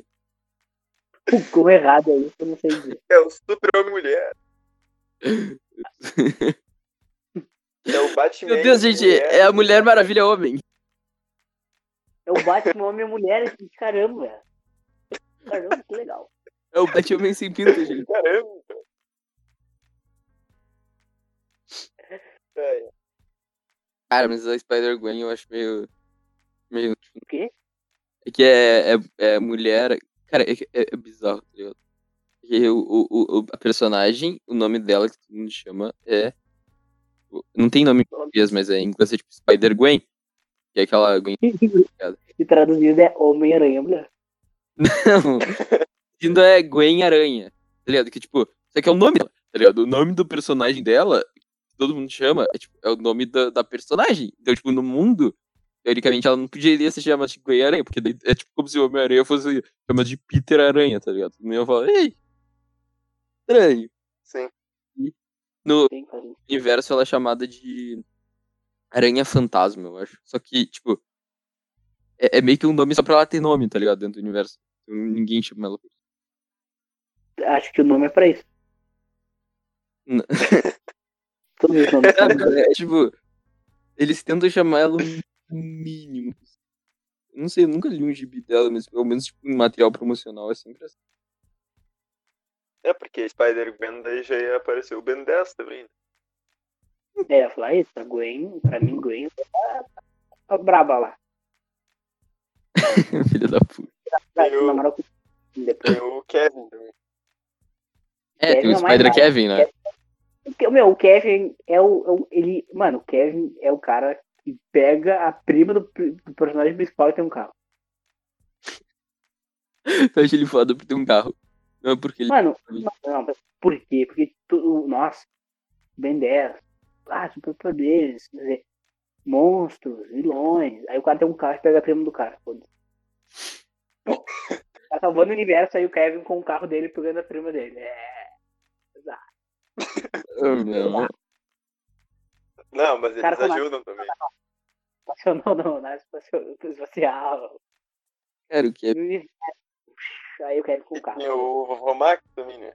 Speaker 2: O quão errado é isso, eu não sei dizer.
Speaker 3: É o super-mulher. É o Batman.
Speaker 1: Meu Deus, gente,
Speaker 3: mulher.
Speaker 1: é a Mulher Maravilha Homem.
Speaker 2: É o Batman Homem Mulher, assim, caramba. Caramba, que legal.
Speaker 1: É o Batman sem pinto, gente.
Speaker 3: Caramba. É,
Speaker 1: Cara, mas a Spider-Gwen eu acho meio. meio. tipo,
Speaker 2: O quê?
Speaker 1: É que é, é, é mulher. Cara, é, que- é- é bizarro, tá ligado? Porque o, o- o, o- a personagem, o nome dela que todo mundo chama é. Não tem nome em português, mas é em inglês é tipo Spider-Gwen. Que é aquela Gwen.
Speaker 2: E traduzido é Homem-Aranha mulher.
Speaker 1: Não. Ainda Então, é Gwen Aranha. Tá ligado? Que tipo, isso aqui é o nome dela, tá ligado? O nome do personagem dela, que todo mundo chama, é, tipo, é o nome da, da personagem. Então, tipo, no mundo, teoricamente, ela não poderia se chamar de Gwen Aranha, porque daí é tipo como se o Homem-Aranha fosse chamado de Peter Aranha, tá ligado? Não ia falar, ei! Estranho.
Speaker 3: Sim.
Speaker 1: No
Speaker 2: Tem que fazer isso.
Speaker 1: universo ela é chamada de Aranha Fantasma, eu acho. Só que, tipo, é, é meio que um nome só pra ela ter nome, tá ligado? Dentro do universo. Então, ninguém chama ela
Speaker 2: Acho que o nome é pra isso.
Speaker 1: Não.
Speaker 2: Todos os nomes são.
Speaker 1: É, tipo, eles tentam chamar ela o mínimo. Eu não sei, eu nunca li um gibi dela, mas pelo menos tipo, em material promocional é sempre assim.
Speaker 3: é porque Spider-Man daí já ia aparecer o Ben 10 também. né?
Speaker 2: É, eu ia falar isso, a Gwen, pra mim, Gwen tá, tá braba lá.
Speaker 1: Filha da puta.
Speaker 2: Tá,
Speaker 3: Eu-
Speaker 2: se namorar com depois.
Speaker 3: Tem o Kevin também.
Speaker 1: É, tem
Speaker 2: Kevin
Speaker 1: o
Speaker 2: é mais
Speaker 1: Spider
Speaker 2: raro.
Speaker 1: Kevin, né?
Speaker 2: Porque, meu, o Kevin é o, é o- Ele. Mano, o Kevin é o cara que pega a prima do, pri- do personagem principal e tem um carro.
Speaker 1: Eu acho ele foda por ter um carro. Não é porque ele.
Speaker 2: Mano, não, não, mas por quê? Porque tu, nossa, Ben 10, ah, superpoderes, quer dizer, monstros, vilões. Aí o cara tem um carro e pega a prima do cara. foda-se. Tá salvando o universo aí o Kevin com o carro dele pegando a prima dele. É,
Speaker 1: Ah, não.
Speaker 3: Não, mas eles
Speaker 2: Cara, como é?
Speaker 3: ajudam também.
Speaker 2: espacial, não, não, é espacial, espacial.
Speaker 1: Cara, o é? Kevin.
Speaker 2: Aí o Kevin com o carro.
Speaker 3: Tem o Vovô Max também, né?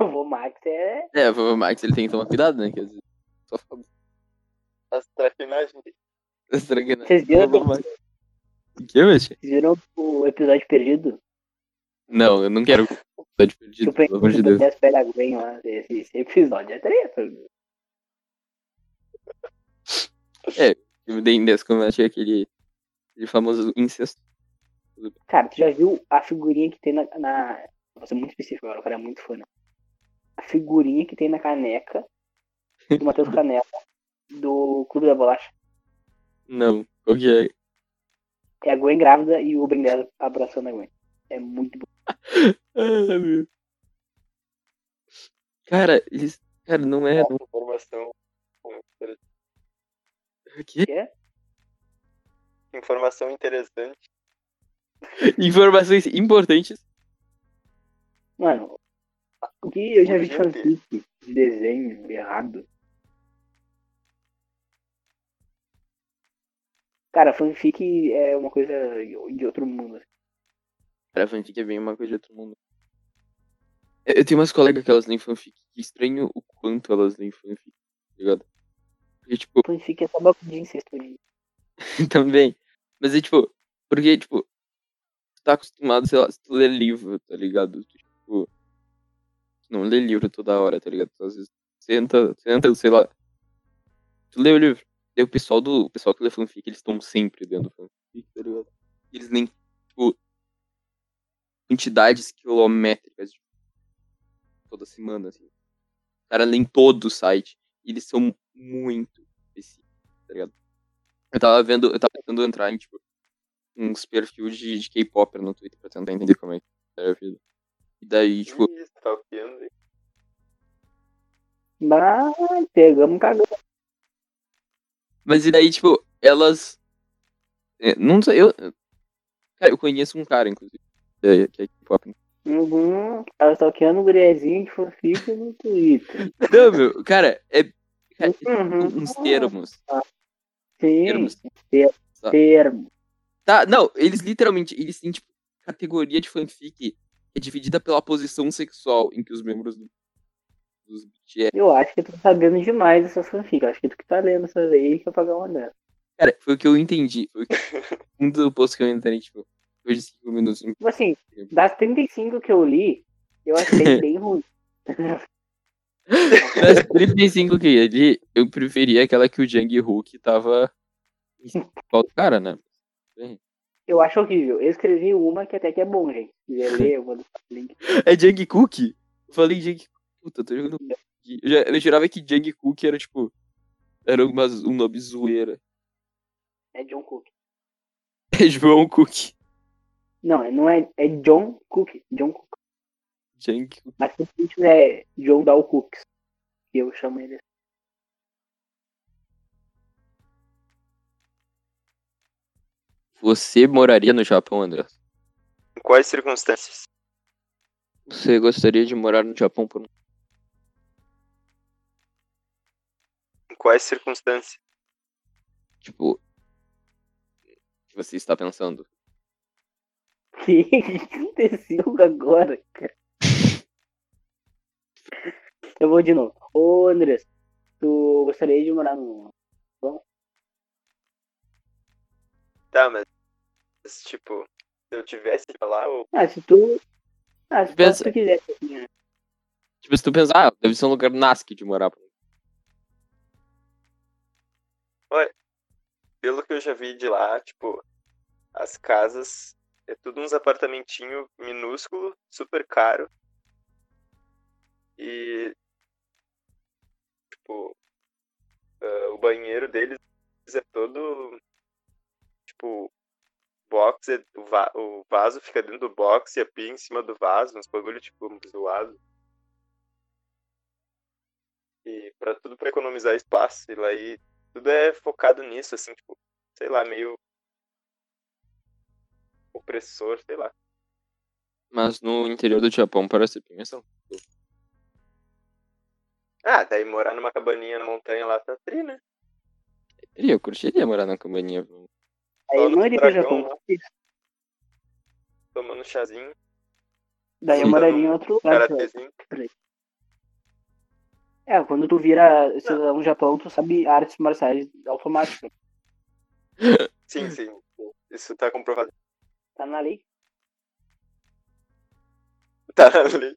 Speaker 2: O vô Max é.
Speaker 1: É, o Max ele tem que tomar cuidado, né? Quer dizer, só fala.
Speaker 3: As traquinagens.
Speaker 1: Será que não?
Speaker 2: Vocês viram,
Speaker 1: Vovô Max. O que, Mexe?
Speaker 2: vocês viram o episódio perdido?
Speaker 1: Não, eu não quero. Tá de perdido,
Speaker 2: Que o Ben
Speaker 1: pelo amor de Deus.
Speaker 2: 10 pega a Gwen lá. Esse, esse episódio é treta.
Speaker 1: Eu me dei em 10 quando eu achei aquele. aquele famoso incesto.
Speaker 2: Cara, tu já viu a figurinha que tem na. na... Vou ser muito específico agora, o cara é muito fã. né? A figurinha que tem na caneca do Matheus Caneca do Clube da Bolacha.
Speaker 1: Não, qual que é?
Speaker 2: É a Gwen grávida e o Ben 10 abraçando a Gwen. É muito bom.
Speaker 1: Ah, meu. Cara, eles. Cara, não é. Não...
Speaker 3: Essa informação. interessante.
Speaker 1: Que
Speaker 2: é?
Speaker 3: Informação interessante.
Speaker 1: informações importantes.
Speaker 2: Mano, o que eu já vi de fanfic de desenho errado? Cara, fanfic é uma coisa de outro mundo. assim.
Speaker 1: Cara, fanfic é bem uma coisa de outro mundo. Eu eu tenho umas colegas que elas nem fanfic. Que estranho o quanto elas nem fanfic, tá ligado? Porque, tipo,
Speaker 2: Fanfic é só bagulho de incesto. né?
Speaker 1: também. Mas é tipo, porque, tipo, tu tá acostumado, sei lá, se tu lê livro, tá ligado? Tu, Tipo, tu não lê livro toda hora, tá ligado? Tu, às vezes senta, senta, sei lá. Tu lê o livro. Daí o pessoal do. O pessoal que lê fanfic, eles estão sempre dentro do fanfic, tá ligado? Eles nem, tipo. Quantidades quilométricas tipo, toda semana, assim. O cara lê em todo o site. E eles são muito específicos, tá ligado? Eu tava vendo, eu tava tentando entrar em, tipo, uns perfis de, de K-pop no Twitter pra tentar entender como é que é a vida. E daí, tipo,
Speaker 3: Ih, stalkeando.
Speaker 2: Mas pegamos cagando.
Speaker 1: Mas e daí, tipo, elas. é, Não sei, eu. Cara, eu conheço um cara, inclusive, que é- que é K-pop.
Speaker 2: Uhum. Ela stalkeando o gurezinho de fanfic no Twitter.
Speaker 1: Não, meu, cara, é. um, Cara,
Speaker 2: Uhum.
Speaker 1: uns termos.
Speaker 2: Sim,
Speaker 1: Termos.
Speaker 2: termo.
Speaker 1: Tá, não, eles literalmente, eles têm, tipo, categoria de fanfic que é dividida pela posição sexual em que os membros do- dos BTS.
Speaker 2: Eu acho que tu tá sabendo demais dessas fanfic. Eu acho que tu que tá lendo essas aí que eu pagar uma dela.
Speaker 1: Cara, foi o que eu entendi. Foi o que... um dos posts que eu entrei, tipo, depois de 5 minutos.
Speaker 2: Tipo assim, das 35 que eu li, eu achei bem ruim.
Speaker 1: Das 35 que eu li, eu preferia aquela que o Jang Hook tava. em cima do pau do Cara, né?
Speaker 2: Eu acho horrível. Eu escrevi uma que até que é bom, gente. Se quiser ler, eu vou deixar o link.
Speaker 1: É Jang Cook? Eu falei Jang Puta, eu tô jogando. Eu, já, eu jurava que Jang Cook era, tipo. Era uma, um nome zoeira.
Speaker 2: É John Cook.
Speaker 1: É João Cook.
Speaker 2: Não, não é, é John Cook. John Cook.
Speaker 1: Jang Cook.
Speaker 2: Mas se você tiver John Dal Cooks, que eu chamo ele assim.
Speaker 1: Você moraria no Japão, André?
Speaker 3: Em quais circunstâncias?
Speaker 1: Você gostaria de morar no Japão por um.
Speaker 3: Em quais circunstâncias?
Speaker 1: Tipo. o que Você está pensando?
Speaker 2: assim. O que aconteceu agora, cara? Eu vou de novo. Ô, Andrés, tu gostaria de morar no.
Speaker 3: Tá, mas. mas, Tipo, se eu tivesse pra lá, eu
Speaker 2: Ah, se tu. Ah, se
Speaker 1: Pensa-
Speaker 2: tu quiser. assim, né?
Speaker 1: Tipo, se tu pensar, ah, deve ser um lugar nasce de morar.
Speaker 3: pelo que eu já vi de lá, tipo, as casas é tudo uns apartamentinho minúsculo, super caro. E tipo, ah, o banheiro deles é todo tipo box, é- o, va- o vaso fica dentro do box e a pia em cima do vaso, uns bagulho tipo zoado. E para tudo para economizar espaço, e lá e tudo é focado nisso, assim, tipo, sei lá, meio opressor, sei lá.
Speaker 1: Mas no interior do Japão parece bem só.
Speaker 3: Ah, daí morar numa cabaninha na montanha lá tá tri, né?
Speaker 1: Eu curtiria morar na cabaninha.
Speaker 2: Aí é
Speaker 3: Só
Speaker 2: eu
Speaker 3: no
Speaker 2: moraria no
Speaker 3: dragão,
Speaker 2: Japão.
Speaker 3: Tomando chazinho,
Speaker 2: Daí eu
Speaker 1: Sim.
Speaker 2: moraria em outro lugar. cara.
Speaker 3: karatezinho.
Speaker 2: É, quando tu vira cidadão do Japão, tu sabe artes marciais automáticas.
Speaker 3: Sim, sim. Isso tá comprovado.
Speaker 2: Tá na lei.
Speaker 3: Tá ali.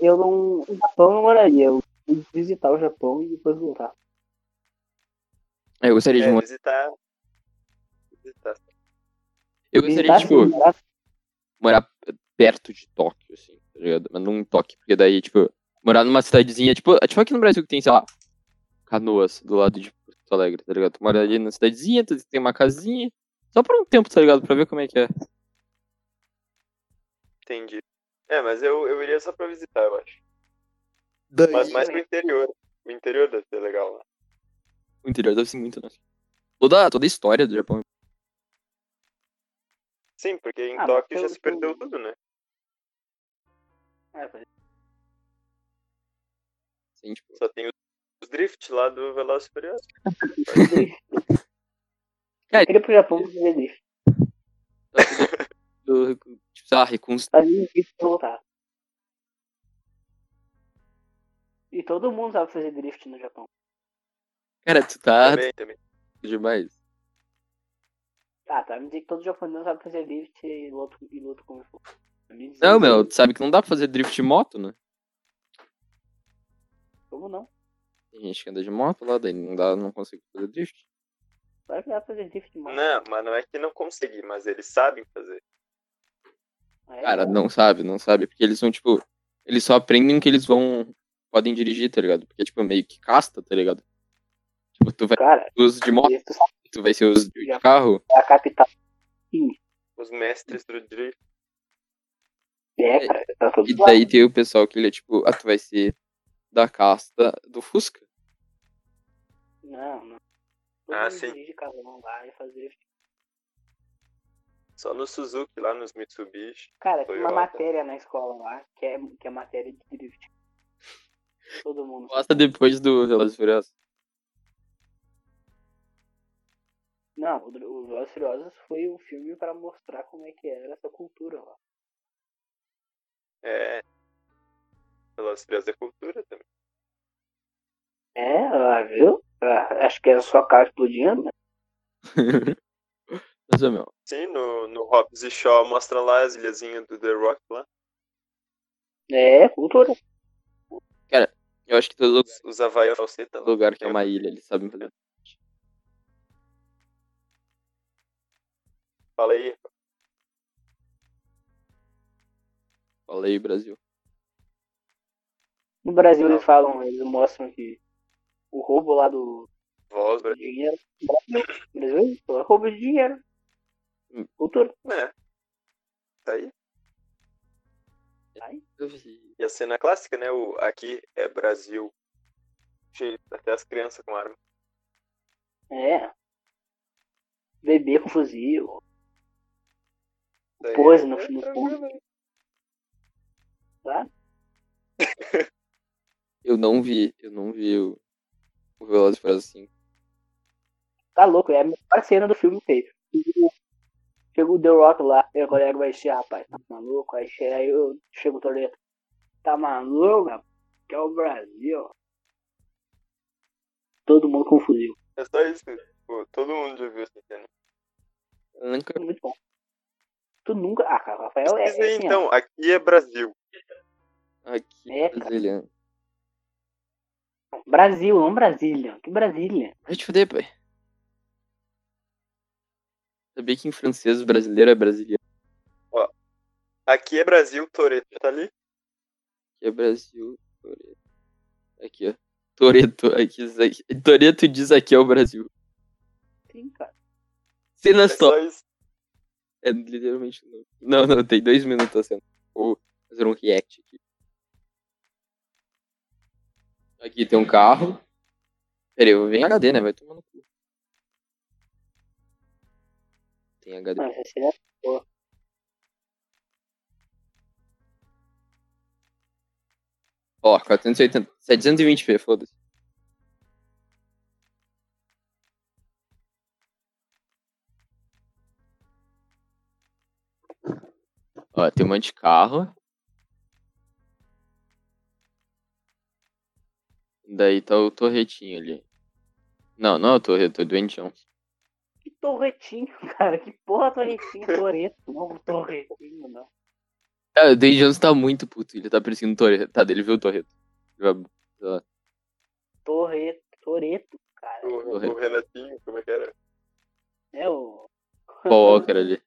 Speaker 2: Eu não. O Japão eu não moraria. Eu fui visitar o Japão e depois voltar.
Speaker 1: É, eu gostaria de
Speaker 3: É,
Speaker 1: morar.
Speaker 3: visitar. Visitar.
Speaker 1: Eu gostaria
Speaker 2: Visitar,
Speaker 1: de, tipo,
Speaker 2: sim, morar-
Speaker 1: morar perto de Tóquio, assim, tá ligado? Mas não em Tóquio, porque daí, tipo, morar numa cidadezinha, tipo, tipo aqui no Brasil que tem, sei lá, canoas do lado de Porto Alegre, tá ligado? Tu mora ali na cidadezinha, tu tem uma casinha. Só por um tempo, tá ligado? Pra ver como é que é.
Speaker 3: Entendi. É, mas eu, eu iria só pra visitar, eu acho. Mas
Speaker 2: Sim.
Speaker 3: mais pro interior. O interior deve ser legal lá.
Speaker 1: O interior deve ser muito, né? Toda, toda a história do Japão.
Speaker 3: Sim, porque em
Speaker 2: Ah, mas
Speaker 3: Tóquio já
Speaker 2: pelo
Speaker 3: se
Speaker 2: que-
Speaker 3: perdeu tudo, né?
Speaker 2: É, pois é.
Speaker 1: Assim, tipo,
Speaker 3: Só tem os drift lá do Velozes e Furiosos.
Speaker 1: Cara,
Speaker 2: Eu queria ir pro Japão pra fazer drift.
Speaker 1: do- tipo, sei lá, reconstru...
Speaker 2: Fazer drift pra voltar. E todo mundo sabe fazer drift no Japão.
Speaker 1: Cara, tu tá
Speaker 3: também, também.
Speaker 1: demais.
Speaker 2: Ah, tá. Me dizer que todo japonês sabe fazer drift e luta, e luta como for. Me dizer
Speaker 1: Não,
Speaker 2: que-
Speaker 1: meu, tu sabe que não dá pra fazer drift de moto, né?
Speaker 2: Como não?
Speaker 1: Tem gente que anda de moto lá, daí não dá, não consegue fazer drift.
Speaker 2: Claro que dá pra fazer drift demais.
Speaker 1: Né?
Speaker 3: Não, mas não é que não consegui, mas eles sabem fazer.
Speaker 2: É,
Speaker 1: Cara, não sabe, não sabe, porque eles são, tipo, eles só aprendem que eles vão, podem dirigir, tá ligado? Porque, tipo, meio que casta, tá ligado? Tipo, tu vai
Speaker 2: Cara,
Speaker 1: ser os de moto,
Speaker 2: tu sabe
Speaker 1: tu vai ser os de carro.
Speaker 2: a capital.
Speaker 3: Os mestres do drift.
Speaker 2: É, cara. Tá todo
Speaker 1: E daí tem o pessoal que ele é, tipo, ah, tu vai ser da casta do Fusca.
Speaker 2: Não, não.
Speaker 3: Ah,
Speaker 2: mundo
Speaker 3: sim.
Speaker 2: dirige carrão lá e faz drift.
Speaker 3: Só no Suzuki, lá nos Mitsubishi.
Speaker 2: Cara, tem uma
Speaker 3: Toyota.
Speaker 2: matéria na escola lá, que é, que é matéria de drift. Todo mundo.
Speaker 1: Passa depois do Velozes e Furiosos.
Speaker 2: Não, o Dr- o Velozes e Furiosos foi um filme pra mostrar como é que era essa cultura lá.
Speaker 3: É. Velozes e Furiosos da cultura também.
Speaker 2: É, ah, viu? Ah, acho que era só carro explodindo, né?
Speaker 1: Mas, ô, meu,
Speaker 3: Sim, no, no Hobbs e Shaw mostra lá as ilhazinhas do The Rock lá.
Speaker 2: É, cultura.
Speaker 1: eu acho que todo
Speaker 3: Os, os Havaí Falseta lá.
Speaker 1: lugar que é uma ilha, eles sabem fazer.
Speaker 3: Fala aí.
Speaker 1: Fala aí, Brasil.
Speaker 2: No Brasil
Speaker 3: Não.
Speaker 2: eles falam, eles mostram que o roubo lá do
Speaker 3: Voz,
Speaker 2: do dinheiro. Brasil, Brasil é isso, é roubo de dinheiro.
Speaker 1: Hum.
Speaker 2: Cultura.
Speaker 3: né? Tá aí.
Speaker 1: Eu vi.
Speaker 3: E a cena clássica, né? O Aqui é Brasil. Cheio, até as crianças com arma.
Speaker 2: É. Bebê com fuzil.
Speaker 3: Daí,
Speaker 2: Pose no
Speaker 3: é
Speaker 2: fim do
Speaker 3: tranquilo,
Speaker 2: ponto.
Speaker 3: né?
Speaker 1: Eu não vi, eu não vi o, o Velozes e Furiosos 5.
Speaker 2: Tá louco, é a melhor cena do filme feito. Chega o The Rock lá, meu colega vai ser, rapaz, tá maluco? Aí chega aí eu chego o Toledo. Tá maluco, rapaz? Que é o Brasil. Todo mundo com fuzil.
Speaker 3: É só isso. Tipo, todo mundo já viu essa cena.
Speaker 1: Eu nunca
Speaker 2: É Muito bom. Tu nunca. Ah, cara, o Rafael é.
Speaker 3: Pesquisa
Speaker 2: é
Speaker 3: aí,
Speaker 2: assim, ó.
Speaker 3: então. Aqui é Brasil.
Speaker 1: aqui
Speaker 2: É, cara.
Speaker 1: brasileiro.
Speaker 2: Brasil, não Brasília. Que Brasília.
Speaker 1: Vai te fuder, pai. Sabia que em francês brasileiro é brasileiro.
Speaker 3: Aqui é Brasil, Toreto. Tá ali?
Speaker 1: Aqui é Brasil, Toreto. Aqui, ó. Toreto, aqui, isso aqui. Toreto diz aqui é o Brasil.
Speaker 2: Sim, cara.
Speaker 1: Cenas
Speaker 3: É
Speaker 1: top.
Speaker 3: só isso.
Speaker 1: É literalmente. o nome. Não, não, tem dois minutos a cena. Vou fazer um react aqui. Aqui tem um carro. Peraí, eu venho HD, né? Vai tomar no cu. Tem HD.
Speaker 2: Mas essa cena é boa.
Speaker 1: Ó, 480. 720p, foda-se. Ó, tem um monte de carro. Daí tá o torretinho ali. Não, não é o torreto, é o doentão.
Speaker 2: Que torretinho, cara. Que porra, torretinho, Toreto. Não, um torretinho, não.
Speaker 1: Cara, o Dwayne Johnson tá muito puto, ele tá perseguindo o torreto. Tá, ele viu o torreto. Ele vai-
Speaker 2: Torreto, Toreto, cara.
Speaker 3: O, o Renatinho, como é que era?
Speaker 2: É o.
Speaker 1: Paul Walker ali.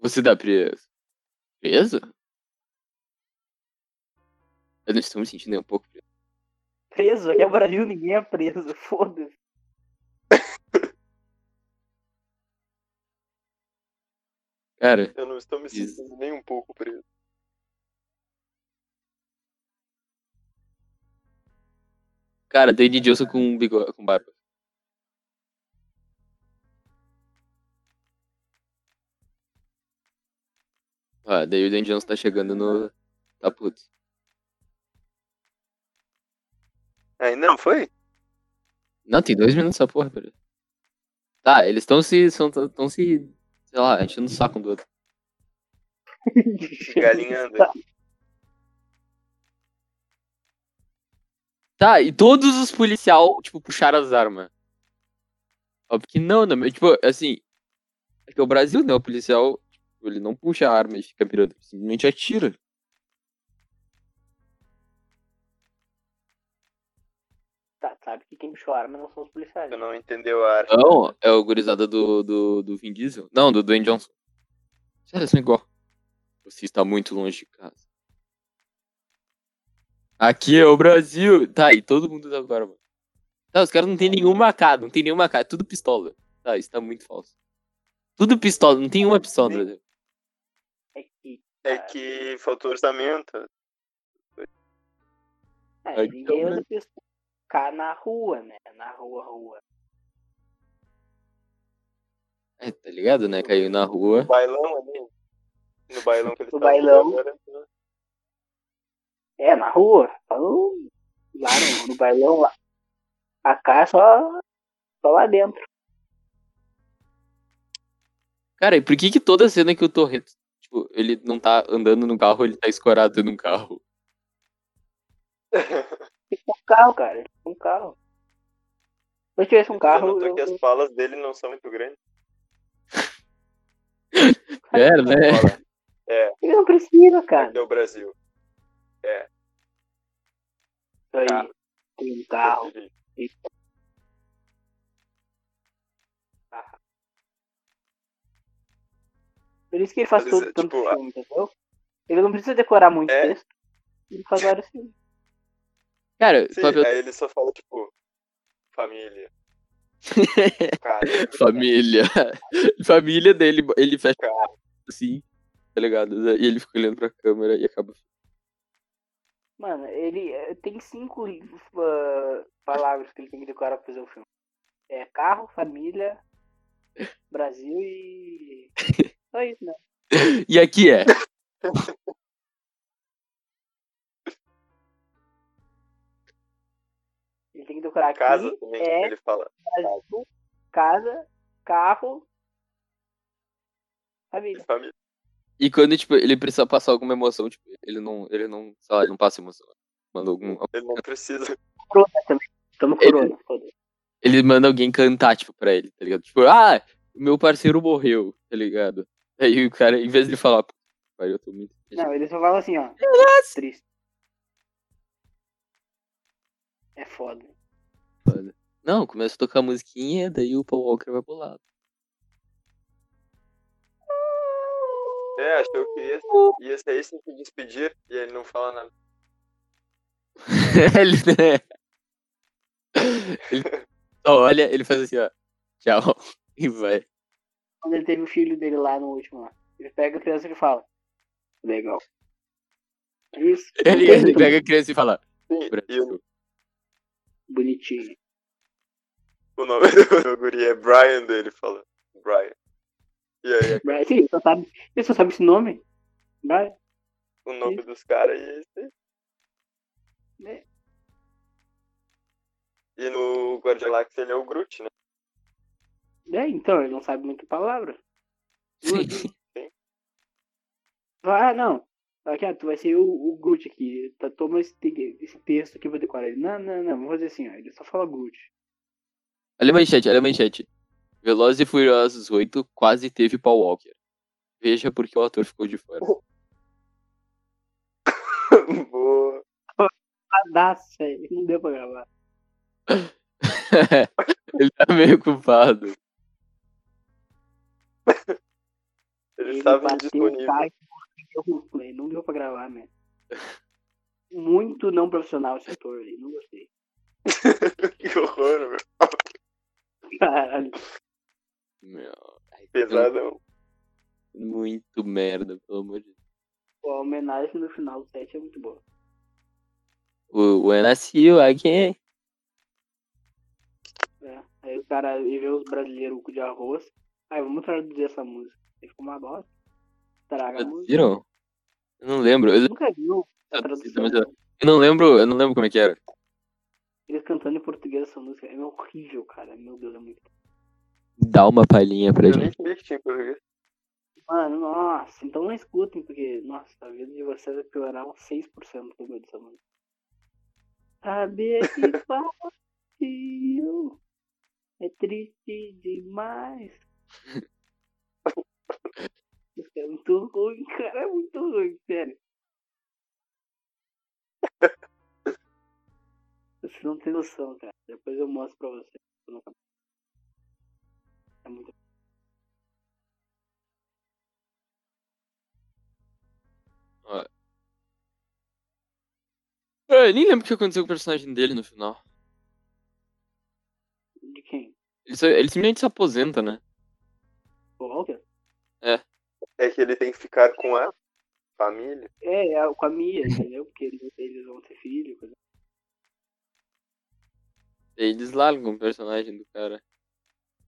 Speaker 1: Você tá preso. Preso? Eu não estou me sentindo nem um pouco preso.
Speaker 2: Preso, aqui no Brasil ninguém é preso, foda-se.
Speaker 1: Cara,
Speaker 3: Eu não estou me
Speaker 1: Isso.
Speaker 3: sentindo nem um pouco preso.
Speaker 1: cara, Dwayne Johnson com um bigode, com barba. Ah, daí o Dwayne Johnson tá chegando no... Tá puto.
Speaker 3: Ainda É, não foi?
Speaker 1: Não, tem dois minutos essa porra, pera. Tá, eles estão se... Estão se... Sei lá, enchendo o saco um do outro.
Speaker 3: Galinhando.
Speaker 1: Tá, e todos os policial, tipo, puxaram as armas. Óbvio que não, né? Mas, Tipo, assim. É que o Brasil, né? O policial, tipo, ele não puxa a arma e fica pirando. Simplesmente atira.
Speaker 2: Tá, sabe que quem puxou a arma não são os policiais.
Speaker 3: Eu não entendeu a arte.
Speaker 1: Não, é o gurizada do, do, do Vin Diesel. Não, do Dwayne Johnson. Sério, são igual. Você está muito longe de casa. Aqui é o Brasil. Tá, e todo mundo tá com arma. Tá, os caras não tem nenhuma AK, não tem nenhuma AK, é tudo pistola. Tá, isso tá muito falso. Tudo pistola, não tem uma pistola no Brasil.
Speaker 2: É que
Speaker 3: É que faltou orçamento.
Speaker 2: Ah,
Speaker 1: Aí,
Speaker 2: ninguém
Speaker 1: então,
Speaker 2: usa
Speaker 1: né?
Speaker 2: pistola. Ficar na rua, né? Na rua, rua.
Speaker 1: É, tá ligado, né? Caiu na rua.
Speaker 3: bailão ali. No bailão que eles
Speaker 2: No
Speaker 3: estavam
Speaker 2: bailão.
Speaker 3: agora,
Speaker 2: É, na rua. Falou lá no, no bailão lá. A cara só, só lá dentro.
Speaker 1: Cara, e por que que toda cena que o Torreto, tipo, ele não tá andando no carro, ele tá escorado num carro?
Speaker 2: Um carro, cara. Um carro. Se eu tivesse um
Speaker 3: eu
Speaker 2: carro,
Speaker 3: notou
Speaker 2: eu,
Speaker 3: que as falas dele não são muito grandes.
Speaker 1: É, né?
Speaker 3: Fala,
Speaker 2: ele não precisa, cara.
Speaker 3: aqui é o Brasil.
Speaker 2: Isso aí.
Speaker 3: Carro.
Speaker 2: Tem um carro. Por isso que ele faz
Speaker 3: Às vezes,
Speaker 2: todo,
Speaker 3: é,
Speaker 2: tanto
Speaker 3: tipo,
Speaker 2: filme, entendeu? Ele não precisa decorar muito
Speaker 3: É.
Speaker 2: texto. Ele faz vários filmes.
Speaker 1: Cara,
Speaker 3: Sim,
Speaker 1: papel...
Speaker 3: aí ele só fala, tipo, família. Cara,
Speaker 1: família. Família dele, ele fecha assim, tá ligado? E ele fica olhando pra câmera e acaba.
Speaker 2: Mano, ele eh, tem cinco ah, palavras que ele tem que decorar pra fazer o filme. É carro, família, Brasil e. Só isso, né?
Speaker 1: E aqui é.
Speaker 2: Ele tem que decorar aqui,
Speaker 3: casa também, né?
Speaker 2: é.
Speaker 3: ele fala.
Speaker 2: Brasil, casa, carro, família.
Speaker 3: Família.
Speaker 1: E quando, tipo, ele precisa passar alguma emoção, tipo, ele não, ele não, sei lá, ele não passa emoção. Manda algum,
Speaker 3: Ele não precisa.
Speaker 2: Corona também. Toma
Speaker 1: Ele-
Speaker 2: corona, foda-se.
Speaker 1: ele manda alguém cantar, tipo, pra ele, tá ligado? Tipo, ah, meu parceiro morreu, tá ligado? Aí o cara, em vez de falar, "Pô, cara, eu tô muito triste."
Speaker 2: Não, ele só fala assim, ó. Triste. É foda.
Speaker 1: Não, começa a tocar a musiquinha, daí o Paul Walker vai pro lado.
Speaker 3: É, achou que ia, ia sair sem se despedir e ele não fala nada.
Speaker 1: ele, né? Ele só olha, ele faz assim, ó, tchau, e vai.
Speaker 2: Quando ele teve o filho dele lá no último lá. Ele pega a criança e fala. Legal. É Isso.
Speaker 1: Ele, ele pega a criança e fala,
Speaker 3: Sim, e o,
Speaker 1: Brasil.
Speaker 2: Bonitinho.
Speaker 3: o nome do, do guri é Brian dele, fala. Brian. E aí, é
Speaker 2: Brian, sim, ele só sabe, ele só sabe esse nome. Brian.
Speaker 3: o nome dos caras é esse.
Speaker 2: né?
Speaker 3: E no Guardião Galáxia ele é o Groot, né?
Speaker 2: É, então, ele não sabe muita palavra.
Speaker 1: Sim.
Speaker 2: Ah, não. Aqui, ah, tu vai ser o, o Groot aqui. Tá, toma esse, te- esse texto aqui, eu vou decorar ele. Não, não, não, vamos fazer assim, ó. Ele só fala Groot.
Speaker 1: Olha a manchete, olha a manchete. Velozes e Furiosos 8 quase teve Paul Walker. Veja porque o ator ficou de fora.
Speaker 3: Boa.
Speaker 2: Padaça, ele Ah, não deu pra gravar.
Speaker 1: ele tá meio culpado.
Speaker 3: Ele estava
Speaker 2: bateu
Speaker 3: indisponível.
Speaker 2: o pai, bateu o play, não deu pra gravar, né? Muito não profissional esse ator aí, não gostei.
Speaker 3: Que horror, meu.
Speaker 2: Caralho.
Speaker 1: Meu, ai,
Speaker 3: Pesadão.
Speaker 1: Muito merda, pelo amor de Deus.
Speaker 2: Pô, tipo, a homenagem no final do set é muito boa.
Speaker 1: O, o NSU aqui.
Speaker 2: É. Aí o cara ele vê os brasileiros de arroz. Aí vamos traduzir essa música. Aí ficou uma bosta. Traga a música.
Speaker 1: Viram? Eu não lembro. Eu,
Speaker 2: Nunca viu a tradução.
Speaker 1: eu não lembro. Eu não lembro como é que era.
Speaker 2: Eles cantando em português essa música. É horrível, cara. Meu Deus, é muito.
Speaker 1: Dá uma palhinha pra
Speaker 3: Eu nem
Speaker 1: gente.
Speaker 3: sabia que tinha em português.
Speaker 2: Mano, nossa, então não escutem, porque, nossa, a vida de vocês vai piorar uns 6% por dessa música. Saber que partiu é triste demais. Isso é muito ruim, cara, é muito ruim, sério. Vocês não têm noção, cara. Depois eu mostro pra vocês. quando acabar. É muito
Speaker 1: É, Eu nem lembro o que aconteceu com o personagem dele no final.
Speaker 2: de quem?
Speaker 1: Ele, só- ele simplesmente se aposenta, né?
Speaker 2: O Walker?
Speaker 3: É que ele tem que ficar com a família.
Speaker 2: É, é, com a Mia, entendeu? Porque eles, eles vão ter filho. coisa.
Speaker 1: Eles largam o personagem do cara.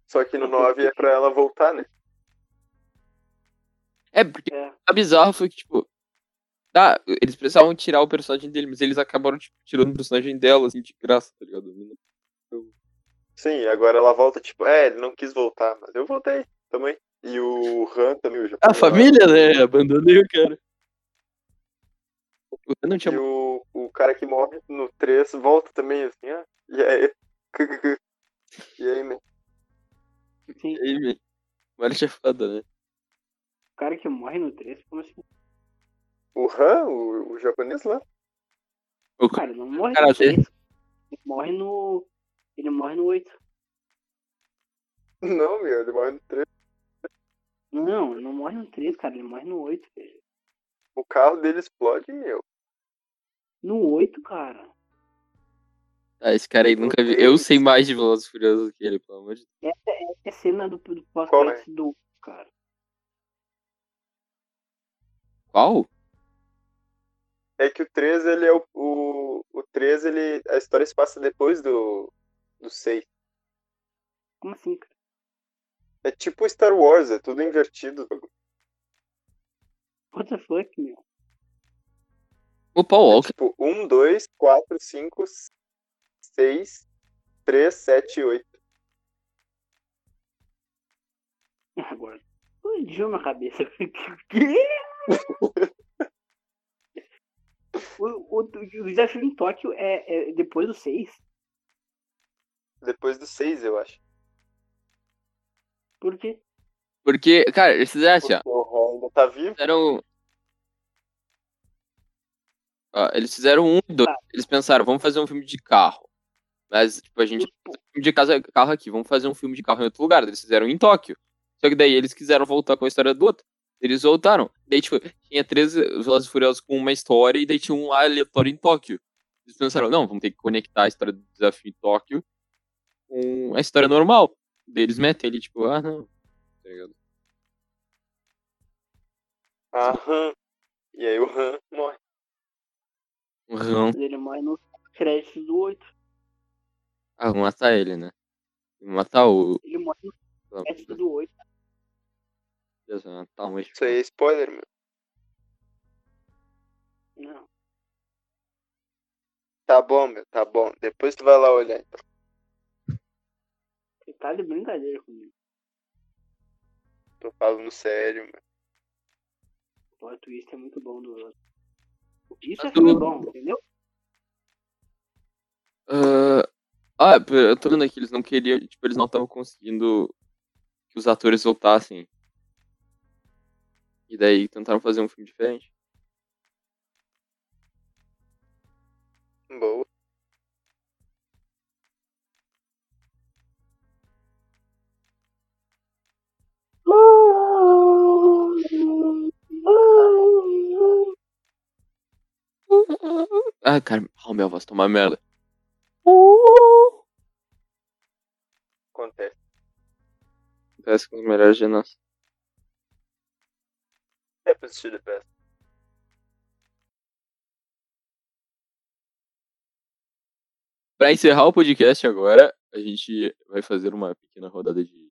Speaker 3: Só que no 9 é pra ela voltar, né?
Speaker 1: É, porque
Speaker 2: É.
Speaker 1: a bizarro foi que, tipo. Tá, eles precisavam tirar o personagem dele, mas eles acabaram tipo, tirando o personagem dela, assim, de graça, tá ligado?
Speaker 3: Sim, agora ela volta, tipo, é, ele não quis voltar, mas eu voltei também. E o Han também, o
Speaker 1: A
Speaker 3: japonês lá.
Speaker 1: família, né? Abandonei o cara. O cara não tinha
Speaker 3: E o, o cara que morre no 3 volta também, assim, ah, e aí. E aí, né?
Speaker 2: Sim,
Speaker 1: E aí, velho? Mara tinha foda, né?
Speaker 2: o cara que morre no 3, como assim?
Speaker 3: o Han, o, o japonês lá,
Speaker 1: O
Speaker 2: Cara, ele não morre
Speaker 1: Cara,
Speaker 2: no 3. Ele morre no. Ele morre no 8.
Speaker 3: Não, meu, ele morre no 3.
Speaker 2: Não, ele não morre no 3, cara. Ele morre no 8, velho.
Speaker 3: O carro dele explode e eu.
Speaker 2: No 8, cara.
Speaker 1: Ah, esse cara aí nunca vi. Eu sei mais de Velozes e Furiosos que ele, pelo amor de Deus.
Speaker 2: É cena do, do
Speaker 3: Qual é?
Speaker 2: pós-crédito do 8, cara.
Speaker 1: Qual?
Speaker 3: É que o 3, ele é o. O, o 3, ele. A história se passa depois do. Do 6.
Speaker 2: Como assim, cara?
Speaker 3: É tipo Star Wars, é tudo invertido. Tipo,
Speaker 2: What the fuck, meu?
Speaker 1: O Paul Walker.
Speaker 3: Tipo, 1, 2, 4, 5, 6, 3, 7, 8.
Speaker 2: Agora. Explodiu minha cabeça. Quê? o, o, o desafio em Tóquio é, é depois do 6?
Speaker 3: Depois do 6, eu acho.
Speaker 2: Por quê?
Speaker 1: Porque, cara, eles fizeram assim, ó.
Speaker 3: Porque o Han ainda tá vivo.
Speaker 1: Fizeram. Ó, eles fizeram um e dois. Eles pensaram, vamos fazer um filme de carro. Mas, tipo, a gente filme de casa- carro aqui, vamos fazer um filme de carro em outro lugar. Eles fizeram em Tóquio. Só que daí eles quiseram voltar com a história do outro. Eles voltaram. Daí, tipo, tinha três Velozes e Furiosos com uma história e daí tinha um lá aleatório em Tóquio. Eles pensaram, não, vamos ter que conectar a história do desafio em Tóquio com a história normal. Daí eles metem ele, tipo, ah, não. Tá ligado?
Speaker 3: Ah, Han. E aí o Han morre.
Speaker 1: Vamos
Speaker 2: Ele morre no crédito do 8.
Speaker 1: ah, vamos matar ele, né? Vamos Matar o.
Speaker 2: Ele morre no
Speaker 1: pelo amor de
Speaker 2: crédito do 8.
Speaker 1: Deus, vamos matar um
Speaker 3: É. Isso aí é spoiler, meu.
Speaker 2: Não.
Speaker 3: Tá bom, meu, tá bom. Depois tu vai lá olhar. então.
Speaker 2: Ele tá de brincadeira comigo.
Speaker 3: Tô falando sério, meu.
Speaker 2: O plot twist é muito bom do 8. Isso é
Speaker 1: Mas
Speaker 2: filme
Speaker 1: tu-
Speaker 2: bom, entendeu?
Speaker 1: Ah, ah, pera, eu tô vendo aqui, eles não queriam, tipo, eles não estavam conseguindo que os atores voltassem. E daí tentaram fazer um filme diferente.
Speaker 3: Boa.
Speaker 1: Ah, cara, oh, meu, voz tá uma merda.
Speaker 3: Acontece.
Speaker 1: Acontece com os melhores de nós.
Speaker 3: É pra assistir depois.
Speaker 1: Pra encerrar o podcast agora, a gente vai fazer uma pequena rodada de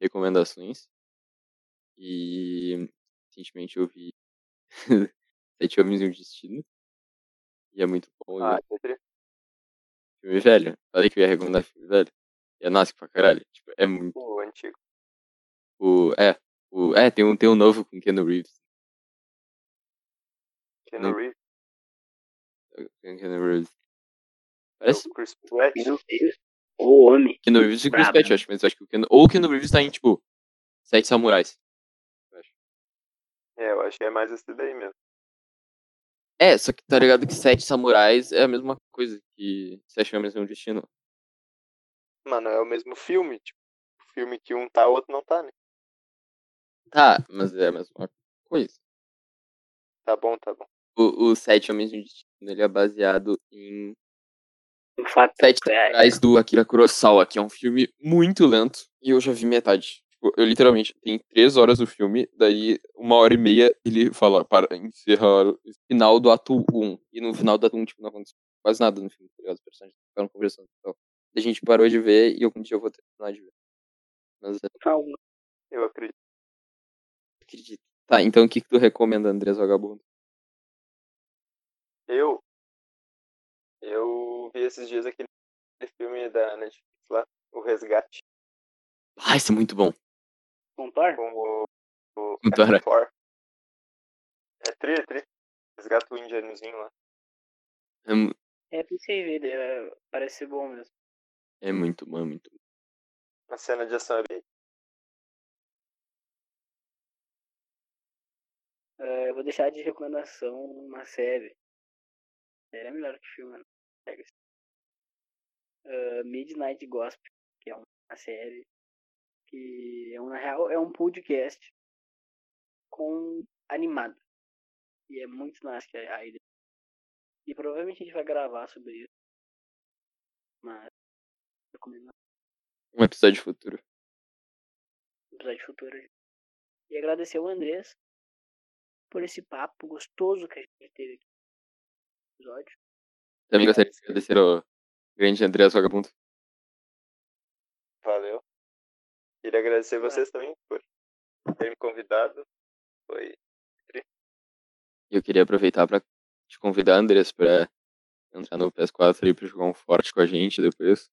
Speaker 1: recomendações. E recentemente eu vi Sete Homens e um Destino. E é muito bom.
Speaker 3: Ah,
Speaker 1: né? Filme velho. Falei que eu ia recomendar filme velho. E é nasce pra caralho. Tipo, é muito.
Speaker 3: o antigo.
Speaker 1: O, é. O, é, tem um, tem um novo com Keanu Reeves.
Speaker 3: Keanu Reeves.
Speaker 1: Tem Keanu Reeves. Parece
Speaker 3: o Chris Pratt.
Speaker 2: Meu Deus. O homem.
Speaker 1: Keanu Reeves e Chris
Speaker 2: Brabo.
Speaker 1: Pratt, eu acho. Mas eu acho que o Keanu, ou o Keanu Reeves tá em, tipo, Sete Samurais.
Speaker 3: É, eu acho que é mais esse daí mesmo.
Speaker 1: É, só que tá ligado que Sete Samurais é a mesma coisa que Sete Homens e um Destino.
Speaker 3: Mano, é o mesmo filme, tipo. o Filme que um tá, o outro não tá, né?
Speaker 1: Tá, mas é a mesma coisa.
Speaker 3: Tá bom, tá bom.
Speaker 1: O, o Sete Homens e um Destino, ele é baseado em
Speaker 2: Um fato
Speaker 1: Sete
Speaker 2: real.
Speaker 1: Samurais do Akira Kurosawa, que é um filme muito lento, e eu já vi metade. Tipo, eu literalmente, tem três horas do filme, daí uma hora e meia ele fala, para, encerra o final um." do ato 1. E no final do ato 1, tipo, não aconteceu quase nada no filme, tá ligado? Os personagens ficaram conversando e tal. A gente parou de ver e algum dia eu vou terminar de ver. Mas é eu
Speaker 2: Calma.
Speaker 3: Eu acredito.
Speaker 1: acredito. Tá, então o que, que tu recomenda, Andrés Vagabundo?
Speaker 3: Eu. Eu vi esses dias aquele filme da Netflix lá, O Resgate,
Speaker 1: Ah, isso é muito bom.
Speaker 2: Com Thor?
Speaker 3: com o. o
Speaker 1: Com Thor.
Speaker 3: Harrison Ford. É tri, é tri. Resgata o indianozinho lá.
Speaker 1: É, mu-
Speaker 2: É, pensei em ver, é, parece ser bom mesmo.
Speaker 1: é muito bom, é muito bom.
Speaker 3: Uma cena de ação é bem.
Speaker 2: Ah, eu vou deixar de recomendação uma série. Série é melhor que filme, né? Pega assim. Ah, Midnight Gospel, que é uma série que é um, na real é um podcast com animado. E é muito nasce a ideia. E provavelmente a gente vai gravar sobre isso. Mas recomendo
Speaker 1: Um episódio futuro.
Speaker 2: episódio futuro. E agradecer ao Andrés por esse papo gostoso que a gente teve aqui no episódio.
Speaker 1: Também gostaria de agradecer ao grande Andrés Vagabundo.
Speaker 3: Valeu. Queria agradecer vocês também por terem me convidado. Foi.
Speaker 1: E eu queria aproveitar pra te convidar, Andrés, pra entrar no PS4 e pra jogar um forte com a gente depois.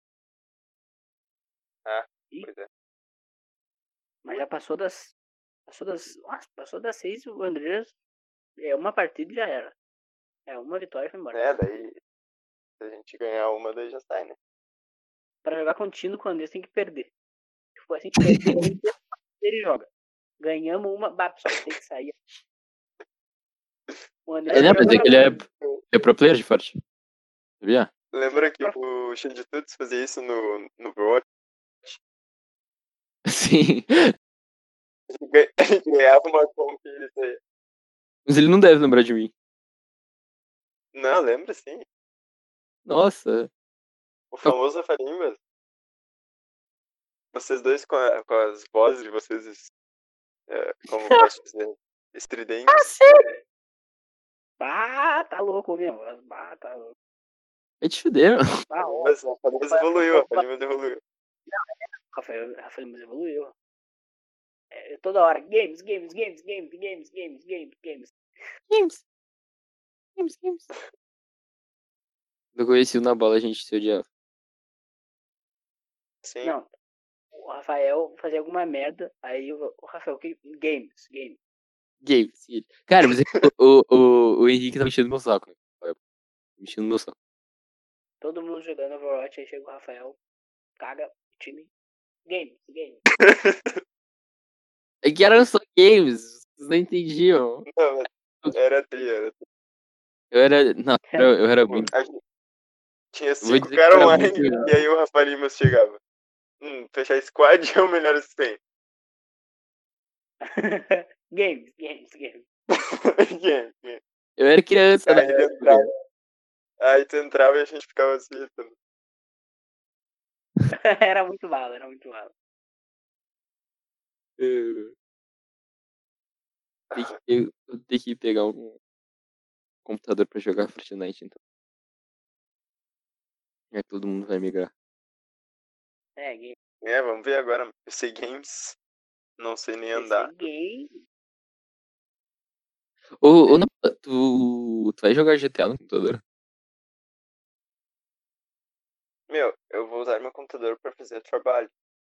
Speaker 3: Pois é.
Speaker 2: Mas já passou das. Passou das. Nossa, passou das seis o Andrés. É uma partida e já era. É uma vitória e foi embora.
Speaker 3: Né, daí. Se a gente ganhar uma, daí já sai, né?
Speaker 2: Pra jogar contínuo com o Andrés tem que perder. Se for assim, perder, ele joga. Ganhamos uma. Bah, pessoal, tem que sair. O Andrés
Speaker 1: É, né?
Speaker 2: joga
Speaker 1: Mas é
Speaker 2: pra-
Speaker 1: que ele é, é pro player de forte. Sabia?
Speaker 3: Lembra que o Shindituts fazia isso no, no Overwatch?
Speaker 1: Sim.
Speaker 3: A gente ganha- a gente ganhava uma comp e ele saía.
Speaker 1: Mas ele não deve lembrar de mim.
Speaker 3: Não, lembra sim.
Speaker 1: Nossa.
Speaker 3: O famoso Afarimbas. Vocês dois com, a- com as vozes de vocês, é, como posso dizer,
Speaker 1: é
Speaker 3: estridentes.
Speaker 2: Bah, tá louco, meu. Bah, tá louco.
Speaker 1: É te fuder, mano.
Speaker 2: Bah, Ah, ó.
Speaker 3: Mas o Afarimbas evoluiu, o Afarimbas evoluiu.
Speaker 2: Rafael, Rafael Lemos evoluiu. É, eu toda hora, games, games, games, games, games, games, games, games.
Speaker 1: Games. Games, games. Eu conheci o na bola, a gente se odiava.
Speaker 3: Sim,
Speaker 2: Não. O Rafael fazia alguma merda, aí o, o Rafael, que- games, games.
Speaker 1: Games. sim. Cara, mas é que o, o, o Henrique tá mexendo no meu saco. Né? Mexendo no meu saco.
Speaker 2: Todo mundo jogando Overwatch, aí chega o Rafael, caga o time. Games, games.
Speaker 1: É que eram só games. Vocês não entendiam.
Speaker 3: não, mas era tri, era tri.
Speaker 1: Eu era. Não, eu era- eu era muito.
Speaker 3: A gente Tinha
Speaker 1: Vou
Speaker 3: cinco
Speaker 1: dizer que era
Speaker 3: caras online
Speaker 1: muito legal.
Speaker 3: e aí o Afarimbas chegava. Hum, fechar squad é o melhor que tem.
Speaker 2: games, games, games.
Speaker 3: Gente,
Speaker 1: Eu era criança, né?
Speaker 3: Aí tu entrava, aí tu entrava e a gente ficava assim. tu-
Speaker 2: era muito bala, era muito bala.
Speaker 1: Eu tenho que, eu, eu tenho que pegar um computador pra jogar Fortnite, então. É que todo mundo vai migrar.
Speaker 2: É, games.
Speaker 3: É, vamos ver agora. Eu sei games, não sei nem andar.
Speaker 2: Gay.
Speaker 1: Ô, ô, não, tu, tu vai jogar GTA no computador?
Speaker 3: Meu, eu vou usar meu computador pra fazer trabalho.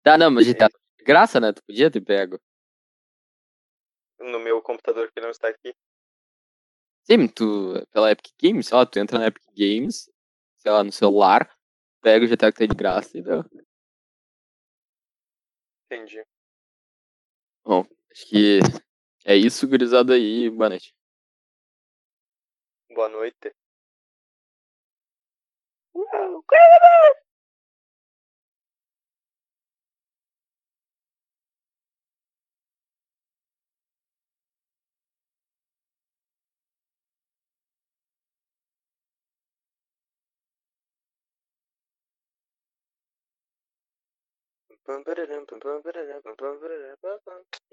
Speaker 1: Tá, não, mas
Speaker 3: Sim.
Speaker 1: GTA é de graça, né? Tu podia ter pego.
Speaker 3: No meu computador que não está aqui.
Speaker 1: Sim, tu, pela Epic Games, sei lá, tu entra na Epic Games, sei lá, no celular, pega o GTA que tá de graça e deu.
Speaker 3: Entendi.
Speaker 1: Acho que é isso, gurizada aí, boa noite.
Speaker 3: Boa noite.
Speaker 2: Uh,